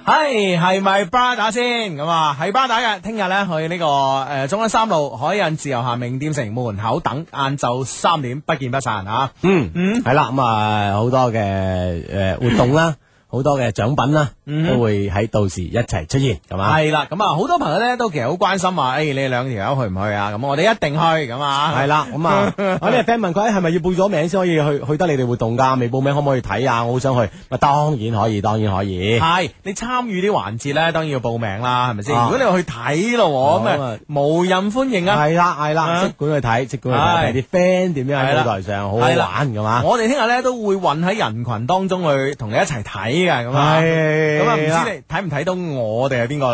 [SPEAKER 2] 系系咪巴打先咁啊？系巴打嘅，聽日咧去呢、個个呃中山三路海印自由行名店城門口等，晏晝三點不見不散啊！
[SPEAKER 5] 嗯嗯，系啦，咁啊好多嘅诶活動啦，好多嘅獎品啦，都會喺到時一齊出現，係嘛？
[SPEAKER 2] 係啦，咁啊好多朋友咧都其實好關心話，诶、你兩條友去唔去啊？咁我哋一定去咁啊！
[SPEAKER 5] 係啦，咁啊，我呢個 friend 問佢係咪要報咗名先可以去去得你哋活動㗎？未報名可唔可以睇啊？我好想去，咪當然可以，當然可以。
[SPEAKER 2] 系你參與啲環節咧，當然要報名啦，係咪先？
[SPEAKER 5] 啊
[SPEAKER 2] 如果你話去睇咯喎，咁
[SPEAKER 5] 好
[SPEAKER 2] 啊
[SPEAKER 5] 啊
[SPEAKER 2] 無任歡迎啊！
[SPEAKER 5] 係啦係啦，
[SPEAKER 2] 啊
[SPEAKER 5] 即管去睇，即管去睇睇啲 friend 點樣喺舞台上好好
[SPEAKER 2] 係啦
[SPEAKER 5] 玩㗎嘛？
[SPEAKER 2] 我哋聽日咧都會混喺人群當中去同你一齊睇嘅咁啊！
[SPEAKER 5] 係
[SPEAKER 2] 咁啊，唔
[SPEAKER 5] 啦
[SPEAKER 2] 知你睇唔睇到我哋係邊個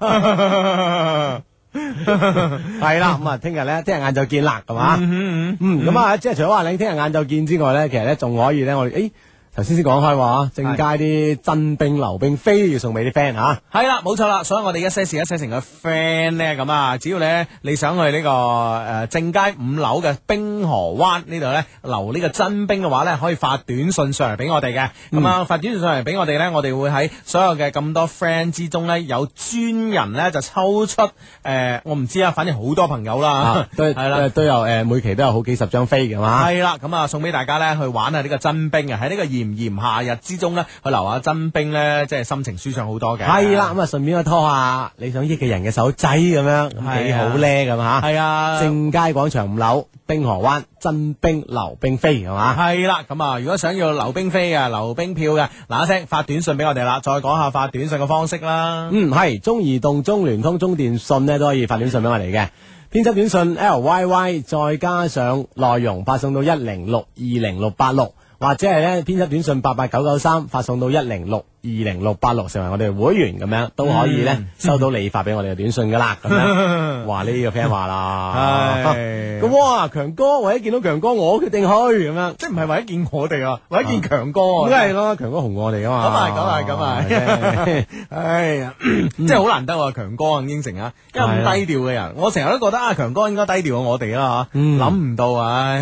[SPEAKER 2] 啦？
[SPEAKER 5] 系啦，咁啊，聽日咧，聽日晏晝見啦，係嘛？嗯咁啊，即係除咗話你聽日晏晝見之外咧，其實咧仲可以咧，我哋诶頭先先講開話，正佳啲真冰溜冰飛要送俾啲 friend 啊吓，
[SPEAKER 2] 係啦，冇錯啦，所以我哋一些事一些情嘅 friend 咧，咁啊，只要咧你想去呢、個诶正街五樓嘅冰河灣呢度咧留呢個真冰嘅話咧，可以發短信上嚟俾我哋嘅。咁、啊，發短信上嚟俾我哋咧，我哋會喺所有嘅咁多 friend 之中咧，有專人咧就抽出诶、呃我唔知啊，反正好多朋友啦
[SPEAKER 5] 啊，，都
[SPEAKER 2] 係啦。
[SPEAKER 5] 都都有诶，每期都有好幾十張飛嘅嘛。
[SPEAKER 2] 系啦，咁啊送俾大家咧去玩下呢個真冰啊！喺呢個炎炎夏日之中咧，去留下真冰咧，即係心情舒暢好多嘅。
[SPEAKER 5] 係啦，，咁啊，順便去拖下你想益嘅人嘅手仔咁樣，咁幾好咧咁吓。
[SPEAKER 2] 係啊，
[SPEAKER 5] 正佳廣場五樓冰河灣真冰溜冰飛係嘛？
[SPEAKER 2] 系啦，咁啊，如果想要溜冰飛嘅、溜冰票嘅，嗱一聲發短信俾我哋啦，再講下發短信嘅方式啦。
[SPEAKER 5] 嗯，系中移動、中聯通、中電信咧都可以發短信俾我哋嘅。編輯短信 L Y Y 再加上內容發送到一零六二零六八六，或者係咧編輯短信八八九九三發送到一零六二嗯 零六八六，成為我哋會員咁樣都可以咧收到你發俾我哋嘅短信噶啦，咁樣哇！呢個 friend 話啦，
[SPEAKER 2] 唉
[SPEAKER 5] 咁哇，強哥，為咗見到強哥，我決定去咁樣。
[SPEAKER 2] 即係唔係為咗見我哋啊，為咗見強哥
[SPEAKER 5] 咁
[SPEAKER 2] 啊，
[SPEAKER 5] 梗係咯，強哥紅我哋啊
[SPEAKER 2] 咁啊，
[SPEAKER 5] 嘛。
[SPEAKER 2] 咁啊，咁啊，唉呀，真係好難得啊！強哥肯應承啊，因為咁低調嘅人，我成日都覺得啊，強哥應該低調過我哋啦吓，
[SPEAKER 5] 嗯
[SPEAKER 2] 諗唔到啊，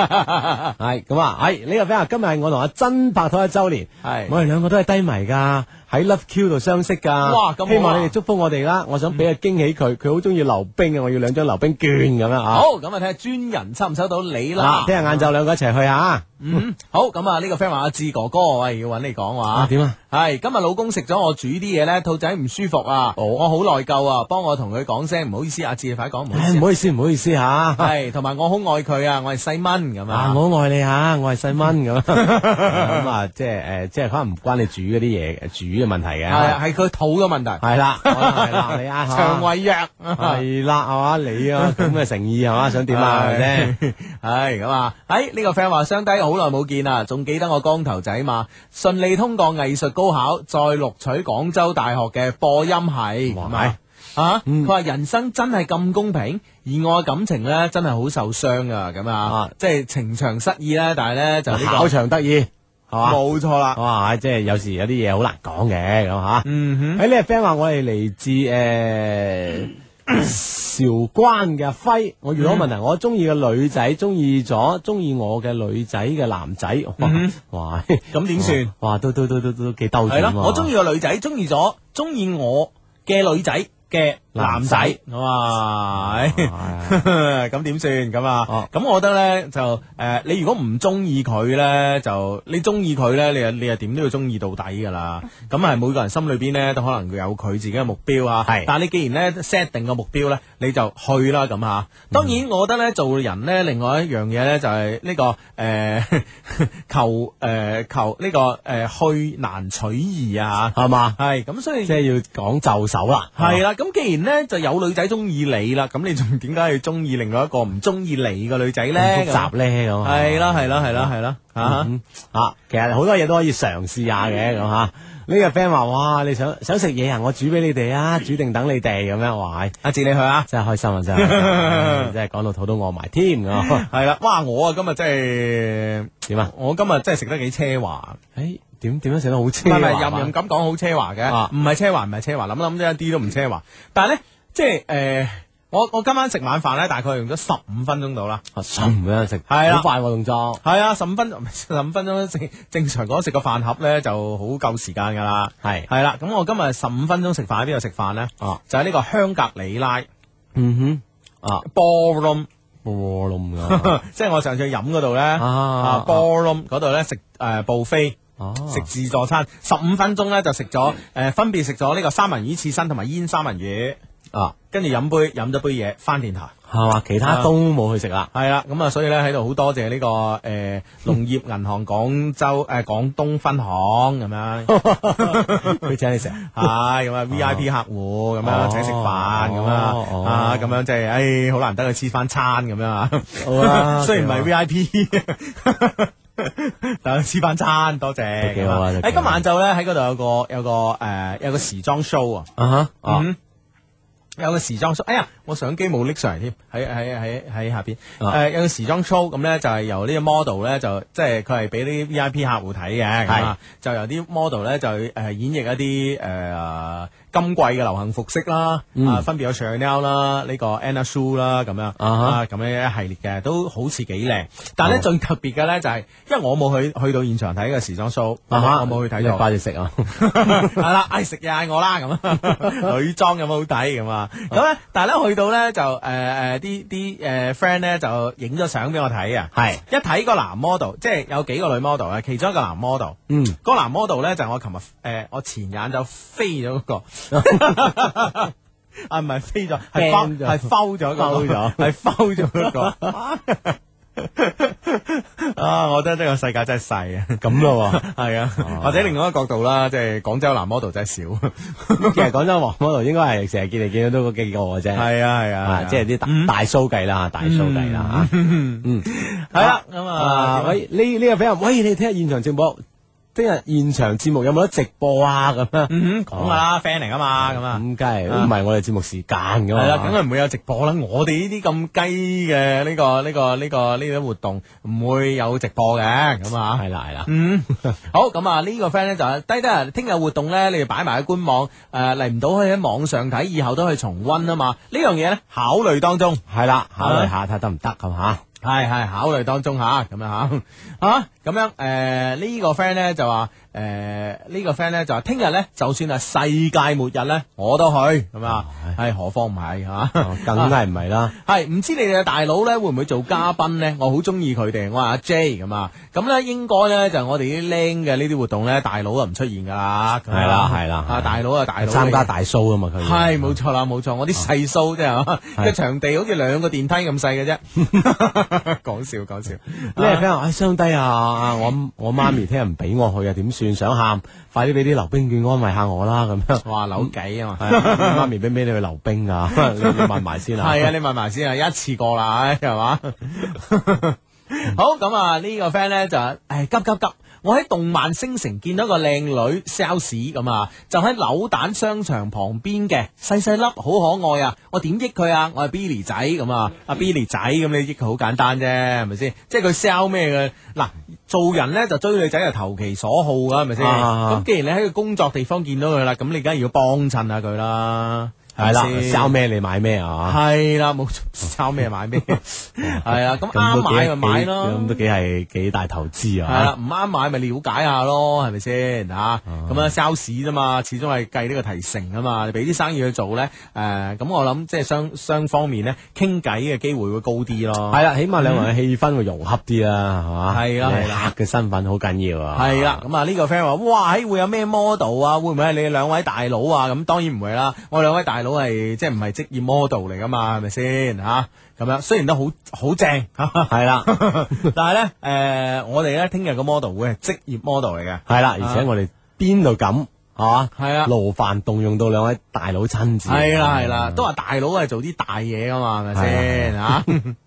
[SPEAKER 2] 唉
[SPEAKER 5] 係咁啊，係呢個 friend 話今日係我同阿珍拍拖一周年，
[SPEAKER 2] 係
[SPEAKER 5] 我哋兩個都係低迷㗎，喺 Love Q 度相識㗎。
[SPEAKER 2] 哇咁好啊
[SPEAKER 5] 希望你哋祝福我哋啦，我想俾個驚喜佢，佢好中意溜冰嘅，我要兩張溜冰券咁樣 啊。
[SPEAKER 2] 好，咁啊睇下專人抽唔抽到你啦
[SPEAKER 5] 嗱，。聽日晏晝兩個一齊去啊。
[SPEAKER 2] 嗯，好，咁啊呢個 friend 話阿志哥哥，喂，要揾你講話
[SPEAKER 5] 啊點啊？
[SPEAKER 2] 係今日老公食咗我煮啲嘢咧，兔仔唔舒服啊，
[SPEAKER 5] 哦
[SPEAKER 2] 我好內疚啊，幫我同佢講聲唔好意思，阿志快講唔好
[SPEAKER 5] 唉
[SPEAKER 2] 意
[SPEAKER 5] 唔
[SPEAKER 2] 思
[SPEAKER 5] 好意思，唔好意思吓。啊，
[SPEAKER 2] 係，同埋我好愛佢啊，我係細蚊咁啊。
[SPEAKER 5] 我好愛你吓，我係細蚊 咁。咁啊，即係誒，即係可能唔關你煮嗰啲嘢煮嘅問題嘅。
[SPEAKER 2] 係係佢肚嘅問題，
[SPEAKER 5] 係啦，可能係啦，你啊，啊
[SPEAKER 2] 腸胃弱。
[SPEAKER 5] 係啦，係嘛，你啊咁嘅誠意係嘛，想點
[SPEAKER 2] Ờ.
[SPEAKER 5] 啊？係咪先？
[SPEAKER 2] 啫？係咁啊！誒呢個 friend 話相低好耐冇見啦，仲記得我光頭仔嘛？順利通過藝術高考，再錄取廣州大學嘅播音系，
[SPEAKER 5] 哇
[SPEAKER 2] 咁啊啊！佢話人生真係咁公平，而我嘅感情咧真係好受傷噶，咁啊
[SPEAKER 5] 啊，
[SPEAKER 2] 即係情場失意咧，但係咧就呢個
[SPEAKER 5] 考場得意係嘛？
[SPEAKER 2] 冇啊錯啦。
[SPEAKER 5] 哇！即係有時有啲嘢好難講嘅咁吓。
[SPEAKER 2] 嗯
[SPEAKER 5] 喺呢個 friend 話我係嚟自誒韶關嘅輝，我遇到個問題，
[SPEAKER 2] 嗯
[SPEAKER 5] 我中意嘅女仔中意咗中意我嘅女仔嘅男仔，哇
[SPEAKER 2] 嗯
[SPEAKER 5] 哇！
[SPEAKER 2] 哼，咁點算？
[SPEAKER 5] 哇，都都都都都幾兜轉
[SPEAKER 2] 係
[SPEAKER 5] 喎
[SPEAKER 2] 咯，我中意個女仔，中意咗，中意我嘅女仔嘅男仔，咁啊， 咁點算咁啊
[SPEAKER 5] 哦？
[SPEAKER 2] 咁我覺得咧就誒、呃你如果唔中意佢咧，就你中意佢咧，你又你又點都要中意到底噶啦。
[SPEAKER 5] 嗯
[SPEAKER 2] 咁係每個人心裏邊咧都可能有佢自己嘅目標啊。
[SPEAKER 5] 係
[SPEAKER 2] 但係你既然咧 set 定個目標咧，你就去啦咁嚇。當然，我覺得咧做人咧，另外一樣嘢咧就係呢、個誒、呃求誒、 呃求呢、個誒、呃去難取易啊。
[SPEAKER 5] 係嘛？
[SPEAKER 2] 係咁，所以
[SPEAKER 5] 即係要講就手啦，
[SPEAKER 2] 係啊啦，咁既然咧就有女仔中意你啦，咁你仲點解要中意另外一個唔中意你嘅女仔咧？
[SPEAKER 5] 咁複雜咧咁。啊
[SPEAKER 2] 咁啊係啦，係啦，係啦，係啦，啊！
[SPEAKER 5] 嗯啊，其實好多嘢都可以嘗試下嘅咁吓。呢個 friend 話：哇，你想想食嘢啊？我煮俾你哋啊，煮定等你哋咁樣。哇，唉
[SPEAKER 2] 阿志你去啊！
[SPEAKER 5] 真係開心 啊，真係，真係講到肚都餓埋添咁。
[SPEAKER 2] 係啦，哇！我啊今日真係
[SPEAKER 5] 點啊？
[SPEAKER 2] 我今日真係食得幾奢華，
[SPEAKER 5] 誒，點點樣食得好
[SPEAKER 2] 唔係唔係
[SPEAKER 5] 清？
[SPEAKER 2] 任任咁講好奢華
[SPEAKER 5] 啊
[SPEAKER 2] 嘅，唔係奢華唔係奢華，諗諗啫一啲都唔奢華。但係咧，即係誒、呃我我今晚食晚飯咧，大概用咗十五分鐘到啦。
[SPEAKER 5] 啊，咁樣食，
[SPEAKER 2] 係啦
[SPEAKER 5] 好快喎動作。
[SPEAKER 2] 係啊，十五分 十五分鐘正正常講食個飯盒咧就好夠時間㗎啦。
[SPEAKER 5] 係
[SPEAKER 2] 係啦，咁我今日十五分鐘食飯喺邊度食飯咧？
[SPEAKER 5] 啊，
[SPEAKER 2] 就喺呢個香格里拉
[SPEAKER 5] 嗯哼，啊，
[SPEAKER 2] ball room，
[SPEAKER 5] 波冧㗎
[SPEAKER 2] 即係我上次去飲嗰度咧
[SPEAKER 5] 啊
[SPEAKER 2] 啊 ball room 嗰度咧食誒布菲。
[SPEAKER 5] 哦，
[SPEAKER 2] 食自助餐，十五分鐘咧就食咗誒，分別食咗呢個三文魚刺身同埋煙三文魚
[SPEAKER 5] 啊，
[SPEAKER 2] 跟住飲杯飲咗杯嘢翻電台。
[SPEAKER 5] 係嘛？其
[SPEAKER 2] 啊
[SPEAKER 5] 他都冇去食 啦。
[SPEAKER 2] 係啦，咁啊，所以咧喺度好多謝呢、個誒、 呃、農業銀行廣州誒、呃、廣東分行咁樣，
[SPEAKER 5] 佢請你食啊，
[SPEAKER 2] 係咁啊 V I P 客戶咁樣請食飯咁
[SPEAKER 5] 哦
[SPEAKER 2] 樣
[SPEAKER 5] 哦
[SPEAKER 2] 啊，咁樣即係誒好難得佢黐翻餐咁樣
[SPEAKER 5] 好啊
[SPEAKER 2] 啊， 雖然唔係 V I P。但係黐翻餐，多謝。
[SPEAKER 5] 都幾好啊
[SPEAKER 2] 咁喺
[SPEAKER 5] 都幾好
[SPEAKER 2] 今晚就咧喺嗰度有個有個誒、呃有個時裝 show 啊，
[SPEAKER 5] 哈啊，
[SPEAKER 2] 嗯，有個時裝 show，哎呀，我相機冇拎上嚟添，喺喺喺喺下邊。誒、
[SPEAKER 5] 啊
[SPEAKER 2] 有個時裝 show 咁咧，就係由呢個 model 咧，就即係佢係俾啲 V I P 客戶睇嘅，咁啊就由啲 model 咧就誒、呃演繹一啲誒、呃今季嘅流行服飾啦，
[SPEAKER 5] 嗯
[SPEAKER 2] 啊分別有 Chanel 啦，呢、個 Anna Sui 啦咁樣啊咁樣一系列嘅都好似幾靚，但
[SPEAKER 5] 哦
[SPEAKER 2] 係咧、最特別嘅咧就係、因為我冇去去到現場睇個時裝 show，、
[SPEAKER 5] 啊哈
[SPEAKER 2] 我冇去睇
[SPEAKER 5] 你
[SPEAKER 2] 到。
[SPEAKER 5] 快啲食 啊！
[SPEAKER 2] 系啦，嗌食嘢嗌我啦 咁，女裝有冇好睇咁啊？咁咧，但係咧去到咧就誒誒啲啲誒 friend 咧就影咗相俾我睇啊，
[SPEAKER 5] 係
[SPEAKER 2] 一睇個男 model，即係有幾個女 model 啊，其中一個男 model，
[SPEAKER 5] 嗯，
[SPEAKER 2] 個男 model 咧就係我琴日誒我前眼就飛咗嗰個。 啊，唔係飛咗，係摟
[SPEAKER 5] Bang 咗
[SPEAKER 2] 係摟咗嗰個，
[SPEAKER 5] 摟咗
[SPEAKER 2] 係摟咗嗰 個。啊，我覺得呢個世界真係細啊！
[SPEAKER 5] 咁咯喎。
[SPEAKER 2] 系啊，或者另外一個角度啦，即係廣州男 model 真係少。
[SPEAKER 5] 其實廣州黃 model 應該係成日見嚟見到都嗰幾個嘅 啫，
[SPEAKER 2] 係啊係
[SPEAKER 5] 啊，即係啲
[SPEAKER 2] 嗯
[SPEAKER 5] 大大蘇計啦，大蘇計啦 嚇。
[SPEAKER 2] 係啦，咁
[SPEAKER 5] 啊，
[SPEAKER 2] 啊，
[SPEAKER 5] 喂，呢呢個 friend 話喂，你聽日現場直播聽日現場節目有冇得直播啊？咁樣
[SPEAKER 2] 嗯，講噶啦，friend 嚟噶嘛，咁啊。
[SPEAKER 5] 咁梗係唔係我哋節目時間噶
[SPEAKER 2] 系啦，啊梗
[SPEAKER 5] 嘛？
[SPEAKER 2] 係唔會有直播啦。我哋呢啲咁雞嘅呢個呢、個呢、個呢啲活動，唔會有直播嘅咁啊。
[SPEAKER 5] 係啦係啦，
[SPEAKER 2] 嗯，好咁啊！呢個 friend 咧就係低低啊，聽日活動咧，你哋擺埋喺官網，誒嚟唔到可以喺網上睇，以後都可以重温啊嘛。呢樣嘢咧考慮當中，
[SPEAKER 5] 係啦，考慮
[SPEAKER 2] 啊
[SPEAKER 5] 下睇下得唔得咁啊吓。
[SPEAKER 2] 係係考慮當中吓，咁樣吓 啊咁樣誒、呢個 friend 咧就話誒呢個 friend 咧就話聽日咧就算係世界末日咧，我都去咁啊，係何況唔係嚇，
[SPEAKER 5] 哦梗係唔係啦，
[SPEAKER 2] 係唔知你哋嘅大佬咧會唔會做嘉賓咧？我好中意佢哋，我係阿 J 咁啊。咁咧應該咧就係我哋啲僆嘅呢啲活動咧，大佬啊唔出現㗎啦。咁啊
[SPEAKER 5] 係啦係啦
[SPEAKER 2] 啊大佬啊大佬嚟
[SPEAKER 5] 參加。大 show 啊嘛佢。
[SPEAKER 2] 係冇錯啦，冇錯，我啲細蘇啫係嘛，
[SPEAKER 5] 係
[SPEAKER 2] 個場地好似兩個電梯咁細嘅啫。 講笑講笑，
[SPEAKER 5] 呢位 friend 話：，唉，相低啊！ 我我媽咪聽日唔俾我去啊，點算？想喊，快啲俾啲溜冰券安慰下我啦！咁 樣，
[SPEAKER 2] 哇扭計啊嘛。
[SPEAKER 5] 係啊媽咪俾唔俾你去溜冰啊？ 你你問埋先啊！
[SPEAKER 2] 系啊，你問埋先啊，一次過啦，唉係 嘛？好咁啊，呢個 friend 咧就係唉急急急！我喺動漫星城見到個靚女 sales 咁啊，就喺扭蛋商場旁邊嘅，細細粒，好可愛啊！我點益佢啊？我係 Billy 仔咁啊，阿 Billy 仔咁你益佢好簡單啫，係咪先？即係佢 sell 咩嘅？嗱，做人咧就追女仔就投其所好噶，係咪先？咁、
[SPEAKER 5] 啊
[SPEAKER 2] 既然你喺佢工作地方見到佢啦，咁你梗係要幫襯下佢啦，
[SPEAKER 5] 係啦
[SPEAKER 2] 係咪先
[SPEAKER 5] ，sell 咩你買咩啊？
[SPEAKER 2] 系啦，冇錯抄咩買 咩，係啦，咁啱
[SPEAKER 5] 哦都幾
[SPEAKER 2] 買咪買咯
[SPEAKER 5] 咁，都幾係幾大投資
[SPEAKER 2] 係啦，
[SPEAKER 5] 啊！哦
[SPEAKER 2] 唔啱買咪了解下咯，係咪先吓？咁啊，sales 啫嘛，始終係計呢個提成啊嘛，你俾啲生意去做咧，诶，咁我諗即係雙雙方面咧，傾偈嘅機會會高啲咯。
[SPEAKER 5] 係啦，起碼兩個人嘅氣氛會融洽啲啦，係嘛？
[SPEAKER 2] 係啦
[SPEAKER 5] 你係
[SPEAKER 2] 係啦
[SPEAKER 5] 客嘅身份好緊要啊！
[SPEAKER 2] 系啦，咁啊呢個 friend 話：，哇，嘿會有咩 model 啊？會唔會係你哋兩位大佬啊？咁當然唔會啦，我兩位大佬係即係唔係職業 model 嚟噶嘛，係咪先吓？咁樣雖然都好好正， 係啦，但係咧，誒、我哋咧聽日個 model 會係職業 model 嚟嘅，
[SPEAKER 5] 係啦，而且我哋邊度敢係嘛？
[SPEAKER 2] 係啊
[SPEAKER 5] 勞煩動用到兩位大佬親自。
[SPEAKER 2] 係啦係啦，都話大佬係做啲大嘢噶嘛，係啊咪先吓？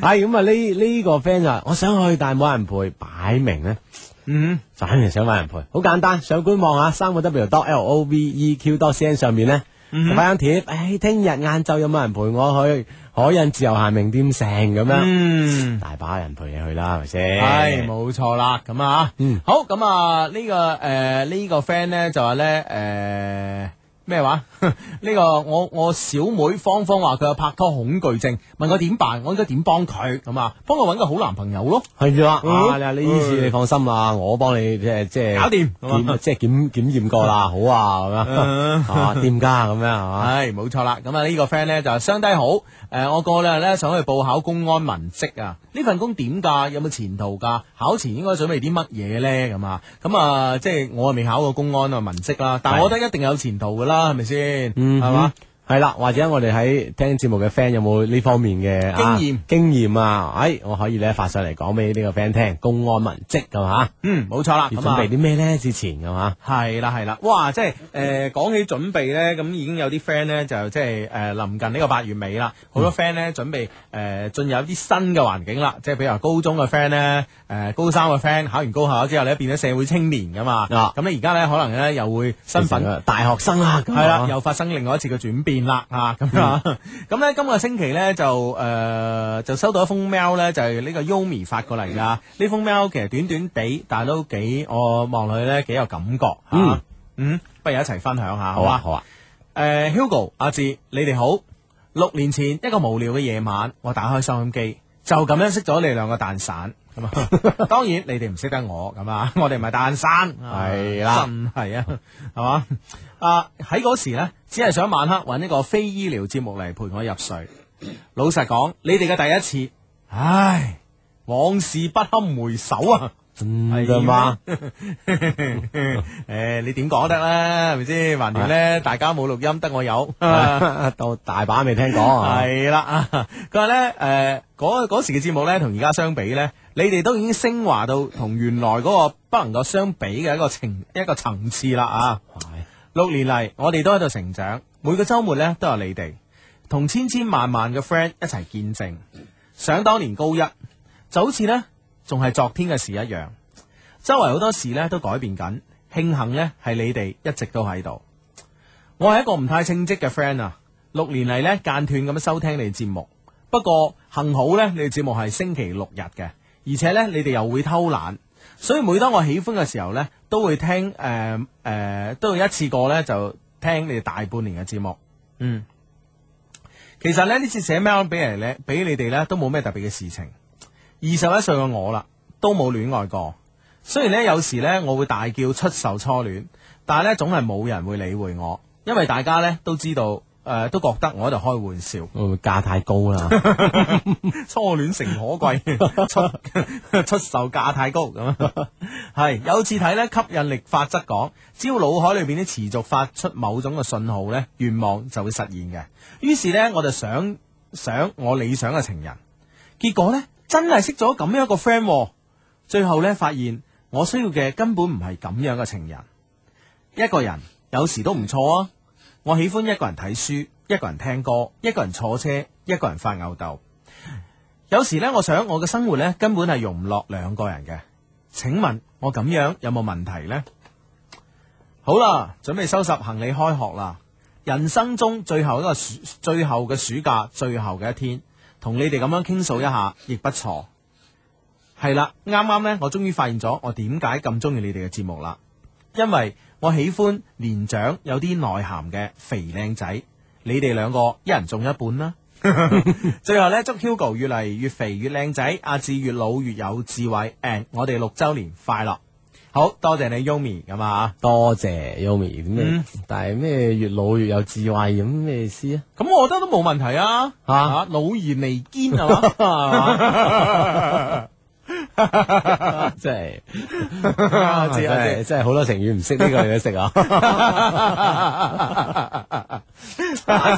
[SPEAKER 5] 係咁啊！呢呢個 friend 就話我想去，但係冇人陪，擺明咧。
[SPEAKER 2] 嗯，
[SPEAKER 5] 就肯定想揾人陪，好簡單，上官網啊，三個 W dot L O V E Q dot C N 上面咧，
[SPEAKER 2] 嗯
[SPEAKER 5] 就發張帖，誒，聽日晏晝有冇人陪我去海印自由行名店城咁樣，
[SPEAKER 2] 嗯。
[SPEAKER 5] 大把人陪你去啦，係咪先？
[SPEAKER 2] 系冇錯啦，咁啊，
[SPEAKER 5] 嗯
[SPEAKER 2] 好咁啊，呢、個个诶呢、個 friend 咧就話咧诶咩話？ 呢個我我小妹芳芳話佢有拍拖恐懼症，問我點辦，我應該點幫佢咁啊？幫佢搵個好男朋友咯，
[SPEAKER 5] 係啦，
[SPEAKER 2] 嗯
[SPEAKER 5] 啊，你話呢次你放心啦，我幫你即係即係
[SPEAKER 2] 搞掂咁啊
[SPEAKER 5] 檢即係檢檢驗過啦，好啊，咁
[SPEAKER 2] 嗯
[SPEAKER 5] 樣 啊，掂家咁樣係嘛？
[SPEAKER 2] 系冇錯啦，咁啊呢個 friend 咧就話相低好，诶、我過兩日咧想去報考公安文職啊，呢份工點㗎？有冇前途㗎？考前應該準備啲乜嘢咧？咁啊，咁啊即係我未考過公安啊文職啦，但
[SPEAKER 5] 係
[SPEAKER 2] 係我覺得一定有前途㗎啦，係咪先？
[SPEAKER 5] 嗯，
[SPEAKER 2] 係嘛？？
[SPEAKER 5] 系啦，或者我哋喺聽節目嘅 friend 有冇呢方面嘅啊
[SPEAKER 2] 經驗
[SPEAKER 5] 經驗啊？哎，我可以咧發上嚟講俾呢個 friend 聽，公安文職咁嘛，
[SPEAKER 2] 嗯，冇錯啦，
[SPEAKER 5] 要
[SPEAKER 2] 咁
[SPEAKER 5] 準
[SPEAKER 2] 啊
[SPEAKER 5] 備。啲咩咧？之前咁啊嘛，
[SPEAKER 2] 係啦係啦，哇！即係诶，讲、講起準備咧，咁已經有啲 friend 咧就即係诶臨近呢個八月尾啦，好多 friend 咧準備诶进、入一啲新嘅環境啦，即係比如話高中嘅 friend 咧，诶、高三嘅 friend 考完高考之後咧變咗社會青年噶嘛，
[SPEAKER 5] 啊
[SPEAKER 2] 咁咧而家咧可能咧又會身份
[SPEAKER 5] 變成大學生啦，咁
[SPEAKER 2] 系
[SPEAKER 5] 啊嗯
[SPEAKER 2] 啦，又發生另外一次嘅轉變啦，啊咁啊， 咁咧今個星期咧就诶、呃就收到一封 mail 咧，就係呢個 Yumi 發過嚟噶。
[SPEAKER 5] 嗯
[SPEAKER 2] 呢封 mail 其實短短地，但係都幾我望落去咧幾有感覺吓。
[SPEAKER 5] 嗯
[SPEAKER 2] 嗯不如一齊分享下
[SPEAKER 5] 好啊，好啊，
[SPEAKER 2] 诶、h u g o 呃阿志，你哋好。六年前一個無聊嘅夜晚，我打開收音機，就咁樣識咗你兩個蛋散。咁啊， 當然你哋唔識得我咁啊， 我哋唔係蛋散，啊
[SPEAKER 5] 係啦
[SPEAKER 2] 真係啊，係嘛？啊喺嗰時呢，只係想晚黑揾一個非醫療節目嚟陪我入睡。老實講，你哋嘅第一次，唉，往事不堪回首啊！
[SPEAKER 5] 真
[SPEAKER 2] 係
[SPEAKER 5] 㗎嘛，
[SPEAKER 2] 誒、你點講得啦？係咪先？橫掂
[SPEAKER 5] 啊
[SPEAKER 2] 咧，大家冇錄音，得我 有。 啊
[SPEAKER 5] 到大把未聽講啊，
[SPEAKER 2] 系啦， 佢話咧，诶，嗰嗰時嘅節目咧，同而家相比咧，你哋都已經升華到同原來嗰個不能夠相比嘅一個情一個層次啦啊！六年嚟，我哋都喺度成長，每個週末咧都有你哋，同千千萬萬嘅 friend 一齊見證。想當年高一，就好似咧仲係昨天嘅事一樣。周圍好多事咧都改變緊，慶幸咧係你哋一直都喺度。我係一個唔太稱職嘅 friend 啊，六年嚟咧間斷咁樣收聽你哋節目，不過幸好咧你哋節目係星期六日嘅，而且咧你哋又會偷懶。所以每當我喜歡嘅時候呢，都會聽誒誒、呃呃都會一次過呢，就聽你哋大半年嘅節目。嗯，其實呢，呢次寫 mail 俾人咧，俾你哋呢，都冇咩特別嘅事情。二十一歲嘅我啦，都冇戀愛過。雖然呢，有時呢，我會大叫出售初戀，但係呢，總係冇人會理會我，因為大家呢，都知道誒、呃都覺得我喺度開玩笑。
[SPEAKER 5] 會唔會價太 高啦？
[SPEAKER 2] 初戀誠可貴，出 出售價太高咁啊！ 係有次睇咧吸引力法則講，只要腦海裏邊咧持續發出某種嘅信號咧，願望就會實現嘅。於是咧，我就想想我理想嘅情人，結果咧真係識咗咁樣一個 friend，喎最後咧發現我需要嘅根本唔係咁樣嘅情人。一個人有時都唔錯啊！我喜歡一個人睇書，一個人聽歌，一個人坐車，一個人發吽豆。有時呢，我想我嘅生活呢根本係容唔落兩個人嘅。請問我咁樣有冇問題呢？好啦，準備收拾行李開學啦。人生中最後一個暑，最後嘅暑假，最後嘅一天，同你哋咁樣傾訴一下，亦不錯。係啦，啱啱呢，我終於發現咗我點解咁中意你哋嘅節目啦。因為我喜歡年長有啲內涵嘅肥靚仔，你哋兩個一人中一半啦。 最後呢，祝 Hugo 越嚟越肥越靚仔，阿志越老越有智慧，and 我哋六周年快樂！好多謝你 Yumi 咁啊，
[SPEAKER 5] 多謝 Yumi，咁
[SPEAKER 2] 嗯
[SPEAKER 5] 咩？但係咩越老越有智慧咁咩意思啊？
[SPEAKER 2] 咁我覺得都冇問題啊，
[SPEAKER 5] 嚇
[SPEAKER 2] 啊老而彌堅啊係嘛 係嘛？
[SPEAKER 5] 真係
[SPEAKER 2] 阿
[SPEAKER 5] 真
[SPEAKER 2] 志阿
[SPEAKER 5] 係
[SPEAKER 2] 志，
[SPEAKER 5] 真係好多成語唔識呢個你都識啊！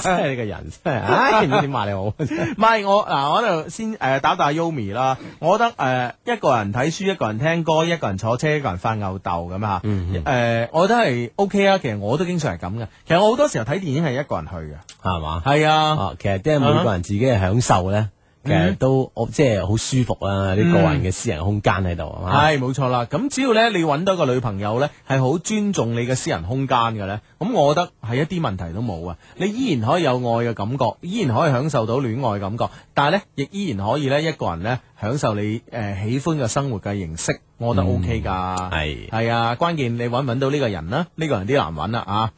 [SPEAKER 5] 真係你個人真係，唉唔知點話你好。
[SPEAKER 2] 唔係我嗱，我喺度先誒打打 Yumi 啦。我覺得誒、呃一個人睇書，一個人聽歌，一個人坐車，一個人發吽豆咁啊。誒、
[SPEAKER 5] 嗯嗯
[SPEAKER 2] 我覺得係 OK 啊。其實我都經常係咁嘅。其實我好多時候睇電影係一個人去嘅。
[SPEAKER 5] 係嘛？
[SPEAKER 2] 係啊，
[SPEAKER 5] 啊，嗯其實即係每個人自己嘅享受咧，其實都我即係好舒服啦，啲個人嘅私人空間喺度係嘛？
[SPEAKER 2] 係冇錯啦。咁只要咧你揾到個女朋友咧係好尊重你嘅私人空間嘅咧，咁我覺得係一啲問題都冇啊。你依然可以有愛嘅感覺，依然可以享受到戀愛嘅感覺，但係咧亦依然可以咧一個人咧享受你誒、呃喜歡嘅生活嘅形式，我覺得 OK 㗎。
[SPEAKER 5] 嗯係。
[SPEAKER 2] 系啊，關鍵你揾唔揾到呢個人啦，呢、個人啲難揾啦啊！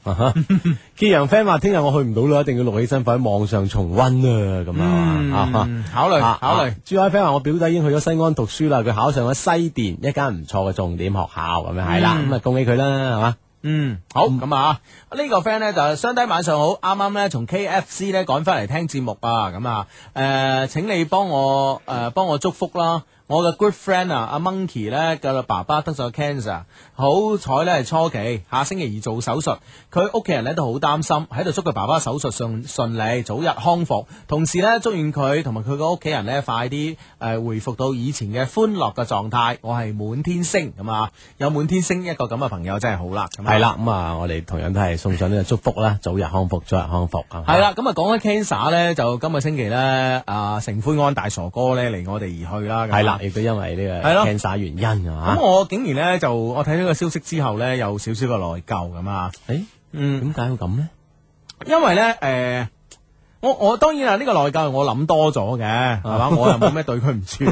[SPEAKER 5] 揭陽 friend 話：聽日我去唔到啦，一定要錄起身，放喺網上重温啊！咁啊啊。
[SPEAKER 2] 考慮 考慮
[SPEAKER 5] 啊。珠海 friend 話我表弟已經去咗西安讀書啦，佢考上咗西電一間唔錯嘅重點學校咁樣係啦，咁啊恭喜佢啦，係嘛？
[SPEAKER 2] 嗯，好咁啊！呢個 friend 呢，就相低晚上好，啱啱呢，從 K F C 呢趕翻嚟聽節目啊，咁啊，誒、請你幫我誒幫、我祝福啦！我嘅 good friend 啊，阿 Monkey 呢，嘅爸爸得咗 cancer，好彩呢係初期，下星期二做手術，佢屋企人呢都好擔心，喺度祝佢爸爸手術順順利，早日康復，同時呢，祝願佢同埋佢個屋企人呢，快啲誒、回復到以前嘅歡樂嘅狀態。我係滿天星咁啊，有滿天星一個咁嘅朋友真係好啦，咁啊
[SPEAKER 5] 係啦，咁啊，我哋同樣都係送上呢個祝福啦，早日康復，早日康復啊！
[SPEAKER 2] 系啦，咁啊講開 cancer 咧，就今個星期咧，啊成灰安大傻哥咧離我哋而去啦。咁啊
[SPEAKER 5] 係啦，，亦都因為呢個
[SPEAKER 2] 係咯
[SPEAKER 5] cancer 原因啊
[SPEAKER 2] 咁，我竟然咧就我睇到個消息之後咧，有少少嘅內疚咁啊。
[SPEAKER 5] 誒
[SPEAKER 2] 嗯，
[SPEAKER 5] 點解會咁呢？
[SPEAKER 2] 因為咧誒。呃我我當然啦，啊呢、個內疚係我諗多咗嘅，
[SPEAKER 5] 啊
[SPEAKER 2] 係嘛？我又冇咩對佢唔住，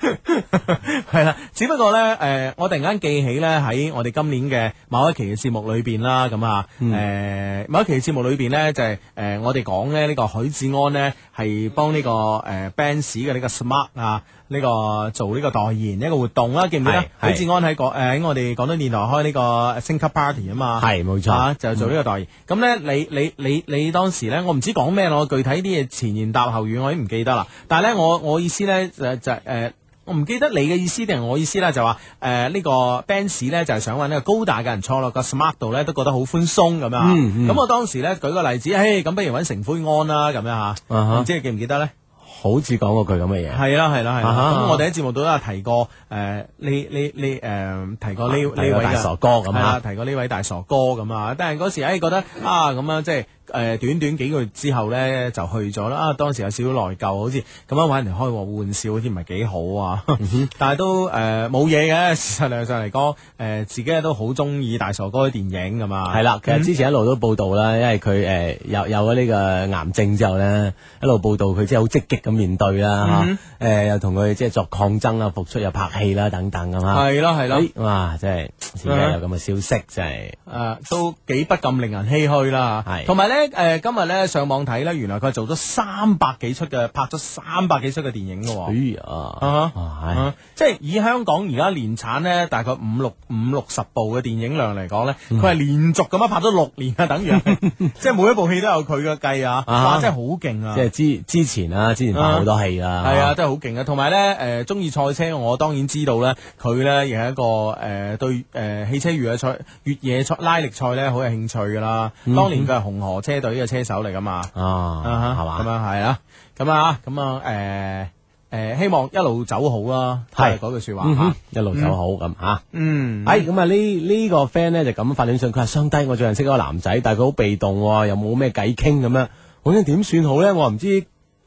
[SPEAKER 2] 係啦。只不過咧，誒、我突然間記起咧喺我哋今年嘅某一期嘅節目裏邊啦，咁啊，誒、
[SPEAKER 5] 嗯
[SPEAKER 2] 某一期嘅節目裏邊咧就係、誒、我哋講咧呢、個許志安咧係幫呢、個誒、Benz 嘅呢個 Smart 啊呢、個做呢個代言一個活動啦，記唔記得？
[SPEAKER 5] 係
[SPEAKER 2] 許
[SPEAKER 5] 係
[SPEAKER 2] 志安喺廣誒喺我哋廣東電台開呢個升級 party 啊嘛，
[SPEAKER 5] 係冇錯
[SPEAKER 2] 啊就做呢個代言。咁呢，你你你你當時呢，我唔知講咩咯，具體啲嘢前言搭後語我已經唔記得啦。但係呢，我我意思呢，就就誒。呃我唔記得你嘅意思定係我意思啦，就話誒呢個 Benz 咧就係想揾呢個高大嘅人坐落個 Smart 度咧，都覺得好寬鬆咁樣啊。咁、
[SPEAKER 5] 嗯嗯
[SPEAKER 2] 我當時咧舉個例子，誒咁不如揾成灰安啦咁樣嚇，唔、
[SPEAKER 5] 啊哈
[SPEAKER 2] 知你記唔記得咧？
[SPEAKER 5] 好似講過佢咁嘅嘢。
[SPEAKER 2] 係啦係啦係啦，咁、
[SPEAKER 5] 啊哈
[SPEAKER 2] 我哋喺節目度都有提過誒，呃呢呢呢誒提過呢呢
[SPEAKER 5] 提過
[SPEAKER 2] 位嘅
[SPEAKER 5] 啊大傻哥咁啊
[SPEAKER 2] 哎係啦提過呢位大傻哥咁啊，但係嗰時誒覺得啊咁樣即係誒、呃短短幾個月之後咧就去咗啦。啊，當時有少少內疚，好似咁樣揾人哋開鑊玩笑，好似唔係幾好啊。
[SPEAKER 5] 嗯
[SPEAKER 2] 但係都誒冇嘢嘅，事實上嚟講，誒、呃自己都好中意大傻哥啲電影噶啊嘛。
[SPEAKER 5] 系啦，其實之前一路都報道啦，因為佢诶、呃有有咗呢個癌症之後咧，一路報道佢即係好積極咁面對啦，
[SPEAKER 2] 嗯
[SPEAKER 5] 吓诶又同佢即係作抗爭啦、復出又拍戲啦等等咁嘛。
[SPEAKER 2] 係啦係嗯啦，誒、
[SPEAKER 5] 哎哇！真係點解有咁嘅消息，真係
[SPEAKER 2] 啊都幾不禁令人唏噓啦。
[SPEAKER 5] 係
[SPEAKER 2] 同埋咧誒，今日咧上網睇咧，原來佢做咗三百幾出嘅，拍咗三百幾出嘅電影嘅喎。
[SPEAKER 5] 哎呀
[SPEAKER 2] 哦啊，
[SPEAKER 5] 哇係
[SPEAKER 2] 啊即係以香港而家年產咧，大概五六五六十部嘅電影量嚟講咧，
[SPEAKER 5] 嗯
[SPEAKER 2] 佢係連續咁樣拍咗六年啊，等於係 即係每一部戲都有佢嘅計啊，
[SPEAKER 5] 啊
[SPEAKER 2] 哇，真係好勁啊！
[SPEAKER 5] 即係之之前啊，之前拍好多戲啦，
[SPEAKER 2] 係啊，真係好勁啊！同埋咧，誒中意賽車，我當然知道咧，佢咧亦係一個誒、呃、對誒、呃汽車越野賽、越野賽、拉力賽咧好有興趣㗎啦。當年佢係紅河車隊嘅車手嚟㗎嘛。
[SPEAKER 5] 嗯啊，係
[SPEAKER 2] 咁
[SPEAKER 5] 嘛，
[SPEAKER 2] 啊係啦，咁啊咁啊誒誒，希望一路走好啦，係
[SPEAKER 5] 係
[SPEAKER 2] 嗰句説
[SPEAKER 5] 嗯
[SPEAKER 2] 話
[SPEAKER 5] 哼
[SPEAKER 2] 嚇。
[SPEAKER 5] 一路走好咁吓。
[SPEAKER 2] 嗯，
[SPEAKER 5] 哎，咁啊呢呢個 friend 咧就咁發短信，佢話相低我最近識咗個男仔，但係佢好被動喎，又冇咩偈傾咁樣，我應該點算好咧？我唔知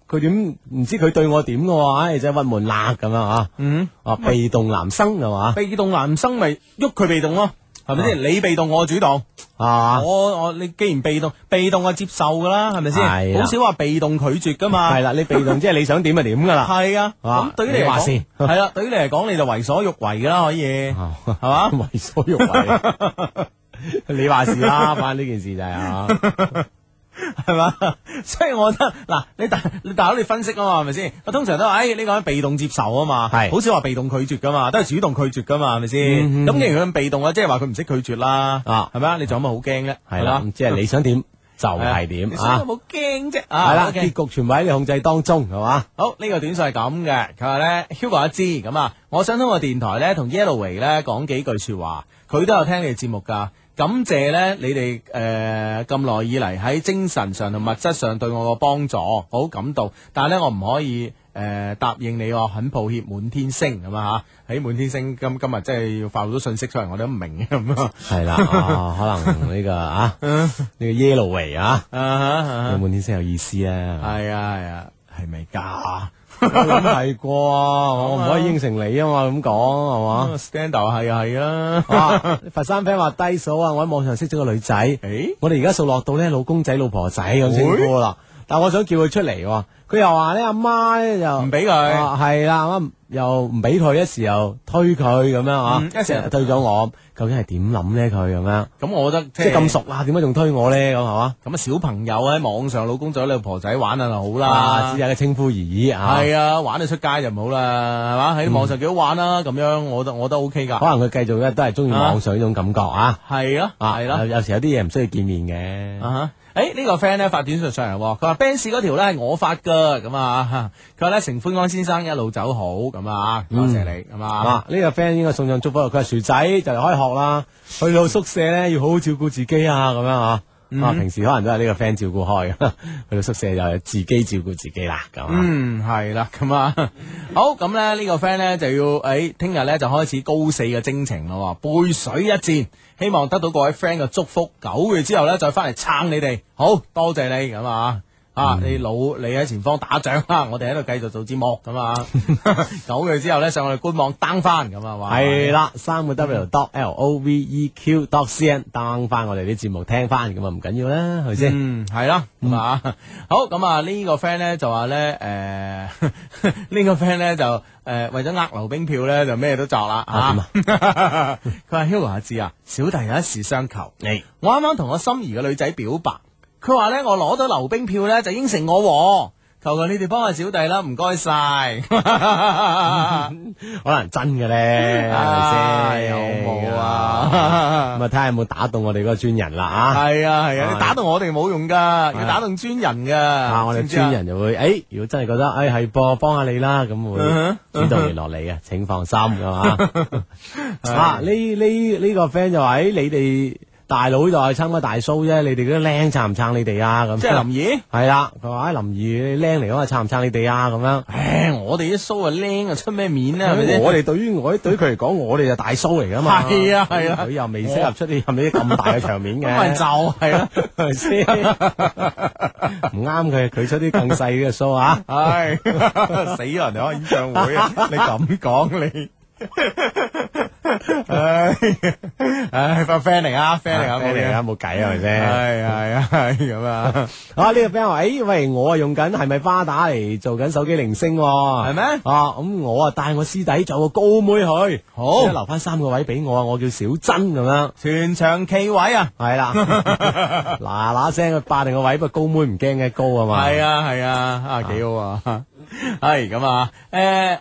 [SPEAKER 5] 佢點，唔知佢對我點嘅喎，唉、真係鬱悶啦咁樣啊！
[SPEAKER 2] 嗯，
[SPEAKER 5] 啊，被動男生係嘛？
[SPEAKER 2] 被動男生咪喐佢被動咯。係咪先？你被動，我主動。
[SPEAKER 5] 啊，
[SPEAKER 2] 我我你既然被動，被動我接受噶啦，係咪
[SPEAKER 5] 係
[SPEAKER 2] 先？
[SPEAKER 5] 啦
[SPEAKER 2] 好少話被動拒絕噶嘛。
[SPEAKER 5] 係啦，你被動即係你想點就點㗎 啦。
[SPEAKER 2] 係啊，
[SPEAKER 5] 啊
[SPEAKER 2] 咁對於你嚟
[SPEAKER 5] 你話
[SPEAKER 2] 講
[SPEAKER 5] 先
[SPEAKER 2] 係啦，對於你嚟講，你就為所欲為噶啦，可以
[SPEAKER 5] 啊
[SPEAKER 2] 係嘛？
[SPEAKER 5] 為所欲為，你話事啦，反正呢件事就 係啊，
[SPEAKER 2] 系嘛？ 所以我覺得嗱，你大你大佬你分析啊嘛，係咪先？我通常都話，诶哎呢個人被動接受啊嘛，
[SPEAKER 5] 係嗯
[SPEAKER 2] 好少話被動拒絕噶嘛，都係主動拒絕噶嘛，係咪先？咁既然佢咁被動啊，即係話佢唔識拒絕啦，
[SPEAKER 5] 啊
[SPEAKER 2] 係咪啊？你仲有乜好驚咧？
[SPEAKER 5] 係啦，咁即係你想點就係點啊
[SPEAKER 2] 有，冇驚啫？啊
[SPEAKER 5] 係啦，
[SPEAKER 2] OK
[SPEAKER 5] 結局全部喺你控制當中係嘛？
[SPEAKER 2] 好呢、個短信係咁嘅，佢話呢 Hugo 一知咁啊，我想通過電台呢同 Yellowway 呢講幾句說話，佢都有聽你哋節目㗎，感謝呢你哋誒咁耐以嚟喺精神上同物質上對我嘅幫助，我好感動，但係呢，我唔可以。誒、答應你，我很抱歉，滿天星咁啊嚇！喺滿天星今今日真係要發好多信息出嚟，我都唔明嘅咁 啊！
[SPEAKER 5] 係啦，啊可能呢個啊，
[SPEAKER 2] 嗯
[SPEAKER 5] 呢個 yellow way 啊。
[SPEAKER 2] 啊哈啊哈
[SPEAKER 5] 有冇啲先有意思啊？
[SPEAKER 2] 係啊係啊，哦係咪㗎？
[SPEAKER 5] 我諗系 啩，我唔可以應承你啊嘛，咁講係嘛？
[SPEAKER 2] stand 係啊係 啊，
[SPEAKER 5] 啊佛山 friend 話低數啊，我喺網上識咗個女仔，
[SPEAKER 2] 誒
[SPEAKER 5] 我哋而家數落到咧老公仔老婆仔咁稱呼啦，但我想叫佢出嚟喎，佢又話咧阿媽咧又
[SPEAKER 2] 唔俾佢
[SPEAKER 5] 啊係啦，阿媽又唔俾佢，一時又推佢咁樣啊，
[SPEAKER 2] 嗯一時又
[SPEAKER 5] 推咗我，究竟係點諗咧佢咁樣？
[SPEAKER 2] 咁我覺得
[SPEAKER 5] 即係咁熟啦，點解仲推我咧咁係嘛？
[SPEAKER 2] 咁啊，小朋友喺網上老公仔老婆仔玩啊就好
[SPEAKER 5] 啊，
[SPEAKER 2] 啦
[SPEAKER 5] 只，係個稱呼而已啊，嗯
[SPEAKER 2] 係啊，玩到出街就唔好啦，係嘛？喺網上幾好玩啦，咁樣我都我都 OK
[SPEAKER 5] 可
[SPEAKER 2] 噶，
[SPEAKER 5] 能佢繼續咧都係中意網上呢種感覺啊。
[SPEAKER 2] 係咯，
[SPEAKER 5] 啊，
[SPEAKER 2] 係咯
[SPEAKER 5] 有，有時有啲嘢唔需要見面嘅。
[SPEAKER 2] 啊哈！誒呢個 friend 咧發短信上嚟喎，佢話 Benz 嗰條咧係我發㗎，咁啊，佢話咧成歡安先生一路走好，咁啊，多謝你，咁啊
[SPEAKER 5] 啊！，呢個 friend 應該送上祝福，佢話薯仔就嚟開學啦，去到宿舍咧要好好照顧自己啊，咁樣啊。
[SPEAKER 2] 嗯
[SPEAKER 5] 啊，平時可能都係呢個 friend 照顧開， 去到宿舍就自己照顧自己啦，咁啊。
[SPEAKER 2] 嗯，係啦， 咁啊，好，咁咧呢個 friend 咧就要誒聽日咧就開始高四嘅征程咯，背水一戰，希望得到各位 friend 嘅祝福。九月之後咧再翻嚟撐你哋，好多謝你咁啊！啊！你老你喺前方打仗啦，我哋喺度繼續做節目咁啊！ 九月之後咧上我哋官網 down 翻咁啊嘛，
[SPEAKER 5] 係啦，三個 W dot L O V E Q dot C N down 翻我哋啲節目聽翻，咁啊唔緊要啦，係咪先？
[SPEAKER 2] 嗯，系啦，咁啊， 好，咁啊呢個 friend 咧就話咧，诶， 呢個 friend 咧就诶為咗呃溜冰票咧就咩都作啦啊！ 佢話 Hugo 阿志啊，小弟有一事相求，
[SPEAKER 5] 你
[SPEAKER 2] 我啱啱同我心儀嘅女仔表白，佢話咧我攞到溜冰票咧就應承我喎，求求你哋幫下小弟啦，唔該 晒。
[SPEAKER 5] 可能真 嘅咧，係咪
[SPEAKER 2] 唉
[SPEAKER 5] 先？
[SPEAKER 2] 有哎冇？啊
[SPEAKER 5] 咁？啊，睇下有冇打動我哋嗰個專人啦啊！
[SPEAKER 2] 係啊係啊，
[SPEAKER 5] 啊
[SPEAKER 2] 你打動我哋冇用噶，要打動專人噶。
[SPEAKER 5] 啊！我
[SPEAKER 2] 知
[SPEAKER 5] 哋
[SPEAKER 2] 唔知啊
[SPEAKER 5] 專人就會，誒，如果真係覺得，誒係噃，幫下你啦，咁會
[SPEAKER 2] 嗯
[SPEAKER 5] 主動聯絡你嘅， 請放心，係嘛？啊，呢呢呢個 friend 哎就話，誒，你哋大佬就係參加大 show 啫，你哋嗰啲僆撐唔撐你哋啊？咁
[SPEAKER 2] 即係林 怡。
[SPEAKER 5] 係啦，佢話哎林怡你僆嚟講係撐唔撐你哋啊？咁樣。
[SPEAKER 2] 唉，我哋啲 show 啊僆啊，出咩 面咧？係咪先？
[SPEAKER 5] 我哋對於我對於佢嚟講，我哋就大 show 嚟噶嘛。
[SPEAKER 2] 係啊係啊
[SPEAKER 5] 佢又未適合出啲咁啲咁大嘅場面
[SPEAKER 2] 咁咪就
[SPEAKER 5] 嘅，
[SPEAKER 2] 係啦。
[SPEAKER 5] 係咪先？唔啱佢，佢出啲更細嘅 show 啊。
[SPEAKER 2] 唉， 死人哋開演唱 會啊！你咁講你。 唉，唉，friend 嚟啊，friend 嚟啊，冇嘢
[SPEAKER 5] 嚟啊，
[SPEAKER 2] 啊，
[SPEAKER 5] 冇計啊，
[SPEAKER 2] 係
[SPEAKER 5] 係咪先？
[SPEAKER 2] 係啊，係咁啊，
[SPEAKER 5] 啊！呢個 friend 話：，誒，喂，我啊用緊係咪花打嚟做緊手機鈴聲喎？
[SPEAKER 2] 係咩
[SPEAKER 5] 啊，咁我啊帶我師弟做個高妹去，
[SPEAKER 2] 好
[SPEAKER 5] 即係留翻三個位俾我啊！我叫小珍咁樣，
[SPEAKER 2] 全場企位 啊，
[SPEAKER 5] 係啦，嗱嗱聲去霸定個位，不過高妹唔驚嘅高啊嘛。
[SPEAKER 2] 係啊，係啊，啊，幾好啊！ 係咁啊！誒，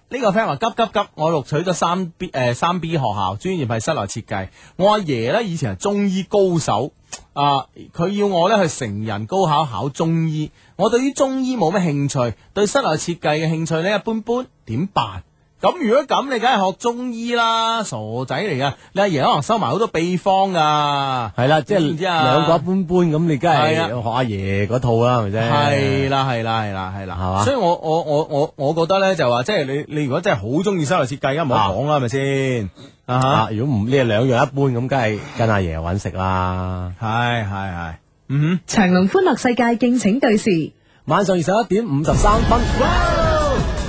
[SPEAKER 2] 呢個 friend 話急急急，我錄取咗三 B 誒三 B 學校，專業係室內設計。我阿爺呢，以前係中醫高手，啊，佢要我呢去成人高考考中醫。我對於中醫冇咩興趣，對室內設計嘅興趣呢一般般，點辦？咁如果咁，你梗係學中醫啦，傻仔嚟噶！你阿爺可能收埋好多秘方噶。
[SPEAKER 5] 係啦，即係
[SPEAKER 2] 知唔知啊
[SPEAKER 5] 兩個一般般咁，你梗係
[SPEAKER 2] 係啊
[SPEAKER 5] 學阿爺嗰套啦，係咪啫？
[SPEAKER 2] 係啦，係啦，係啦，係啦，
[SPEAKER 5] 係嘛
[SPEAKER 2] 所以我我我我我覺得咧就話，即係你你如果真係好中意室內設計，而家唔好講啦，係咪先？啊
[SPEAKER 5] 啊！如果唔呢兩樣一般咁，梗係跟阿爺揾食啦。
[SPEAKER 2] 吓，係係係，嗯
[SPEAKER 1] 長隆歡樂世界敬請對視。
[SPEAKER 5] 晚上二十一點五十三分。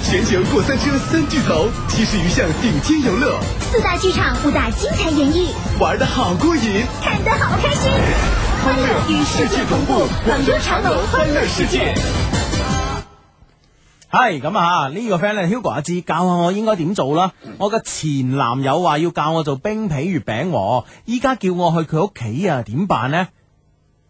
[SPEAKER 7] 全球过山车三巨头，七十余项顶尖游乐，
[SPEAKER 4] 四大剧场五大精彩演绎，
[SPEAKER 7] 玩的好过瘾。
[SPEAKER 4] 看得好开心。欢乐与世界同步，广州长隆
[SPEAKER 3] 哎
[SPEAKER 4] 欢乐世界。
[SPEAKER 2] 哼，係咁啊！呢個 friend 咧，Hugo 阿志教下我應該點做啦。我嘅前男友話要教我做冰皮月餅喎，依家叫我去佢屋企啊，點辦呢？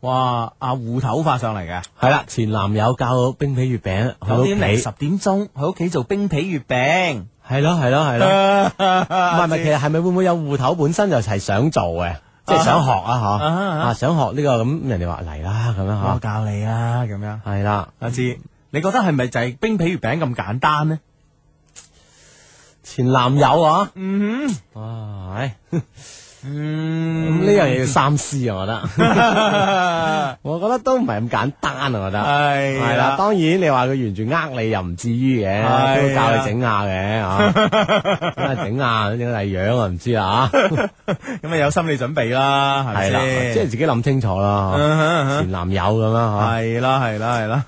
[SPEAKER 2] 哇！阿芋頭發上嚟嘅。
[SPEAKER 5] 係啦，前男友教冰皮月餅，去
[SPEAKER 2] 九
[SPEAKER 5] 屋
[SPEAKER 2] 點零
[SPEAKER 5] 企
[SPEAKER 2] 十。點鐘喺屋企做冰皮月餅，
[SPEAKER 5] 係咯，係咯，係
[SPEAKER 2] 唔
[SPEAKER 5] 咯。唔啊係
[SPEAKER 2] 係啊
[SPEAKER 5] 唔係，其實係咪會唔會有户頭本身就係想做嘅，即係想學啊
[SPEAKER 2] 啊
[SPEAKER 5] 吓，
[SPEAKER 2] 啊
[SPEAKER 5] 啊哦想學呢個咁人哋話嚟啦咁
[SPEAKER 2] 我
[SPEAKER 5] 樣
[SPEAKER 2] 教你啦，咁樣。
[SPEAKER 5] 吓，係啦，
[SPEAKER 2] 阿志，你覺得係咪就係冰皮月餅咁簡單呢？
[SPEAKER 5] 前男友啊，
[SPEAKER 2] 嗯
[SPEAKER 5] 哇，唉 咁
[SPEAKER 2] 嗯
[SPEAKER 5] 呢樣嘢要三思啊，我覺
[SPEAKER 2] 嘢
[SPEAKER 5] 得， 我覺得都唔係咁簡單啊，我覺得。
[SPEAKER 2] 係
[SPEAKER 5] 係啦，當然你話佢完全呃你又唔至於嘅，
[SPEAKER 2] 係
[SPEAKER 5] 都教
[SPEAKER 2] 啊
[SPEAKER 5] 你整下嘅 啊，咁啊整下整下樣啊，唔知啊，
[SPEAKER 2] 咁啊有心理準備啦，係咪
[SPEAKER 5] 係啦，
[SPEAKER 2] 先？
[SPEAKER 5] 即係自啊己諗清楚啦，
[SPEAKER 2] 係
[SPEAKER 5] 前男友咁啦
[SPEAKER 2] 啦，係啦，係啦。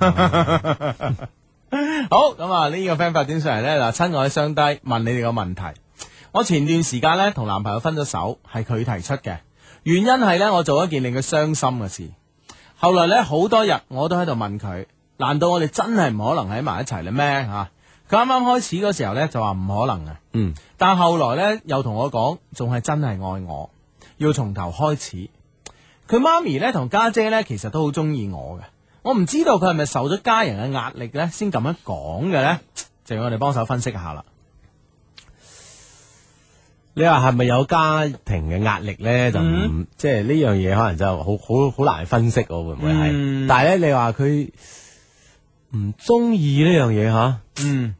[SPEAKER 2] 好咁啊！呢個 friend 發短信嚟咧，嗱，親愛相低，問你哋個問題。我前段時間咧同男朋友分咗手，係佢提出嘅，原因係咧我做一件令佢傷心嘅事。後來咧好多日我都喺度問佢，難道我哋真係唔可能喺埋一齊嘞咩？吓、佢啱啱開始嗰時候咧就話唔可能啊，
[SPEAKER 5] 嗯，
[SPEAKER 2] 但後來咧又同我講，仲係真係愛我，要從頭開始。佢媽咪咧同家姐咧其實都好中意我嘅，我唔知道佢係咪受咗家人嘅壓力咧先咁樣講嘅咧，就要我哋幫手分析下啦。
[SPEAKER 5] 你話係咪有家庭嘅壓力咧？就唔
[SPEAKER 2] 嗯
[SPEAKER 5] 即係呢樣嘢，可能就好好好難分析喎，會唔會係？
[SPEAKER 2] 嗯
[SPEAKER 5] 但係咧，你話佢唔中意呢樣嘢吓，
[SPEAKER 2] 嗯，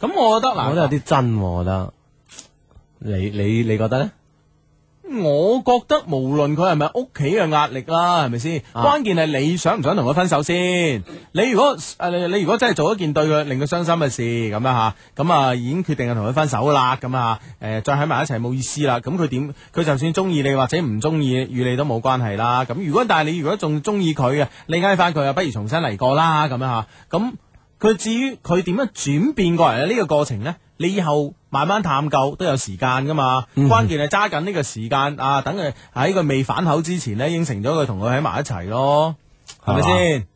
[SPEAKER 2] 咁我覺得嗱，
[SPEAKER 5] 我覺得有啲真喎，我覺得。你你你覺得咧？
[SPEAKER 2] 我覺得無論佢係咪屋企嘅壓力啦，係咪先？
[SPEAKER 5] 啊
[SPEAKER 2] 關鍵係你想唔想同佢分手先。你如果誒、你你如果真係做一件對佢令佢傷心嘅事咁樣嚇，咁啊已經決定係同佢分手啦，咁啊誒再喺埋一齊冇意思啦。咁佢點？佢就算中意你或者唔中意與你都冇關係啦。咁如果但係你如果仲中意佢嘅，你嗌翻佢啊，不如重新嚟過啦咁樣啊嚇。咁佢至於佢點樣轉變過嚟呢個過程呢？你以後慢慢探究都有時間噶嘛，
[SPEAKER 5] 嗯
[SPEAKER 2] 關鍵係揸緊呢個時間啊！等佢喺佢未反口之前呢，應承咗佢同佢喺埋一齊咯，係咪先？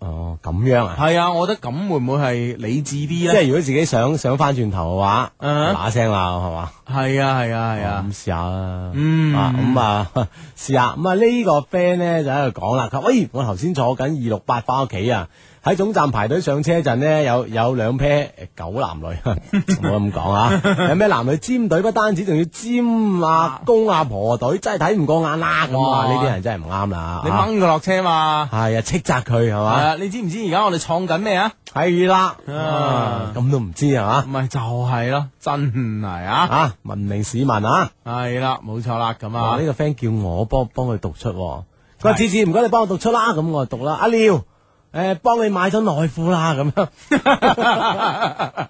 [SPEAKER 5] 哦，咁樣啊！
[SPEAKER 2] 係啊，我覺得咁會唔會係理智啲
[SPEAKER 5] 即
[SPEAKER 2] 咧？
[SPEAKER 5] 係如果自己想想翻轉頭嘅話，
[SPEAKER 2] 嗯
[SPEAKER 5] 嗱聲啦，係嘛？
[SPEAKER 2] 係啊，係啊，係
[SPEAKER 5] 咁
[SPEAKER 2] 啊，
[SPEAKER 5] 試下啦。
[SPEAKER 2] 嗯
[SPEAKER 5] 哦啊咁啊， 試下咁啊呢個 friend 咧就喺度講啦，佢話喂，我頭先坐緊二六八翻屋企啊，喺總站排隊上車陣呢，有有兩 pair 狗男女， 冇咁講 啊！有咩男女尖隊，不單止仲要尖阿公阿婆隊，真係睇唔過眼啦！咁啊，
[SPEAKER 2] 啊哇
[SPEAKER 5] 呢啲人真係唔啱啦！啊
[SPEAKER 2] 你掹佢落車嘛？
[SPEAKER 5] 係啊，斥責佢係嘛？
[SPEAKER 2] 啊！你知唔知而家我哋創緊咩啊？
[SPEAKER 5] 係啦，
[SPEAKER 2] 啊
[SPEAKER 5] 啊咁都唔知係嘛？
[SPEAKER 2] 咪就係咯，真係啊！
[SPEAKER 5] 啊，文明市民啊！
[SPEAKER 2] 係啦，冇錯啦，咁
[SPEAKER 5] 啊！
[SPEAKER 2] 啊
[SPEAKER 5] 呢、，個 friend 叫我幫幫佢讀出喎，佢話：志志唔該你幫我讀出啦，咁我就讀啦。阿廖，誒、幫你買咗內褲啦，咁樣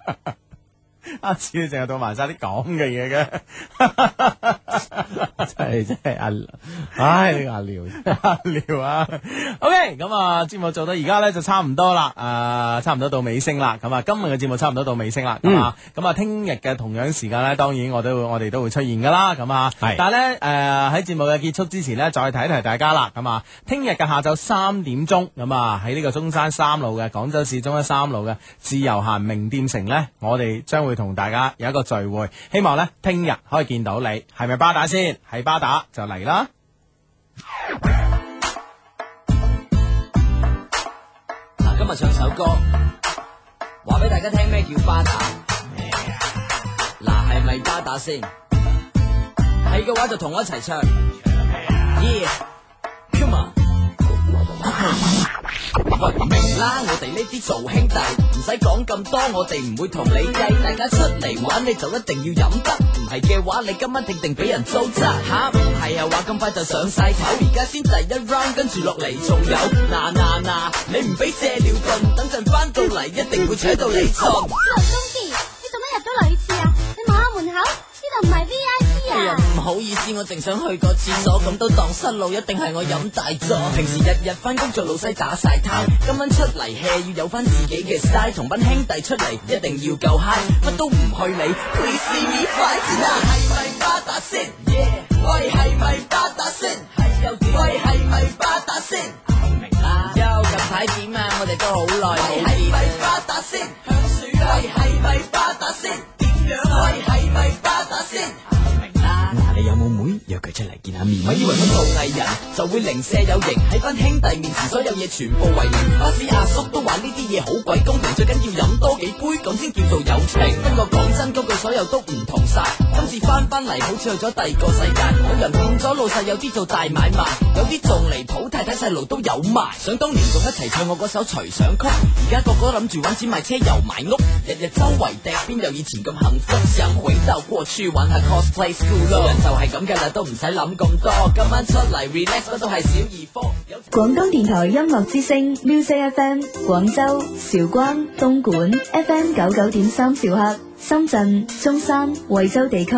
[SPEAKER 2] 阿志成日到埋晒啲咁嘅嘢嘅。
[SPEAKER 5] 真係真係阿，唉呢個阿廖，
[SPEAKER 2] 聊啊，OK，咁啊，節目做到而家咧就差唔多啦，啊、差唔多到尾聲啦，咁啊，今日嘅節目差唔多到尾聲啦，咁啊，咁啊，聽日嘅同樣時間咧，當然我都會我哋都會出現噶啦，咁啊，
[SPEAKER 5] 係
[SPEAKER 2] 但係咧，誒、喺節目嘅結束之前咧，再提一提大家啦，咁啊，聽日嘅下晝三點鐘，咁啊，喺呢個中山三路嘅廣州市中山三路嘅自由行名店城咧，我哋將會同大家有一個聚會，希望咧聽日可以見到你，係咪巴打先？係巴打就嚟啦。
[SPEAKER 3] 嗱，今日唱首歌，話俾大家聽咩叫巴打。嗱，係咪巴打先？係嘅話就同我一齊唱。Yeah，come on。喂，明啦，我哋呢啲做兄弟，唔使講咁多，我哋唔會同你計。大家出嚟玩，你就一定要飲得，唔係嘅話，你今晚定定俾人糟質吓。唔係啊，話咁快就上晒頭，而家先第一 round，跟住落嚟仲有嗱嗱嗱，你唔俾借尿遁，等陣翻到嚟一定會扯到你痛。
[SPEAKER 9] 喂，公子，你做乜入咗女廁啊？你望下門口，呢度唔係 V I
[SPEAKER 3] 哎
[SPEAKER 9] P 啊！，
[SPEAKER 3] 呀唔好意思，我淨想去個廁所，咁都當失路，一定係我飲大咗。平時日日翻工做老細打晒攤，今晚出嚟 hea 要有翻自己嘅 style，同班兄弟出嚟一定要夠 high，乜都唔去理，please see me fight 嗱，係咪巴打先？Yeah，喂，係咪巴打先？係又點？喂，係咪巴打先？明啦，又近排點啊？我哋都好耐冇見。係咪巴打先？香水喂，係咪巴打先？點樣？喂，係咪巴打先？明啦。
[SPEAKER 8] 嗱，你有冇妹約佢出嚟見下面？
[SPEAKER 3] 咪以為我做藝人就會零舍有型，喺班兄弟面前所有嘢全部為零。巴士阿叔都話呢啲嘢好鬼公平，最緊要飲多幾杯咁先叫做友情。不過講真嗰句，所有都唔同晒。今次翻返嚟好似去咗第二個世界，有人變咗老細，有啲做大買賣，有啲仲離譜，太太細路都有埋。想當年仲一齊唱我嗰首《隨想曲》，而家個個諗住揾錢買車又買屋，日日周圍趯，邊有以前咁幸福？想回到過去玩下 cosplay school 咯，人就係咁噶啦，都唔使諗咁多。今晚出嚟 relax 乜都係小兒科。有
[SPEAKER 1] 廣東電台音樂之聲 Music FM 廣州、韶關、東莞 FM 九九點三兆赫，深圳、中山、惠州地區、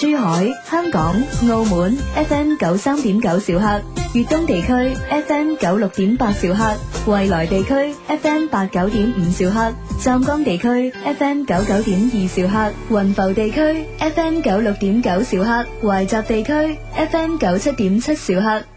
[SPEAKER 1] 珠海、香港、澳門 FM 九三點九兆赫，粵東地區 FM 九六點八兆赫，惠來地區 FM 八九點五兆赫，湛江地區 FM 九九點二兆赫，雲浮地區 FM 九六點九兆赫，懷集地區 FM 九七點七兆赫。